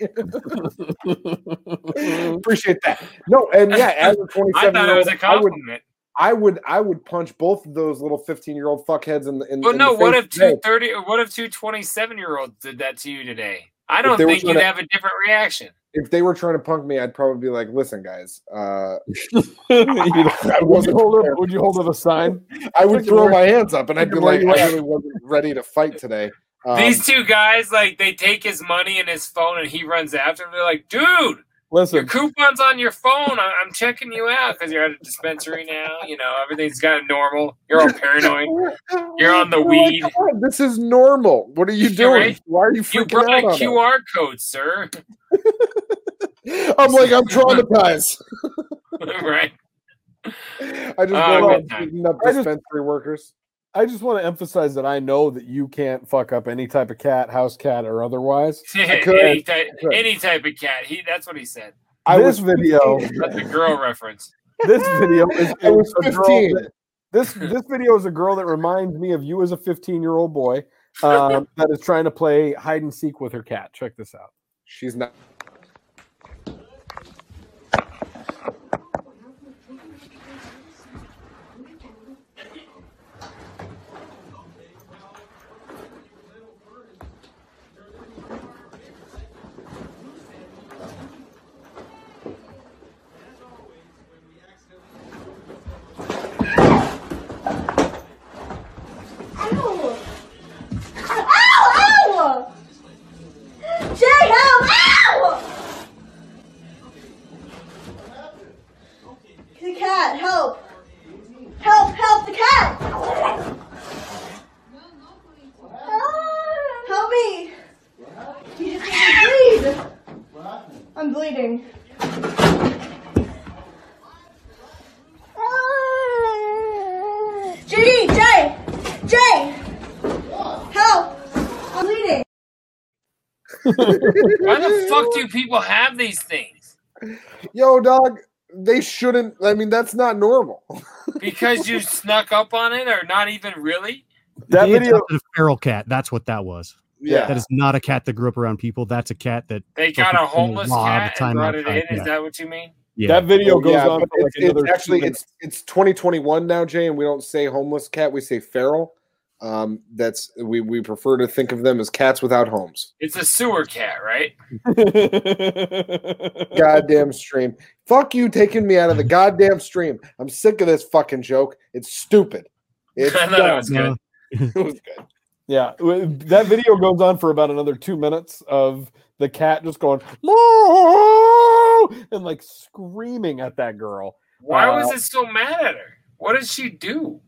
S7: Appreciate that. No, and yeah, as a 27
S4: I thought it
S7: year
S4: was
S7: old,
S4: a
S7: I would-
S4: compliment.
S7: I would I would punch both of those little 15 year old fuckheads in the in,
S4: Well,
S7: in
S4: no,
S7: the
S4: what
S7: face
S4: if
S7: today.
S4: two 30 or what if two 27 year olds did that to you today? I
S7: If
S4: don't
S7: they were
S4: think you'd
S7: gonna-
S4: have a different reaction.
S7: if they were trying to punk me, I'd probably be like, listen, guys, uh
S6: would, you hold up, would you hold up a sign?
S7: I would throw my hands up and
S6: Look
S7: I'd
S6: at
S7: be
S6: where
S7: like,
S6: you
S7: I
S6: at.
S7: really wasn't ready to fight today. Um,
S4: These two guys, like, they take his money and his phone, and he runs after him. They're like, "Dude, your
S6: Listen,
S4: coupon's on your phone. I- I'm checking you out because you're at a dispensary now. You know everything's got normal. You're all paranoid. You're on the
S7: Oh my
S4: weed.
S7: God, this is normal. What are you doing?
S4: right?
S7: Why are you
S4: You
S7: freaking
S4: brought a
S7: out on us?
S4: QR code, sir.
S7: I'm like, I'm traumatized.
S4: right?
S7: I just
S4: Oh,
S7: love
S4: good time.
S7: beating up
S6: I just-
S7: dispensary workers.
S6: I just want to emphasize that I know that you can't fuck up any type of cat, house cat, or otherwise. I could.
S4: any, type, any type of cat. He. That's what he said.
S6: this video,
S4: That's a girl reference.
S6: this video is,
S4: I was
S6: a girl
S4: 15.
S6: that- this this video is a girl that reminds me of you as a 15 year old boy um, that is trying to play hide and seek with her cat. Check this out.
S7: She's not.
S11: Ow! Jay, help! Ow! The cat, help! Help, help, the cat! Ah, Help me! You just made me bleed! I'm bleeding. Ah. Jay, Jay, Jay! Help! I'm bleeding.
S4: Why the fuck do people have these things?
S7: Yo, dog, they shouldn't. I mean, that's not normal.
S4: Because you snuck up on it, or not even really?
S6: That
S8: They
S6: video-
S8: adopted a feral cat. That's what that was.
S4: Yeah.
S8: that is not a cat that grew up around people. That's a cat that
S4: They got a
S8: fucking
S4: homeless
S8: robbed
S4: cat and
S8: time
S4: brought it
S8: outside.
S4: in. Is
S8: Yeah.
S4: that what you mean?
S8: Yeah.
S6: That video
S7: Well,
S6: goes
S7: Oh, yeah,
S6: on
S7: but
S6: for like
S7: it's, it's
S6: another. two
S7: actually
S6: minutes.
S7: it's it's 2021 now, Jay, and we don't say homeless cat, we say feral. Um, that's we we prefer to think of them as cats without homes.
S4: It's a sewer cat, right?
S7: Goddamn stream. Fuck you taking me out of the goddamn stream. I'm sick of this fucking joke. It's stupid. It's
S4: I thought it was
S7: dumb.
S4: good.
S7: it was good.
S6: Yeah, w- that video goes on for about another two minutes of the cat just going "Moo!" and like screaming at that girl.
S4: Why
S6: Uh,
S4: was it so mad at her? What did she do?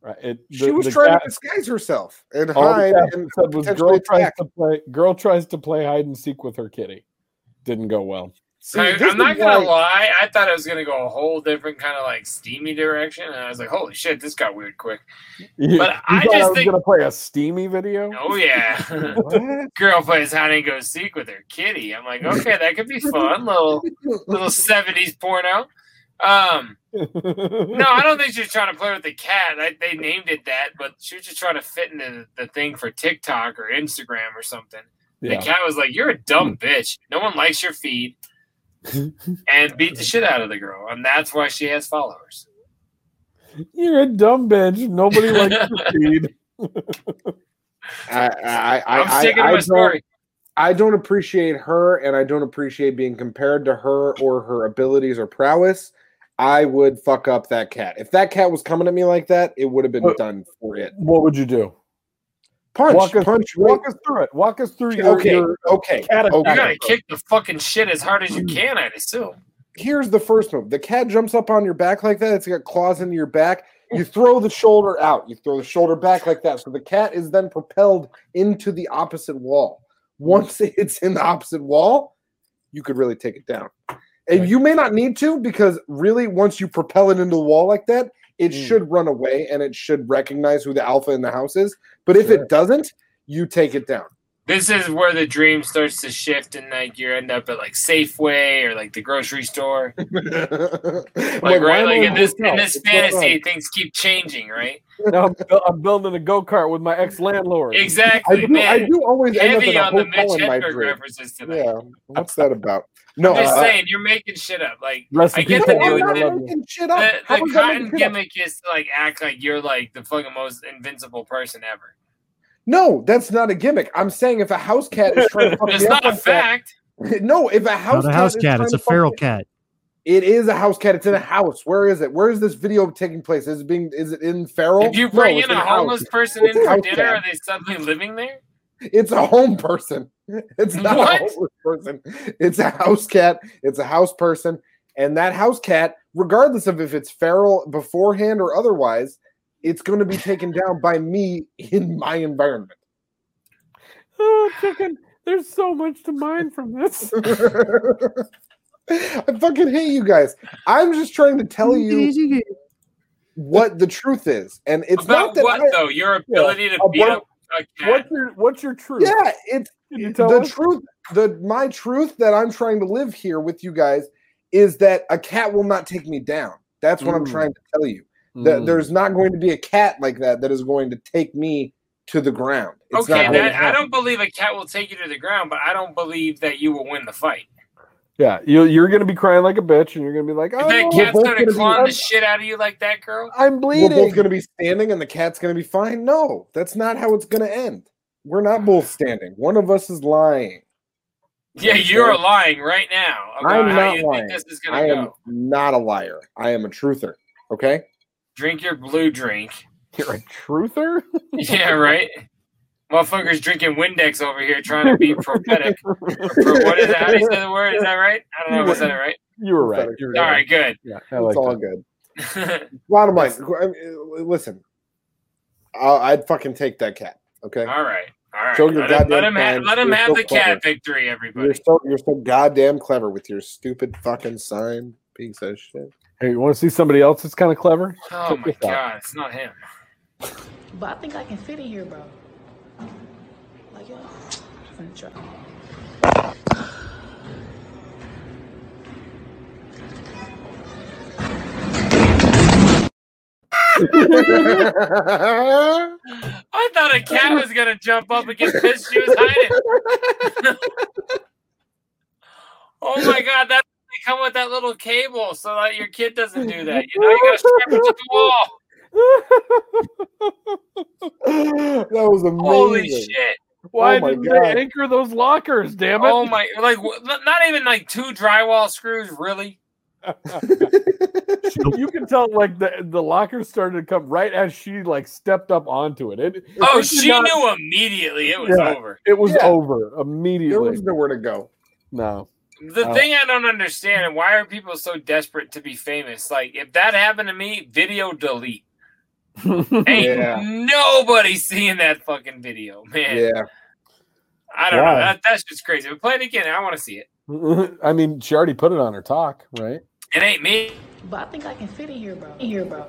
S6: right, it,
S7: she was trying to disguise herself and hide and
S6: said was
S7: potentially
S6: girl tries
S7: attack.
S6: to play girl tries to play hide and seek with her kitty. Didn't go well.
S4: I, am not gonna lie. I thought it was gonna go a whole different kind of like steamy direction, and I was like, "Holy shit, this got weird quick."
S6: You-
S4: But
S6: you
S4: I
S6: thought
S4: just
S6: I was
S4: think-
S6: gonna play a steamy video.
S4: Oh yeah, girl plays hide and go seek with her kitty. I'm like, okay, that could be fun. Little little seventies porno. Um, no, I don't think she was trying to play with the cat. I, they named it that, but she was just trying to fit into the, the thing for TikTok or Instagram or something.
S6: Yeah.
S4: The cat was like, "You're a
S7: Hmm.
S4: dumb bitch. No one likes your feed," and beat the shit out of the girl, and that's why she has followers.
S6: You're a dumb bitch. Nobody likes to feed.
S7: I, I, I,
S4: I'm sticking to
S7: I,
S4: my
S7: I
S4: story.
S7: Don't, I don't appreciate her, and I don't appreciate being compared to her or her abilities or prowess. I would fuck up that cat. If that cat was coming at me like that, it would have been
S6: What-
S7: done for it.
S6: What would you do?
S7: Punch,
S6: walk us,
S7: punch,
S6: walk us through it. Walk us through your
S7: Okay,
S6: your
S7: okay,
S6: cat
S7: okay.
S4: You
S6: attack.
S4: gotta kick the fucking shit as hard as you can, I'd assume.
S7: Here's the first move: the cat jumps up on your back like that. It's got claws into your back. You throw the shoulder out. You throw the shoulder back like that. So the cat is then propelled into the opposite wall. Once it's in the opposite wall, you could really take it down. And you may not need to because really, once you propel it into the wall like that, it should run away and it should recognize who the alpha in the house is. But if
S6: Sure.
S7: it doesn't, you take it down.
S4: This is where the dream starts to shift, and like you end up at like Safeway or like the grocery store.
S7: like,
S4: Like
S6: why
S4: right,
S6: am I
S4: like in
S6: in
S4: this
S6: hotel?
S4: in this
S6: What's going
S4: fantasy,
S6: on?
S4: things keep changing, right?
S6: Now I'm, bu- I'm building a go kart with my ex landlord.
S4: Exactly,
S7: I do,
S4: man.
S7: I do always end up in
S4: Heavy
S7: a
S4: on the
S7: hotel
S4: Mitch
S7: in my
S4: Hedberg
S7: dream.
S4: references today.
S7: Yeah, what's that about? No,
S4: I'm just
S7: uh,
S4: saying, you're making shit up. Like
S6: Rest
S4: I
S6: in
S4: get
S6: peace,
S4: the
S6: Hedberg.
S4: new
S6: I love
S4: the,
S6: you.
S7: shit
S4: the,
S7: How was I
S4: cotton
S7: making shit up?
S4: gimmick is to like act like you're like the fucking most invincible person ever.
S7: No, that's not a gimmick. I'm saying if a house cat is trying to Oh, fuck
S4: It's
S7: me
S4: not
S7: up
S4: a
S7: like that-
S4: fact.
S7: no, if a house
S8: Not a
S7: cat
S8: house
S7: is
S8: cat.
S7: trying
S8: It's a
S7: to fuck
S8: feral
S7: me-
S8: cat.
S7: It is a house cat. It's in a house. Where is it? Where is this video taking place? Is it being? Is it in feral?
S4: If you
S7: No,
S4: bring
S7: it's
S4: in a
S7: house.
S4: homeless person
S7: It's
S4: in
S7: a
S4: for
S7: house
S4: dinner,
S7: cat.
S4: are they suddenly living there?
S7: It's a home person. It's not
S4: What?
S7: a homeless person. It's a house cat. It's a house person. And that house cat, regardless of if it's feral beforehand or otherwise, it's going to be taken down by me in my environment.
S6: Oh, chicken. There's so much to mine from this.
S7: I fucking hate you guys. I'm just trying to tell you what the truth is. And it's not
S4: About
S7: that
S4: what
S7: I-
S4: though? Your ability to beat
S7: about-
S4: up a cat.
S6: What's your What's your truth?
S7: Yeah, it's
S6: Can you tell
S7: the
S6: us?
S7: truth. The my truth that I'm trying to live here with you guys is that a cat will not take me down. That's what I'm
S6: Mm.
S7: trying to tell you. That
S6: Mm.
S7: there's not going to be a cat like that that is going to take me to the ground. It's
S4: okay,
S7: not going to
S4: that, I
S7: happen.
S4: don't believe a cat will take you to the ground, but I don't believe that you will win the fight.
S6: Yeah, you, you're gonna be crying like a bitch, and you're gonna be like,
S4: If that
S6: "Oh,
S4: cat's
S7: both
S4: gonna
S7: gonna be-
S4: claw the
S7: I'm-
S4: shit out of you like that, girl,
S6: I'm
S7: We're both
S6: bleeding."
S7: going to be standing, and the cat's going to be fine. No, that's not how it's going to end. We're not both standing. One of us is lying.
S4: yeah, you're lying right now about
S7: I'm
S4: how
S7: not
S4: you
S7: lying.
S4: think this is gonna
S7: I
S4: go.
S7: am not a liar. I am a truther. Okay.
S4: Drink your blue drink.
S6: You're a truther.
S4: yeah, right. Motherfuckers drinking Windex over here trying to be prophetic. Or what is that? How do you say the word? Is that right? I don't know. if I said it right?
S6: You were right. You're
S4: All right, good.
S6: Yeah, I
S7: It's
S6: like
S7: all
S6: that.
S7: good. Bottom line, I mean, uh, listen, I- I'd fucking take that cat. Okay.
S4: All right. All right.
S7: Show your
S4: let, him, let
S7: goddamn
S4: him have,
S7: signs.
S4: let him
S7: You're
S4: have
S7: so
S4: the cat
S7: clever.
S4: victory, everybody.
S7: You're so you're so goddamn clever with your stupid fucking sign piece of shit.
S6: Hey, you want to see somebody else that's kind of clever?
S4: Oh my god, it's not him.
S11: But I think I can fit in here, bro. Like, yo, I'm gonna try.
S4: I thought a cat was gonna jump up and get pissed she was hiding. oh my god, that's they come with that little cable so that your kid doesn't do that. You know, you gotta strap it to the wall.
S7: that was amazing.
S4: Holy shit.
S9: Why
S7: Oh my
S9: didn't
S7: God.
S9: they anchor those lockers? Damn it!
S4: Oh my! Like wh- not not even like two drywall screws, really.
S6: you can tell like the the locker started to come right as she like stepped up onto it. it
S4: Oh,
S6: it did
S4: she
S6: not-
S4: knew immediately it was
S6: Yeah,
S4: over.
S6: It was
S4: Yeah.
S6: over immediately.
S7: There was nowhere to go.
S6: No.
S4: The
S6: Uh,
S4: thing I don't understand and why are people so desperate to be famous? Like if that happened to me, video delete. Ain't
S7: Yeah.
S4: nobody seeing that fucking video, man.
S7: Yeah.
S4: I don't
S6: Why?
S4: know. That, that's just crazy. But play it again. I want to see it.
S6: I mean, she already put it on her talk, right?
S4: It ain't me.
S11: But I think I can fit in here, bro. In here, bro.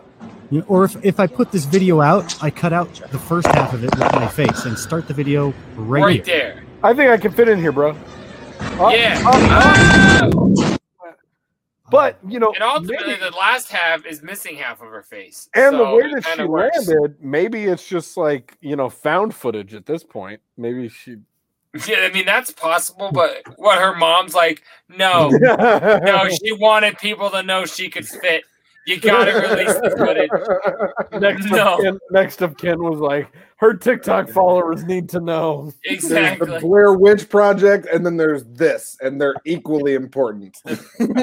S8: You know, Or if, if I put this video out, I cut out the first half of it with my face and start the video right,
S6: Right
S8: here.
S4: there.
S6: I think I can fit in here, bro. Oh.
S4: yeah. Oh!
S6: But you know,
S4: And ultimately, the last half is missing half of her face.
S6: and the
S4: So
S6: way
S4: it
S6: that she
S4: kinda works.
S6: landed, maybe it's just like you know, found footage at this point. Maybe she.
S4: Yeah, I mean that's possible, but what her mom's like, no, no, she wanted people to know she could fit. You gotta release the footage.
S6: Next
S4: No.
S6: of Ken, next of Ken was like, her TikTok followers need to know.
S7: There's the Blair Witch Project, and then there's this, and they're equally important.
S4: The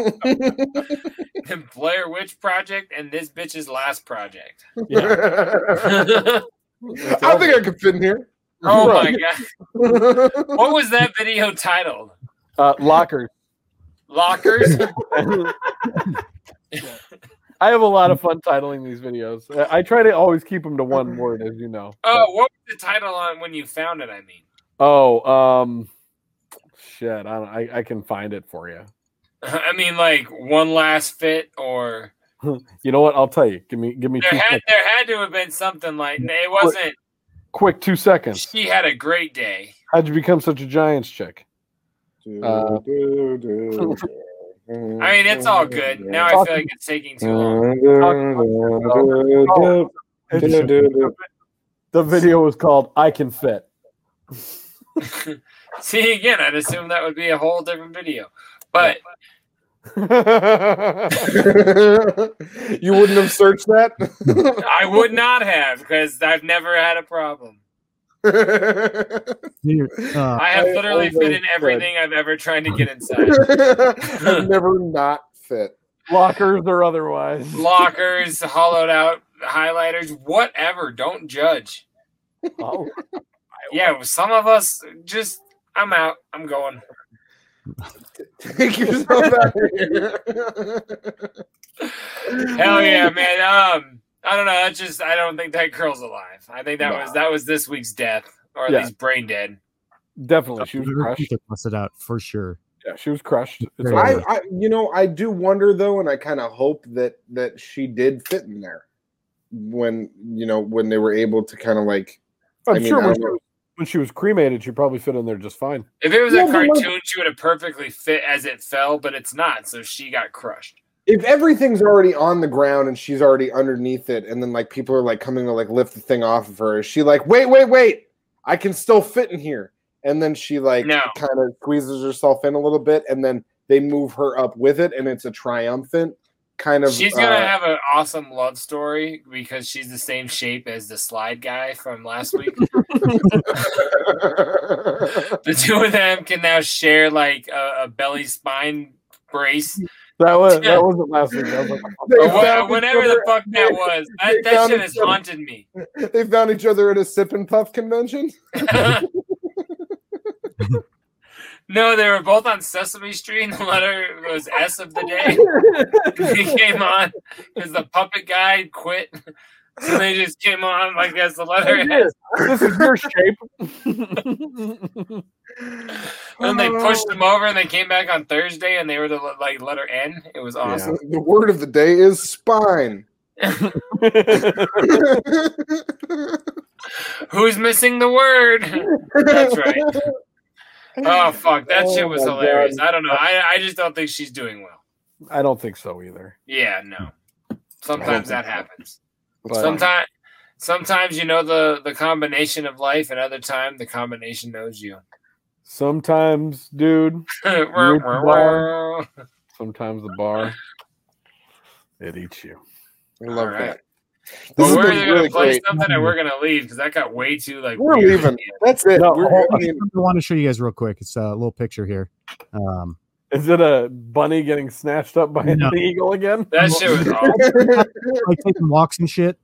S4: Blair Witch Project and this bitch's last project.
S7: I think I could fit in here.
S4: Oh my
S7: Right.
S4: god! What was that video titled?
S6: Uh, lockers.
S4: Lockers.
S6: I have a lot of fun titling these videos. I- I try to always keep them to one word, as you know.
S4: Oh, what was the title on when you found it? I mean,
S6: Oh, um, shit! I don't, I, I can find it for you.
S4: I mean like one last fit or
S6: You know what? I'll tell you. Give me give me two
S4: there had
S6: sec-
S4: there had to have been something like it wasn't.
S6: quick two seconds.
S4: She had a great day.
S6: How'd you become such a Giants chick? Uh,
S4: I mean, it's all good. Now I feel like it's taking too long.
S7: Oh,
S6: the video was called "I Can Fit."
S4: See, again, I'd assume that would be a whole different video. But
S7: you wouldn't have searched that.
S4: I would not have because I've never had a problem.
S8: Here, uh,
S4: I have literally fit in
S7: always
S4: everything I've ever tried to get inside.
S7: I've never not fit.
S6: Lockers or otherwise.
S4: Lockers, hollowed out highlighters, whatever. Don't judge.
S6: Oh.
S4: Yeah, some of us just, I'm out. I'm going.
S7: Take yourself out of here.
S4: Hell yeah, man. Um, I don't know. That's just I don't think that girl's alive. I think that
S6: Nah.
S4: was that was this week's death, or at
S6: Yeah.
S4: least brain dead.
S6: Definitely, she was
S8: Her
S6: crushed.
S8: teeth are busted out for sure.
S6: Yeah, she was crushed. It's
S8: Yeah.
S6: over.
S7: I, I, you know, I do wonder though, and I kind of hope that that she did fit in there when you know when they were able to kind of like.
S6: I'm
S7: I mean,
S6: sure when
S7: I don't
S6: she,
S7: know.
S6: was, when she was cremated, she probably fit in there just fine.
S4: If it was
S7: Yeah,
S4: a
S7: but like-
S4: cartoon, she would have perfectly fit as it fell, but it's not, so she got crushed.
S7: if everything's already on the ground and she's already underneath it, and then like people are like coming to like lift the thing off of her, is she like, wait, wait, wait, I can still fit in here? And then she like
S4: No.
S7: kind of squeezes herself in a little bit, and then they move her up with it, and it's a triumphant kind of.
S4: She's gonna
S7: uh,
S4: have an awesome love story because she's the same shape as the slide guy from last week. the two of them can now share like a, a belly spine brace.
S6: That was that wasn't last week. That was like,
S4: Or
S7: They
S4: wha-
S7: found
S4: whatever
S7: each
S4: the
S7: other-
S4: fuck that was. That,
S7: they
S4: that
S7: found
S4: shit
S7: each
S4: has
S7: other.
S4: haunted me.
S7: they found each other at a sip and puff convention.
S4: No, they were both on Sesame Street, and the letter was S of the day. he came on because the puppet guy quit. So they just came on like as the letter S.
S6: this is your shape.
S4: And they pushed them over, and they came back on Thursday, and they were the le- like letter N. It was awesome.
S7: The word of the day is spine.
S4: Who's missing the word? That's right. Oh fuck, that
S6: Oh
S4: shit was
S6: my God.
S4: hilarious. I don't know. I I just don't think she's doing well.
S6: I don't think so either.
S4: Yeah, no. Sometimes that happens.
S6: But- um,
S4: Sometimes, sometimes you know the the combination of life, and other time the combination knows you.
S6: Sometimes, dude.
S4: Wah, wah, wah.
S6: Sometimes the bar, it eats you.
S7: I love that.
S4: Well,
S6: This has
S4: we're
S6: been
S4: either gonna
S6: really
S4: play
S6: great.
S4: something and we're gonna leave because that got way too like.
S7: We're
S4: weird.
S7: leaving. That's it.
S6: No,
S7: We're-
S6: hold
S7: I
S6: on.
S7: mean,
S8: I want to show you guys real quick. It's a little picture here. Um,
S6: Is it a bunny getting snatched up by
S8: No.
S6: an eagle again?
S4: That shit was awful.
S8: like taking walks and shit.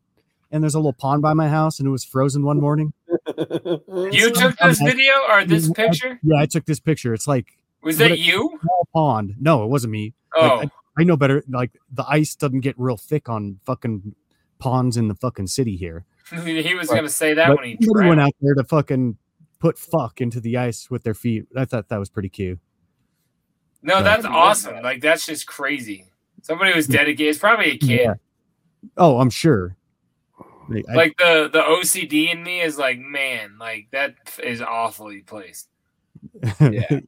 S8: And there's a little pond by my house, and it was frozen one morning.
S4: You took this video or this picture?
S8: Yeah, I took this picture. It's like
S4: Was
S8: but
S4: that
S8: it's
S4: you?
S8: a Small pond. No, it wasn't me. Like,
S4: Oh.
S8: I, I know better. Like the ice doesn't get real thick on fucking ponds in the fucking city here.
S4: Oh, he was gonna say that
S8: But
S4: when he
S8: somebody went
S4: drowned.
S8: out there to fucking put fuck into the ice with their feet. I thought that was pretty cute.
S4: No, that's awesome. Like that's just crazy. Somebody was dedicated. It's probably a kid.
S8: Yeah. Oh, I'm sure. I-
S4: Like the the OCD in me is like, man, like that is awfully placed.
S7: yeah.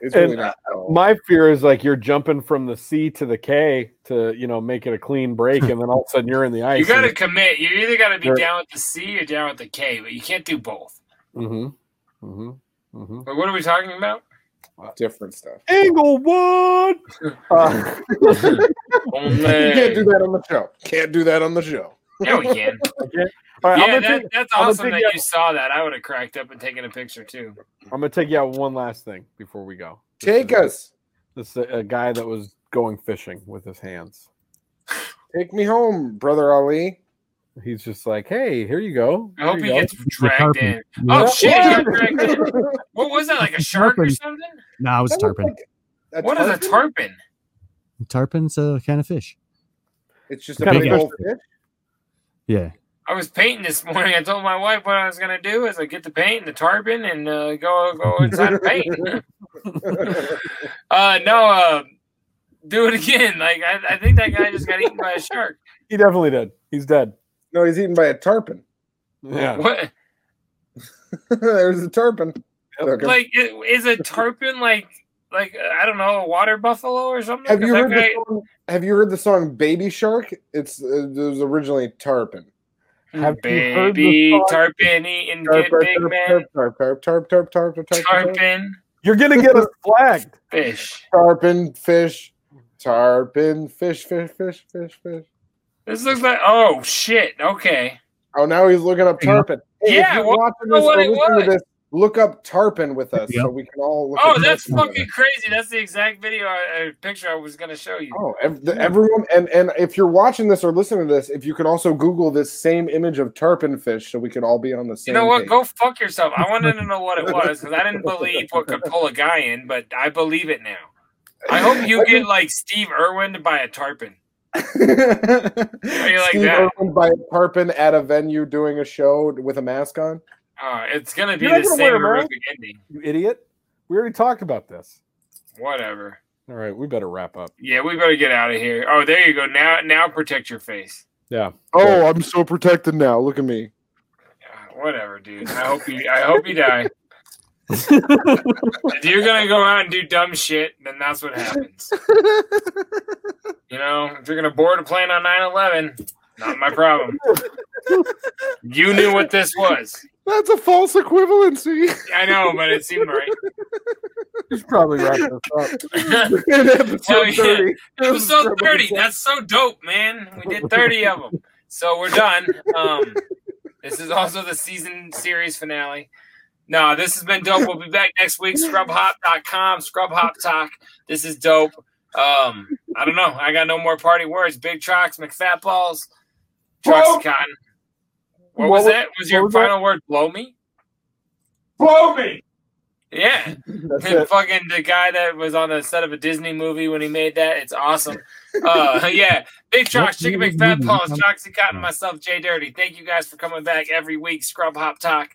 S7: It's really
S6: And, uh,
S7: not. at all.
S6: My fear is like you're jumping from the C to the K to you know make it a clean break, and then all of a sudden you're in the ice.
S4: You gotta
S6: and-
S4: commit. You either gotta be
S6: Sure.
S4: down with the C or down with the K, but you can't do both.
S6: Mhm. Mhm. Mhm.
S4: But what are we talking about?
S7: different stuff.
S6: Englewood. Uh,
S4: Only-
S7: You can't do that on the show. Can't do that on the show.
S4: Yeah, we can.
S6: all right, I'm
S4: yeah,
S6: gonna
S4: that,
S6: take-
S4: that's
S6: I'm gonna
S4: awesome
S6: take
S4: that
S6: you
S4: you saw that. I would have cracked up and taken a picture too.
S6: I'm gonna take you out with one last thing before we go.
S7: Take us.
S6: This is a guy that was going fishing with his hands.
S7: Take me home, brother Ali.
S6: He's just like, hey, here you go.
S4: I hope
S6: Here
S4: he
S6: you go."
S4: gets dragged in. Oh shit! he got dragged in. What was that? Like a shark or
S8: Tarpon.
S4: something?
S8: No, nah, it was a tarpon.
S4: What is a tarpon?
S8: Tarpon's a kind of fish.
S7: It's just
S8: The
S7: a
S8: big
S7: big
S8: ass
S7: old fish.
S8: Yeah.
S4: I was painting this morning. I told my wife what I was gonna do is I get the paint and the tarpon and uh, go go inside and paint. uh, no, uh, do it again. Like I, I think that guy just got eaten by a shark.
S6: He definitely did. He's dead.
S7: No, he's eaten by a tarpon.
S6: Yeah.
S4: What?
S7: There's a tarpon. Took him.
S4: Like i- is a tarpon like like I don't know a water buffalo or something?
S7: have
S4: 'Cause
S7: you
S4: that
S7: heard
S4: guy-
S7: the song, Have you heard the song "Baby Shark"? It's uh, it was originally tarpon.
S6: Have you heard the
S4: Hmm, Baby
S6: song?
S4: tarpon eating good
S7: Tarp, tarp,
S4: big man
S7: tarp, tarp, tarp, tarp, tarp, tarp, tarp, tarp, tarp, tarp.
S4: tarpon
S6: You're gonna get us flagged.
S4: fish.
S7: Tarpon fish, tarpon fish, fish, fish, fish, fish.
S4: This looks like oh shit. Okay.
S7: Oh, now he's looking up tarpon. Hey, if
S4: Yeah,
S7: you're
S4: well,
S7: watching
S4: know
S7: this
S4: what
S7: or
S4: it
S7: listening to
S4: was.
S7: this, look up tarpon with us so we can all look.
S4: Oh,
S7: at
S4: that's
S7: tarpon.
S4: fucking crazy. That's the exact video I, uh, picture I was gonna show you.
S7: Oh, ev- the, everyone, and and if you're watching this or listening to this, if you can also Google this same image of tarpon fish, so we can all be on the
S4: You
S7: same.
S4: know what?
S7: page.
S4: Go fuck yourself. I wanted to know what it was because I didn't believe what could pull a guy in, but I believe it now. I hope you get like Steve Irwin to buy a tarpon. you like
S7: Steve
S4: that?
S7: Irwin by Tarpon at a venue doing a show with a mask on.
S4: Uh, it's gonna be
S6: You're not
S4: the
S6: gonna
S4: same
S6: wear a mask?
S4: horrific ending.
S6: You idiot. We already talked about this.
S4: Whatever.
S6: All right, we better wrap up.
S4: Yeah, we better get out of here. Oh, there you go. Now, now protect your face.
S6: Yeah.
S7: Oh, I'm so protected now. Look at me.
S4: Ah, Whatever, dude. I hope you. I hope you die. if you're gonna go out and do dumb shit, then that's what happens. You know, if you're gonna board a plane on 9/11, not my problem. You knew what this was.
S7: That's a false equivalency.
S4: I know, but it seemed right.
S6: We should probably wrap this up.
S4: So,
S7: episode
S4: yeah,
S7: 30.
S4: Episode 30. That's so dope, man. We did 30 of them. So we're done. Um, this is also the season series finale. No, this has been dope. We'll be back next week. Scrubhop.com, Scrubhop Talk. This is dope. Um, I don't know. I got no more party words. Big trucks, McFat balls, Troxy Cotton. What,
S6: What
S4: was
S6: was-
S4: that? Was
S6: what
S4: your
S6: was that?
S4: final word blow me?
S6: Blow me.
S4: Yeah.
S6: That's
S4: And
S6: it.
S4: fucking the guy that was on the set of a Disney movie when he made that. It's awesome. Uh, yeah. Big Trucks, Chicken Big Fat Paws, Troxy Cotton, myself, Jay Dirty. Thank you guys for coming back every week. Scrub Hop Talk.